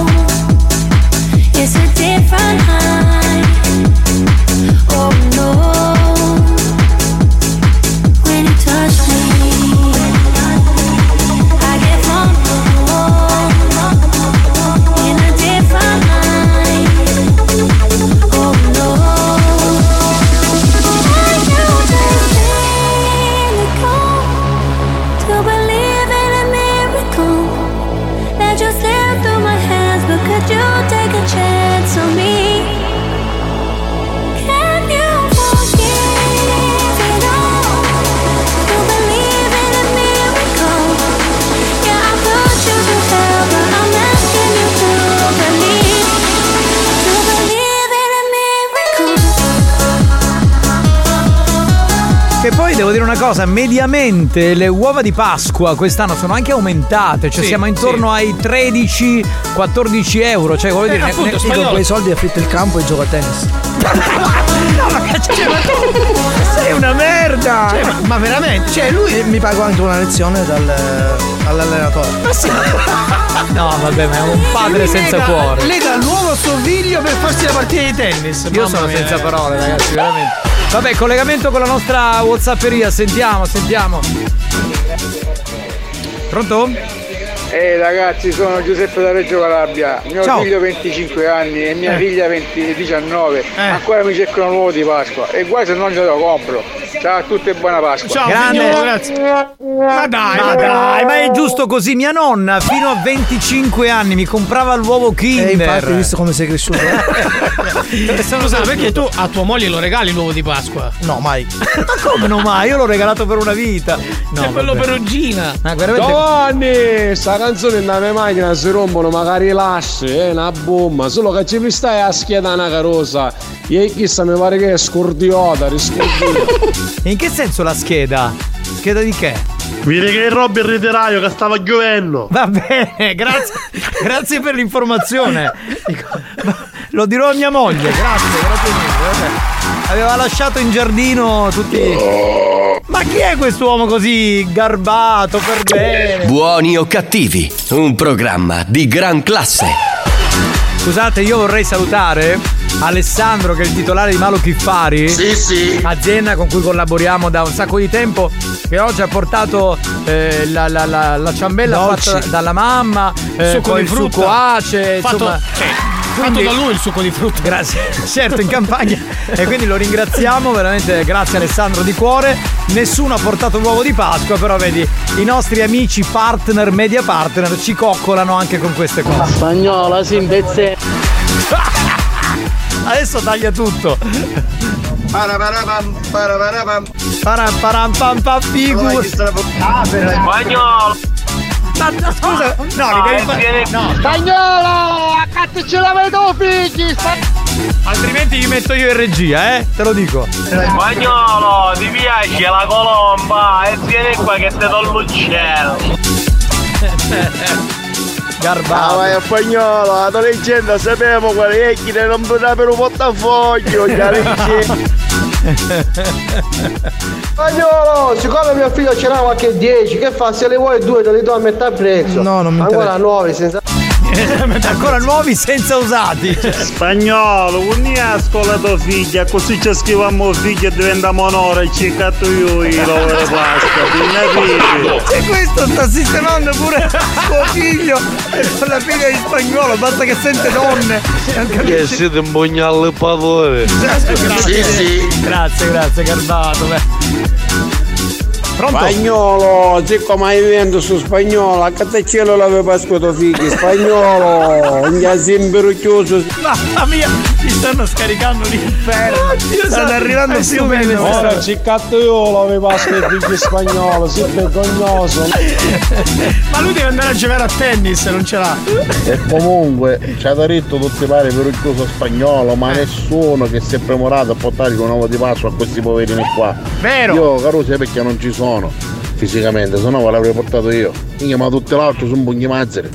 Oh, una cosa, mediamente le uova di Pasqua quest'anno sono anche aumentate, cioè Sì, siamo intorno ai 13-14 euro, cioè voglio dire... ne- ne- Io con quei soldi affitto il campo e gioco a tennis. Cioè, ma tu sei Eh. una merda! ma, ma veramente? Cioè, lui mi pagò anche una lezione dal- dall'allenatore. Ma sì! No, vabbè, ma è un padre Lui senza lega- cuore. Lega l'uovo sorviglio per farsi la partita di tennis. Io Mamma sono mia, senza eh. parole, ragazzi, veramente. Vabbè, collegamento con la nostra Whatsapperia, sentiamo, sentiamo. Pronto? Ehi Eh, ragazzi, sono Giuseppe da Reggio Calabria, mio Ciao. figlio 25 anni e mia Eh. figlia 20 19, Eh. ancora mi cercano l'uovo di Pasqua e guai se non glielo compro. Ciao a tutti e buona Pasqua. Ma dai, Ma dai, Ah, ma è giusto così. Mia nonna fino a 25 anni mi comprava l'uovo Kinder. E infatti, hai visto come sei cresciuto? eh? Scusa, perché tu a tua moglie lo regali l'uovo di Pasqua? No, mai. Ma come no mai? Io l'ho regalato per una vita. No, C'è quello vabbè. perugina. Ma veramente- Giovanni, sta canzone in mia macchina si rompono, magari lasci, è una bomba. Solo che ci stai a schiena una carosa. E chissà mi pare che è scordiota, riscordiota. In che senso la scheda? Scheda di che? Mi che Robby il riteraio che stava a governo. Va bene, grazie, grazie per l'informazione. Lo dirò a mia moglie, Ah, grazie, grazie mille. vabbè. Aveva lasciato in giardino tutti. Ma chi è quest'uomo così garbato per bene? Buoni o cattivi, un programma di gran classe. Scusate, io vorrei salutare Alessandro, che è il titolare di Malo Chiffari. Sì, sì. Azienda con cui collaboriamo da un sacco di tempo. Che oggi ha portato eh, la, la- la- la ciambella Dolci. fatta dalla mamma, eh, Succo di poi il frutta. succo ace. Fatto- insomma, cioè, quindi- Fatto da lui il succo di frutta. Grazie, certo, in campagna. e quindi lo ringraziamo, veramente grazie Alessandro di cuore. Nessuno ha portato l'uovo di Pasqua, però vedi, i nostri amici partner, media partner, ci coccolano anche con queste cose. Spagnola, si imbezze. Adesso taglia tutto. Paraparapam, paraparapam. Paramparampampampigus. Spagnolo. Scusa, no, mi Ah, devi eh, fare. No. Spagnolo, accattici la vedo figli! Altrimenti gli metto io in regia, eh? Te lo dico. Spagnolo, ti piace la colomba? E vieni qua che te do l'uccello. Garbato. Ah, vai a spagnolo, adolescente, sappiamo quali vecchie non potrà per un portafoglio, Spagnolo, siccome mio figlio ce n'ha qualche 10, che fa? Se le vuoi due te le do a metà prezzo. No, non mi Ancora nuovi, senza. Eh, Ancora nuovi senza usati. Spagnolo, unì a scuola tua figlia, così ci scriviamo figlia e diventa monore, ci catto io il lavoro di Pasqua, ti ne E questo sta sistemando pure suo figlio e con la figlia di spagnolo, basta che sente donne. Non Che capisce. siete un bugnallepatore. Grazie, grazie, grazie, Garbato. beh. Pronto? Spagnolo, siccome hai vento su spagnolo, a cazzacciello l'avevo pasquato figli, spagnolo, non è sempre chiuso. Mamma mia, mi stanno scaricando l'inferno. Stanno arrivando stupendo. Ora ci catto io l'ave pasta e figli spagnolo, sei vergognoso. Ma lui deve andare a giocare a tennis, non ce l'ha. E comunque ci ha detto tutti i pari per il coso spagnolo, ma nessuno che si è premorato a portare con uovo di passo a questi poverini qua. Vero? Io caro sai perché non ci sono fisicamente, se no ve l'avrei portato io. Minchia, ma tutti l'altro sono pugni mazzeri.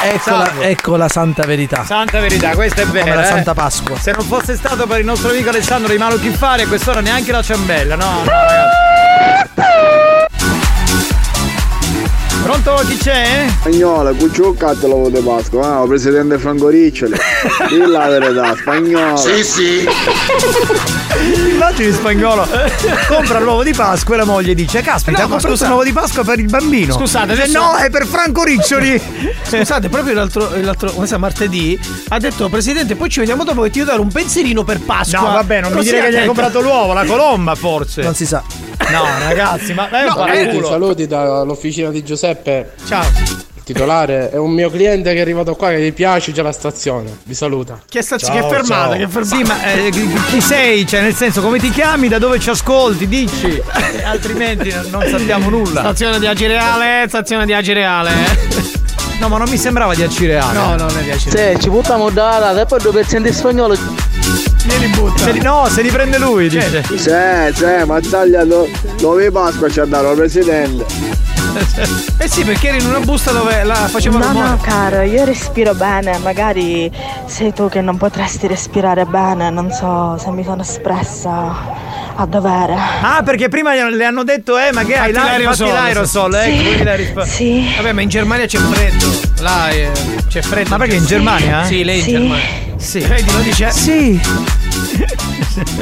Ecco la, ecco la santa verità. Santa verità, questa è vera. Come la eh. Santa Pasqua. Se non fosse stato per il nostro amico Alessandro di Malo Chiffari, a quest'ora neanche la ciambella, no, no, ragazzi. Pronto chi c'è? Spagnola, cuccio cazzo l'uovo di Pasqua, ah, presidente Franco Riccioli. Dì la verità, spagnolo. Sì, sì. Immagini spagnolo compra l'uovo di Pasqua e la moglie dice: Caspita, No, ho ma comprato scusa. un uovo di Pasqua per il bambino. Scusate, Dice, adesso- Eh, no, è per Franco Riccioli. Scusate, proprio l'altro, l'altro come si chiama, martedì ha detto Presidente, poi ci vediamo dopo che ti devo dare un pensierino per Pasqua. No, vabbè, non mi Così dire che gli hai detto. comprato l'uovo, la colomba forse. Non si sa. No, ragazzi, ma è un saluti, paraculo. saluti dall'officina di Giuseppe. Ciao. Il titolare è un mio cliente che è arrivato qua che gli piace già la stazione. Vi saluta. Che stazione? Che fermata, che fermata. Sì, ma eh, chi chi sei? Cioè, nel senso, come ti chiami? Da dove ci ascolti? Dici. Eh, Altrimenti non- non sappiamo nulla. Stazione di Agireale, stazione di Agireale. No, ma non mi sembrava di Acireale. No, no, non è di Acireale. Se ci buttiamo da là, e poi due pezzi di spagnolo. glieli butta. Se li- no, se li prende lui, dice. C'è, c'è, ma taglialo. Dove Pasqua ci ha dato il presidente? Eh sì, perché era in una busta dove la faceva No, rumore. no, caro, io respiro bene, magari sei tu che non potresti respirare bene, non so se mi sono espressa a dovere. Ah, perché prima gli- le hanno detto, eh, ma che hai Fatti l'aerosol? Fatti l'aerosol, l'aerosol, sì. eh, quindi la rispa- Sì. Vabbè, ma in Germania c'è freddo. Là eh, c'è freddo. Ma perché in Germania? Sì, lei in Sì. Germania. eh? Sì. Vedi, lo dice. Sì.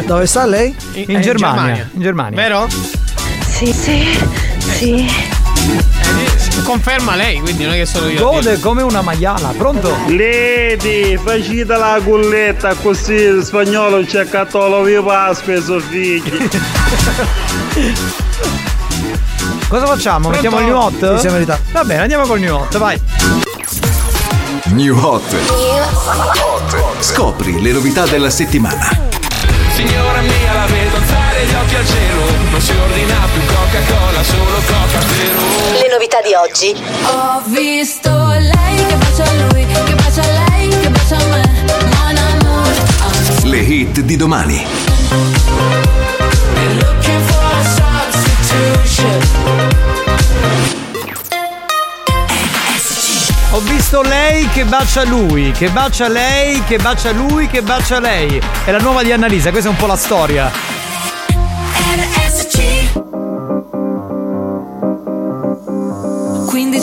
Dove sta lei? eh, In, Germania. In Germania. Vero? Sì, sì, sì. Eh, Conferma lei, quindi non è che sono io. a Gode come una maiala, pronto? Lady, facite la gulletta così il spagnolo c'è catolo vi Pasqua e suoi figli. Cosa facciamo? Pronto? Mettiamo il new hot? Sì, siamo in realtà. Va bene, andiamo col new hot, vai. New Hot. Scopri le novità della settimana. Signora mia la vedo alzare gli occhi al cielo Non si ordina più Coca-Cola, solo Coca Zero Le novità di oggi. Ho visto lei che bacia lui, che bacia lei, che bacia me. Mon amour. Le hit di domani. Ho visto lei che bacia lui, che bacia lei, che bacia lui, che bacia lei. È la nuova di Annalisa, questa è un po' la storia. RSC. Quindi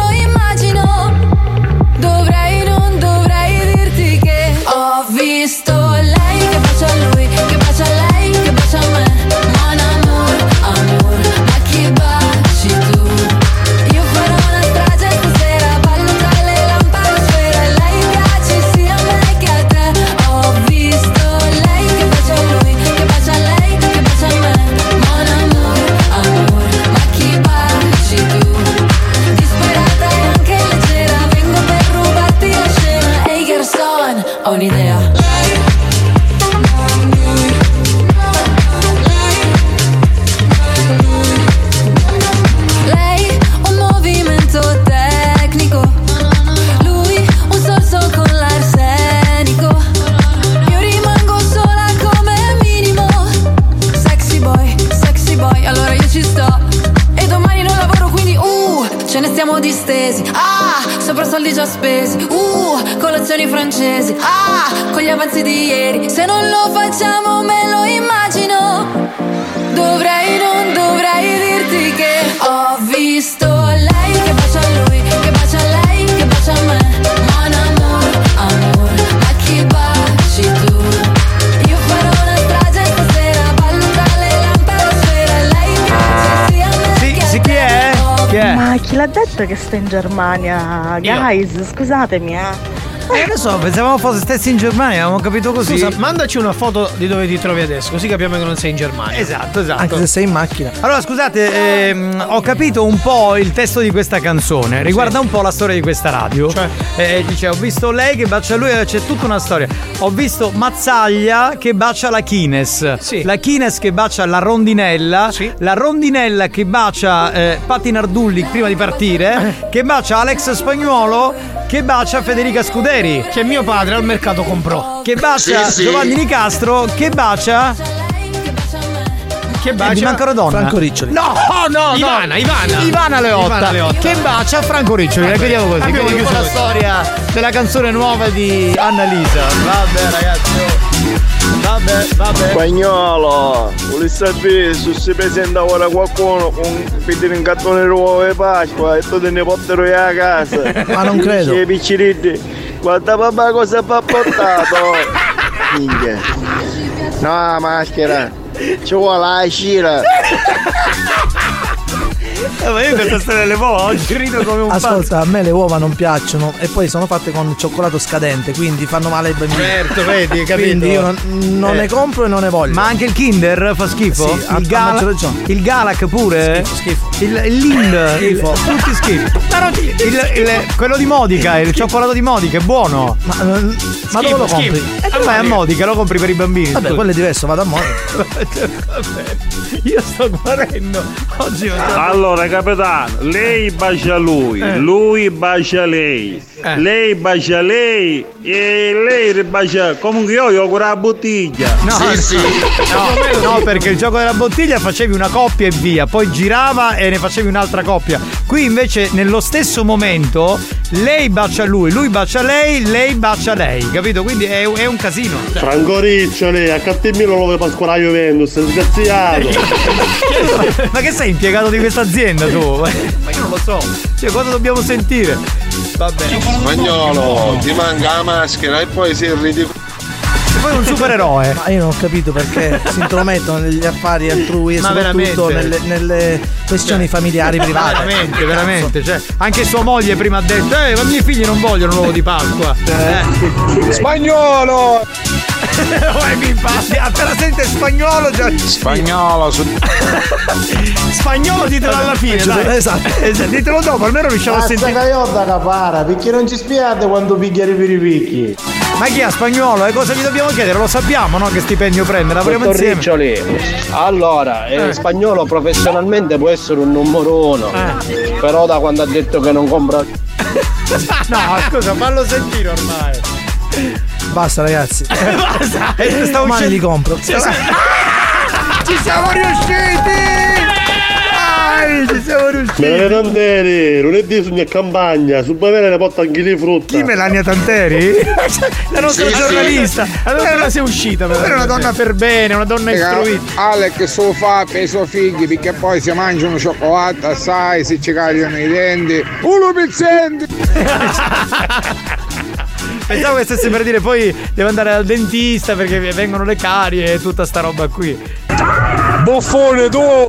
lo immagino. Dovrei, non dovrei dirti che ho visto lei che bacia lui, che bacia lei, che bacia me. Mon amour, amor, ma chi baci tu? Io farò una strage stasera, ballo tra le lampade sfere. Lei piace sia a me che a te. Ho visto lei che bacia lui, che bacia lei, che bacia me. Mon amour, amor, ma chi baci tu? Disperata e anche leggera, vengo per rubarti la scena. Ehi Gerson, ho un'idea. Lei un movimento tecnico, lui un sorso con l'arsenico. Io rimango sola come minimo. Sexy boy, sexy boy, allora io ci sto. E domani non lavoro quindi, uh, ce ne stiamo distesi. Ah, sopra soldi già spesi. Uh, colazioni francesi. Ah, con gli avanzi di ieri. Se non lo facciamo me lo immagino. Dovrei, non dovrei dirti che ho visto lei che bacia lui, che bacia lei, che bacia me. Mon amor, amor, ma chi baci tu? Io farò una strage stasera, ballo tra le lampade sfere. Lei piace sia a me che a chi è? Chi è? Ma chi l'ha detto che sta in Germania? Guys, scusatemi, eh. Eh, che ne so, pensavamo fosse stessi in Germania, avevamo capito così. Scusa, mandaci una foto di dove ti trovi adesso, così capiamo che non sei in Germania. Esatto, esatto. Anche se sei in macchina. Allora, scusate, ehm, ho capito un po' il testo di questa canzone. Riguarda un po' la storia di questa radio. Eh, dice, ho visto lei che bacia lui, eh, c'è tutta una storia. Ho visto Mazzaglia che bacia la Chines. La Chines che bacia la Rondinella. La Rondinella che bacia eh, Patti Nardulli prima di partire. Che bacia Alex Spagnuolo. Che bacia Federica Scuderi. Che mio padre al mercato comprò. Che bacia Sì, sì. Giovanni Nicastro. Che bacia... Che bacia- bacia ancora donna. Franco Riccioli. No, no, no. Ivana, Ivana. Ivana Leotta. Ivana Leotta. Che bacia Franco Riccioli. La chiudiamo così. Abbiamo chiudiamo chiuso la così. storia della canzone nuova di Annalisa. Vabbè, ragazzi. oh. Vabbè, vabbè. Spagnolo, vuoi sapere se si presenta ora qualcuno con pedire un cartone nuovo e Pasqua e tu te ne porterò io a casa. Ma non credo. Dice ai picciritti, guarda papà cosa fa portato. Minchia. No, la maschera. Ci vuole la scira. Eh, ma io questa storia le uova oggi rido come un Ascolta, a me le uova non piacciono e poi sono fatte con cioccolato scadente, quindi fanno male ai bambini. Certo, vedi, hai capito. Quindi io non, non Eh. ne compro e non ne voglio. Ma anche il Kinder fa schifo? Sì, a- a il, Gala- maggior ragione. il Galak pure? Schifo, schifo. Il, il Lind, il, Schifo. tutti schifi. Però il- il- il- quello di Modica, il cioccolato di Modica è buono. Ma, dove lo compri? schifo. E tu vai a Modica, lo compri per i bambini. Vabbè, scusa. quello è diverso, vado a morire. Vabbè, Io sto guarendo. Oggi ho già- Allora, capitano, lei bacia lui, Eh. lui bacia lei, lei bacia lei e lei ribacia. Comunque io gli auguro la bottiglia. No, no, no, perché il gioco della bottiglia facevi una coppia e via, poi girava e ne facevi un'altra coppia. Qui invece nello stesso momento lei bacia lui, lui bacia lei, lei bacia lei, capito? Quindi è, è un casino. Franco Riccioli, a Cattimino lo vuole scuola Juventus, sgraziato. Ma che sei impiegato di questa azienda tu? Ma io non lo so. Cioè, cosa dobbiamo sentire? Vabbè. Spagnolo, ti manca la maschera e poi sei ridicolo. Poi un supereroe. Ma io non ho capito perché si intromettono negli affari altrui e Ma soprattutto veramente? Cioè, nelle, nelle questioni familiari private. Veramente, veramente. Cioè, anche sua moglie prima ha detto, eh, ma i miei figli non vogliono l'uovo di Pasqua. Eh. Spagnolo! mi passi, appena sente spagnolo già. Spagnolo su. Spagnolo ditelo alla fine, dai. Esatto. Esatto, ditelo dopo, almeno riusciamo a sentire. caiotta capara, perché non ci spiate quando picchiare per i picchi. Ma chi ha spagnolo? E cosa gli dobbiamo chiedere? Lo sappiamo, no? Che stipendio prende? Lavoriamo Dottor insieme. Riccioli, allora, eh, spagnolo professionalmente può essere un numero uno, Eh. però da quando ha detto che non compra... No, scusa, fallo sentire ormai. Basta ragazzi. Basta. Eh, stavo Cioè, Domani uscendo- li compro. Ci siamo riusciti! Dai, ci siamo riusciti! Me la tanteri, lunedì su mia campagna, su Bavera ne porta anche di frutta. Chi Melania Tanteri? La Eh! nostra Sì, sì. giornalista. Allora non sei uscita, però. Era una donna per bene, una donna istruita. Alec so fa per i suoi figli perché poi si mangiano cioccolato assai, si ci cagliano i denti. Uno pezzente! Pensavo che stessi per dire poi devo andare al dentista perché vengono le carie e tutta sta roba qui. Boffone tu!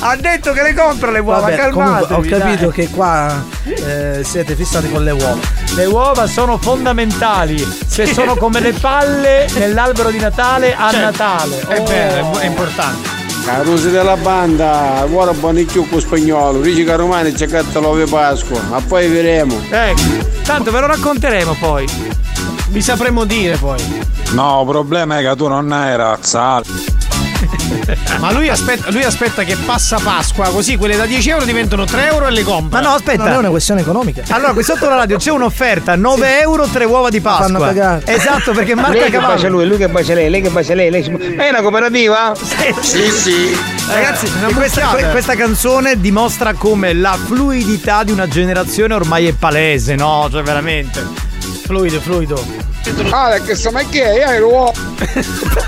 ha detto che le compra le uova, Vabbè, comunque calmatevi. ho capito dai. che qua eh, siete fissati con le uova. Le uova sono fondamentali, se sono come le palle nell'albero di Natale a Natale. Certo. Oh. È vero, è importante. Carusi della banda, ora buonicchio con spagnolo, dici che a romani c'è cattalove Pasqua, ma poi vedremo. Ecco, tanto ve lo racconteremo poi. Vi sapremo dire poi. No, il problema è che tu non hai razza. Ma lui aspetta, lui aspetta che passa Pasqua, così quelle da 10 euro diventano 3 euro e le compra. Ma no, aspetta. Non è una questione economica. Allora, qui sotto la radio c'è un'offerta: 9 euro, 3 uova di Pasqua. Fanno cagare. Esatto, perché lei Marta che bacia Cavallo. lui, lui che bacia lei, lei che bacia lei, lei È una cooperativa? Sì, sì. Ragazzi, una questa, mucchiata. que- questa canzone dimostra come la fluidità di una generazione ormai è palese, no? Cioè, veramente. Fluido, fluido. Alec, so ma che è? Io ero-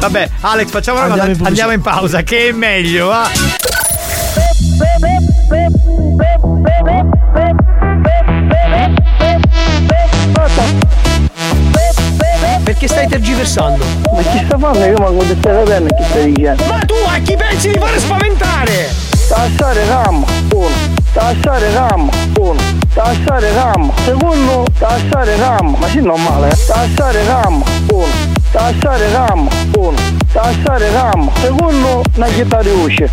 Vabbè, Alex, facciamo una cosa. Andiamo in pausa, che è meglio, va? Perché stai tergiversando? Ma chi sta Eh, fanno? Io mi contestato bene chi stai dicendo. Ma tu a chi pensi di fare spaventare? Tassare RAM, uno. Tassare RAM, uno. Tassare RAM, secondo. Tassare RAM, ma sì normale. eh. Tassare RAM, uno. Tassare RAM, uno. Tassare RAM, secondo. Una città di usce.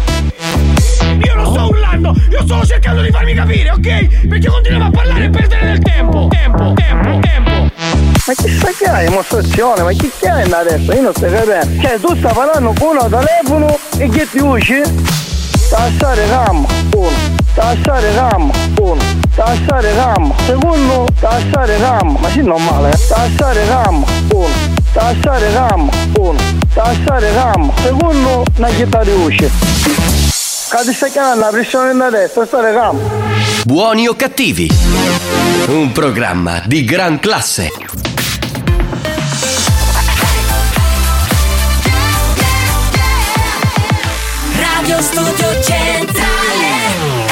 Io non sto urlando, io sto cercando di farmi capire, ok? Perché continuiamo a parlare e perdere del tempo. Tempo, tempo, tempo. Ma che sta che hai dimostrazione? Ma chi che hai adesso? Io non sto capendo. Cioè tu stai parlando con un telefono e che ti usci? Tassare RAM, uno, tassare RAM, uno, tassare RAM, secondo, tassare RAM, ma sì normale, eh? tassare RAM, uno, tassare RAM, uno, tassare RAM, secondo, una città di usci. Cazzo stai chiamando la pressione da destra, tassare RAM. Buoni o cattivi? Un programma di gran classe. Radio Studio Centrale.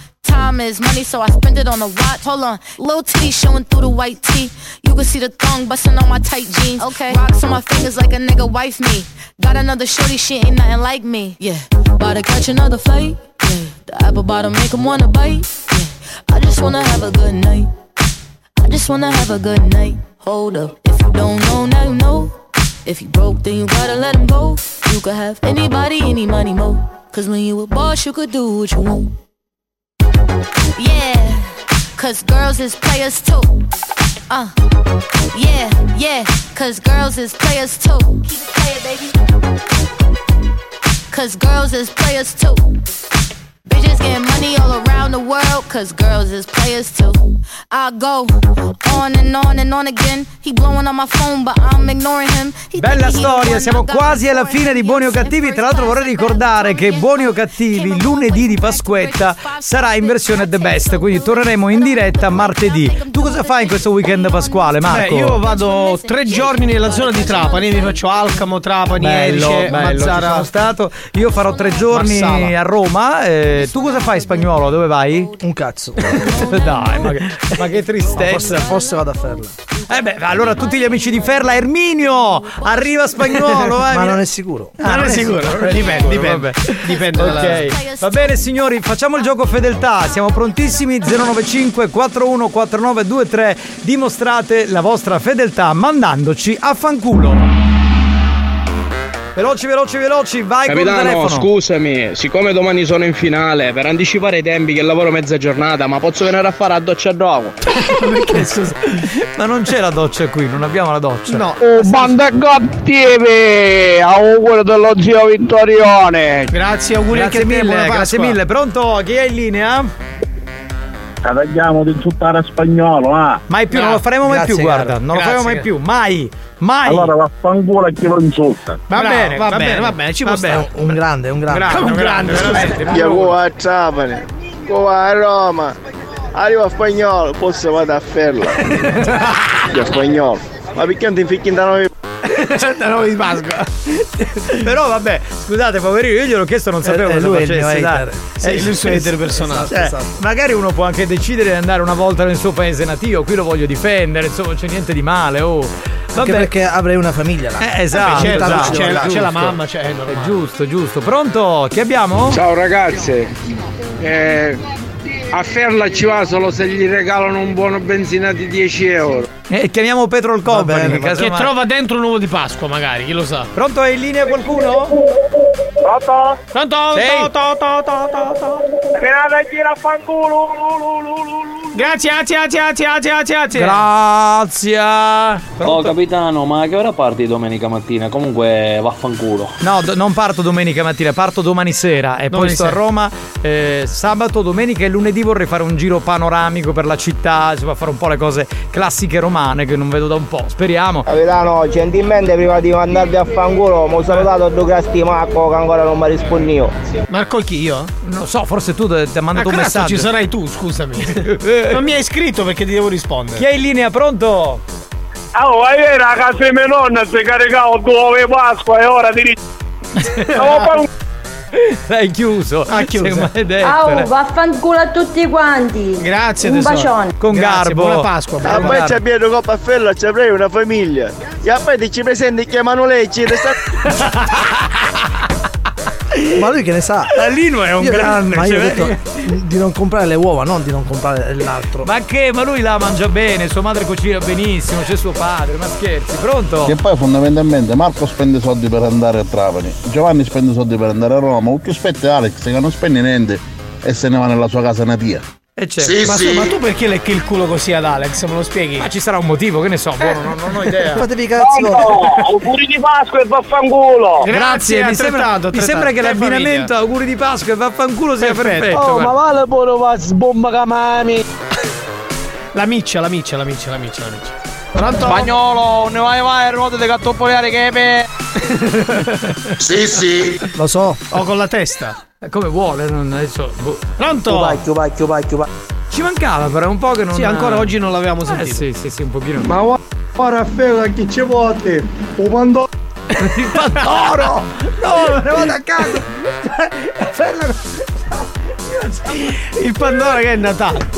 Time is money, so I spend it on a watch. Hold on, low T showing through the white tee. You can see the thong busting on my tight jeans. Okay, rocks on my fingers like a nigga wife me. Got another shorty, she ain't nothing like me. Yeah, about to catch another fight. Yeah, the apple bottom make 'em wanna bite. Yeah, I just wanna have a good night. I just wanna have a good night. Hold up, if you don't know, now you know. If you broke, then you gotta let him go. You could have anybody, any money, mo. Cause when you a boss, you could do what you want. Yeah, cause girls is players too. Uh, yeah, yeah, cause girls is players too. Keep it playing, baby. Cause girls is players too. Bitches getting money all around the world, cause girls is players too. I go on and on and on again. He blowing on my phone, but I'm ignoring him. He Bella thinking he the storia, one siamo quasi alla fine di Buoni o Cattivi. Tra l'altro vorrei ricordare che Buoni o Cattivi lunedì di Pasquetta sarà in versione The Best, quindi torneremo in diretta martedì. Tu cosa fai in questo weekend pasquale, Marco? Beh, io vado tre giorni nella zona di Trapani, mi faccio Alcamo, Trapani, Bello, Elce, bello, ci Mazzara. sono stato. Io farò tre giorni Marsala. a Roma. eh, tu cosa fai spagnolo? Dove vai? Un cazzo. Dai, ma che, ma che tristezza. Forse, forse vado a farla. Eh beh, allora tutti gli amici di Ferla, Erminio, arriva spagnolo. eh. Ma non è sicuro. Ah, non è sicuro, dipende, dipende. dipende Ok, va bene signori, facciamo il gioco fedeltà, siamo prontissimi 095 41 4923, dimostrate la vostra fedeltà mandandoci a fanculo. Veloci, veloci, veloci, vai con il Capitano, telefono. scusami, siccome domani sono in finale, per anticipare i tempi che lavoro mezza giornata, ma posso venire a fare la doccia dopo? Perché, scusa? Ma non c'è la doccia qui, non abbiamo la doccia. No. Oh, banda cattivi! Auguri dello zio Vittorione! Grazie, Grazie mille, grazie mille. Pronto? Chi è in linea? Tagliamo di insultare a spagnolo, ah! Mai più, non lo faremo mai più, guarda, non lo faremo mai più, mai, mai. Allora vaffanculo a chi lo insulta. Va Bravo, bene, va va bene, bene, va bene, ci può stare. Un grande, un grande. Grande, un grande, veramente. Io go a Trapani, go a Roma, arrivo a spagnolo, posso vado a ferla. Io a spagnolo. Ma perché non ti inficchi da noi? da noi di Pasqua. Però vabbè, scusate, poverino, io gliel'ho chiesto, non sapevo eh, cosa lui è il facesse. mio dai. Eh, hater. Sì, il suo hater personale. Cioè, Esatto. Magari uno può anche decidere di andare una volta nel suo paese nativo, qui lo voglio difendere, insomma, non c'è niente di male, oh. Anche perché avrei una famiglia là. Eh, esatto, Tanto esatto. ci C'è la- voglio. c'è la mamma, c'è- è normale. È giusto, giusto. Pronto? Chi abbiamo? Ciao ragazze, Eh, a Ferla ci va solo se gli regalano un buono benzina di 10 euro. E Eh, chiamiamo Petrol Company. bene, va Eh, casomai- Eh, Che trova dentro un uovo di Pasqua, magari, chi lo sa. Pronto è in linea qualcuno? Pronto? Pronto? Sì. To, to, to, to, to, to. Grazie, grazie, grazie, grazie, grazie, grazie, grazie. Grazie. Oh capitano, ma a che ora parti domenica mattina? Comunque vaffanculo. No, do- non parto domenica mattina, parto domani sera e poi Domani sto a sera. Roma eh, sabato, domenica e lunedì vorrei fare un giro panoramico per la città, insomma fare un po' le cose classiche romane che non vedo da un po', speriamo. Capitano, gentilmente prima di mandarvi a fanculo, mi ho salutato Ducasti Marco che ancora non mi rispondi io. Marco chi io? Non so, forse tu ti ha Ma mandato un cazzo, messaggio. ci sarai tu, scusami. non mi hai scritto perché ti devo rispondere. Chi è in linea? Pronto? Oh, io ragazzi, mia nonna si caricavo due Pasqua e ora ti Sei chiuso. Ha chiuso. Au, vaffanculo a tutti quanti. Grazie, Un tesoro. bacione. Con Grazie, garbo. buona Pasqua, A buona me Pasqua. c'è Pietro Coppa a ferla, c'è proprio una famiglia. E a poi ti ci presenti che Emanuelecci. Ma lui che ne sa? Lino è un grande, Ma io ho cioè- detto di non comprare le uova, non di non comprare l'altro. Ma che? Ma lui la mangia bene, sua madre cucina benissimo, c'è suo padre, ma scherzi, pronto? Che poi fondamentalmente Marco spende soldi per andare a Trapani, Giovanni spende soldi per andare a Roma, o chi spetta è Alex che non spende niente e se ne va nella sua casa natia. E c'è. Sì, ma, sì. ma tu perché lecchi il culo così ad Alex? Me lo spieghi? Ma ci sarà un motivo, che ne so, buono, non, non ho idea. Fatevi i cazzi Pronto? auguri di Pasqua e vaffanculo Grazie, mi sembra, altrettanto, mi sembra che altrettanto. Te, l'abbinamento famiglia. auguri di Pasqua e vaffanculo sia perfetto. Oh, ma guarda. vale pure va sbomba camami. La miccia, la miccia, la miccia, la miccia, la miccia. Pronto? Spagnolo, ne vai vai, ruote di cattopoliare che pe... Sì, sì. Lo so. O con la testa. Eh, Come vuole, non adesso. boh. Pronto? Chiubacchio, Ci mancava però un po' che non Sì, ancora oggi non l'avevamo sentito. sì, sì, sì, un pochino. Ma Ora feo chi ci vuote? O mandò. Il Oh! pandoro! No, me ne vado a casa! Il Pandora che è Natale.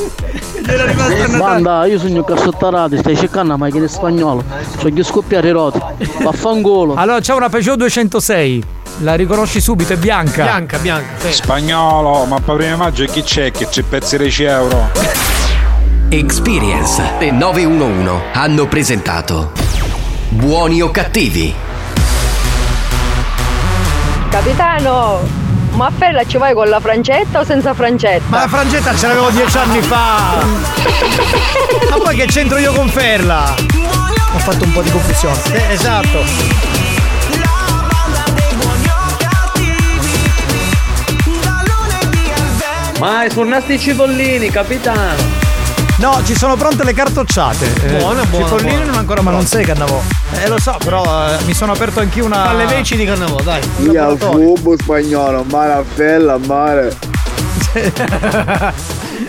Era rimasto a Natale. Banda, io sogno cassottarato, stai cercando una macchina spagnola. So di scoppiare i roti. Vaffanculo. Allora c'è una Peugeot 206. La riconosci subito, è bianca. Bianca, bianca. Spagnolo, ma per primo maggio chi c'è che ci pezzi 10 euro? Experience e 911 hanno presentato Buoni o cattivi? Capitano, ma a Fella ci vai con la francetta o senza francetta? Ma la frangetta ce l'avevo dieci anni fa! Ma poi che c'entro io con Ferla? Ho fatto un po' di confusione. esatto. Ma suonasti i cipollini, capitano. eh. No, ci sono pronte le cartocciate. Eh, Buona, buona, Cipollini buona. non ancora Ma non pronte. sei Cannavò. Eh lo so, però eh, mi sono aperto anch'io una. Alle veci di Cannavò, dai. Io fumo spagnolo, marafella, mare.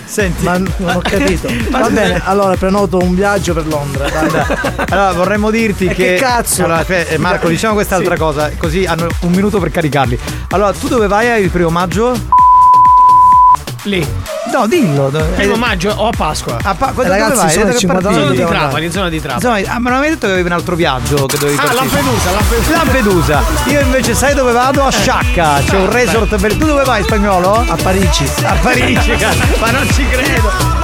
Senti. Ma non ho capito. Ma Va scusa- bene, allora prenoto un viaggio per Londra. dai. Allora vorremmo dirti Eh, che. che cazzo? Allora, fe- eh, Marco, diciamo quest'altra Sì. cosa, così hanno un minuto per caricarli. Allora, tu dove vai il primo maggio? Lì. No, dillo. Primo maggio o a Pasqua? A Pasqua, Eh, Ragazzi, dove vai? sono Dove le 50 partiti? zona di Dove Trapani, vai? zona di Trapani. Zona di- Ah, ma non avevi detto che avevi un altro viaggio che dovevi Ah, partire? Lampedusa, Lampedusa. Eh, Lampedusa. Io invece sai dove vado? A Sciacca. C'è un resort per. Tu dove vai, spagnolo? A Parigi. A Parigi, cazzo. Ma non ci credo.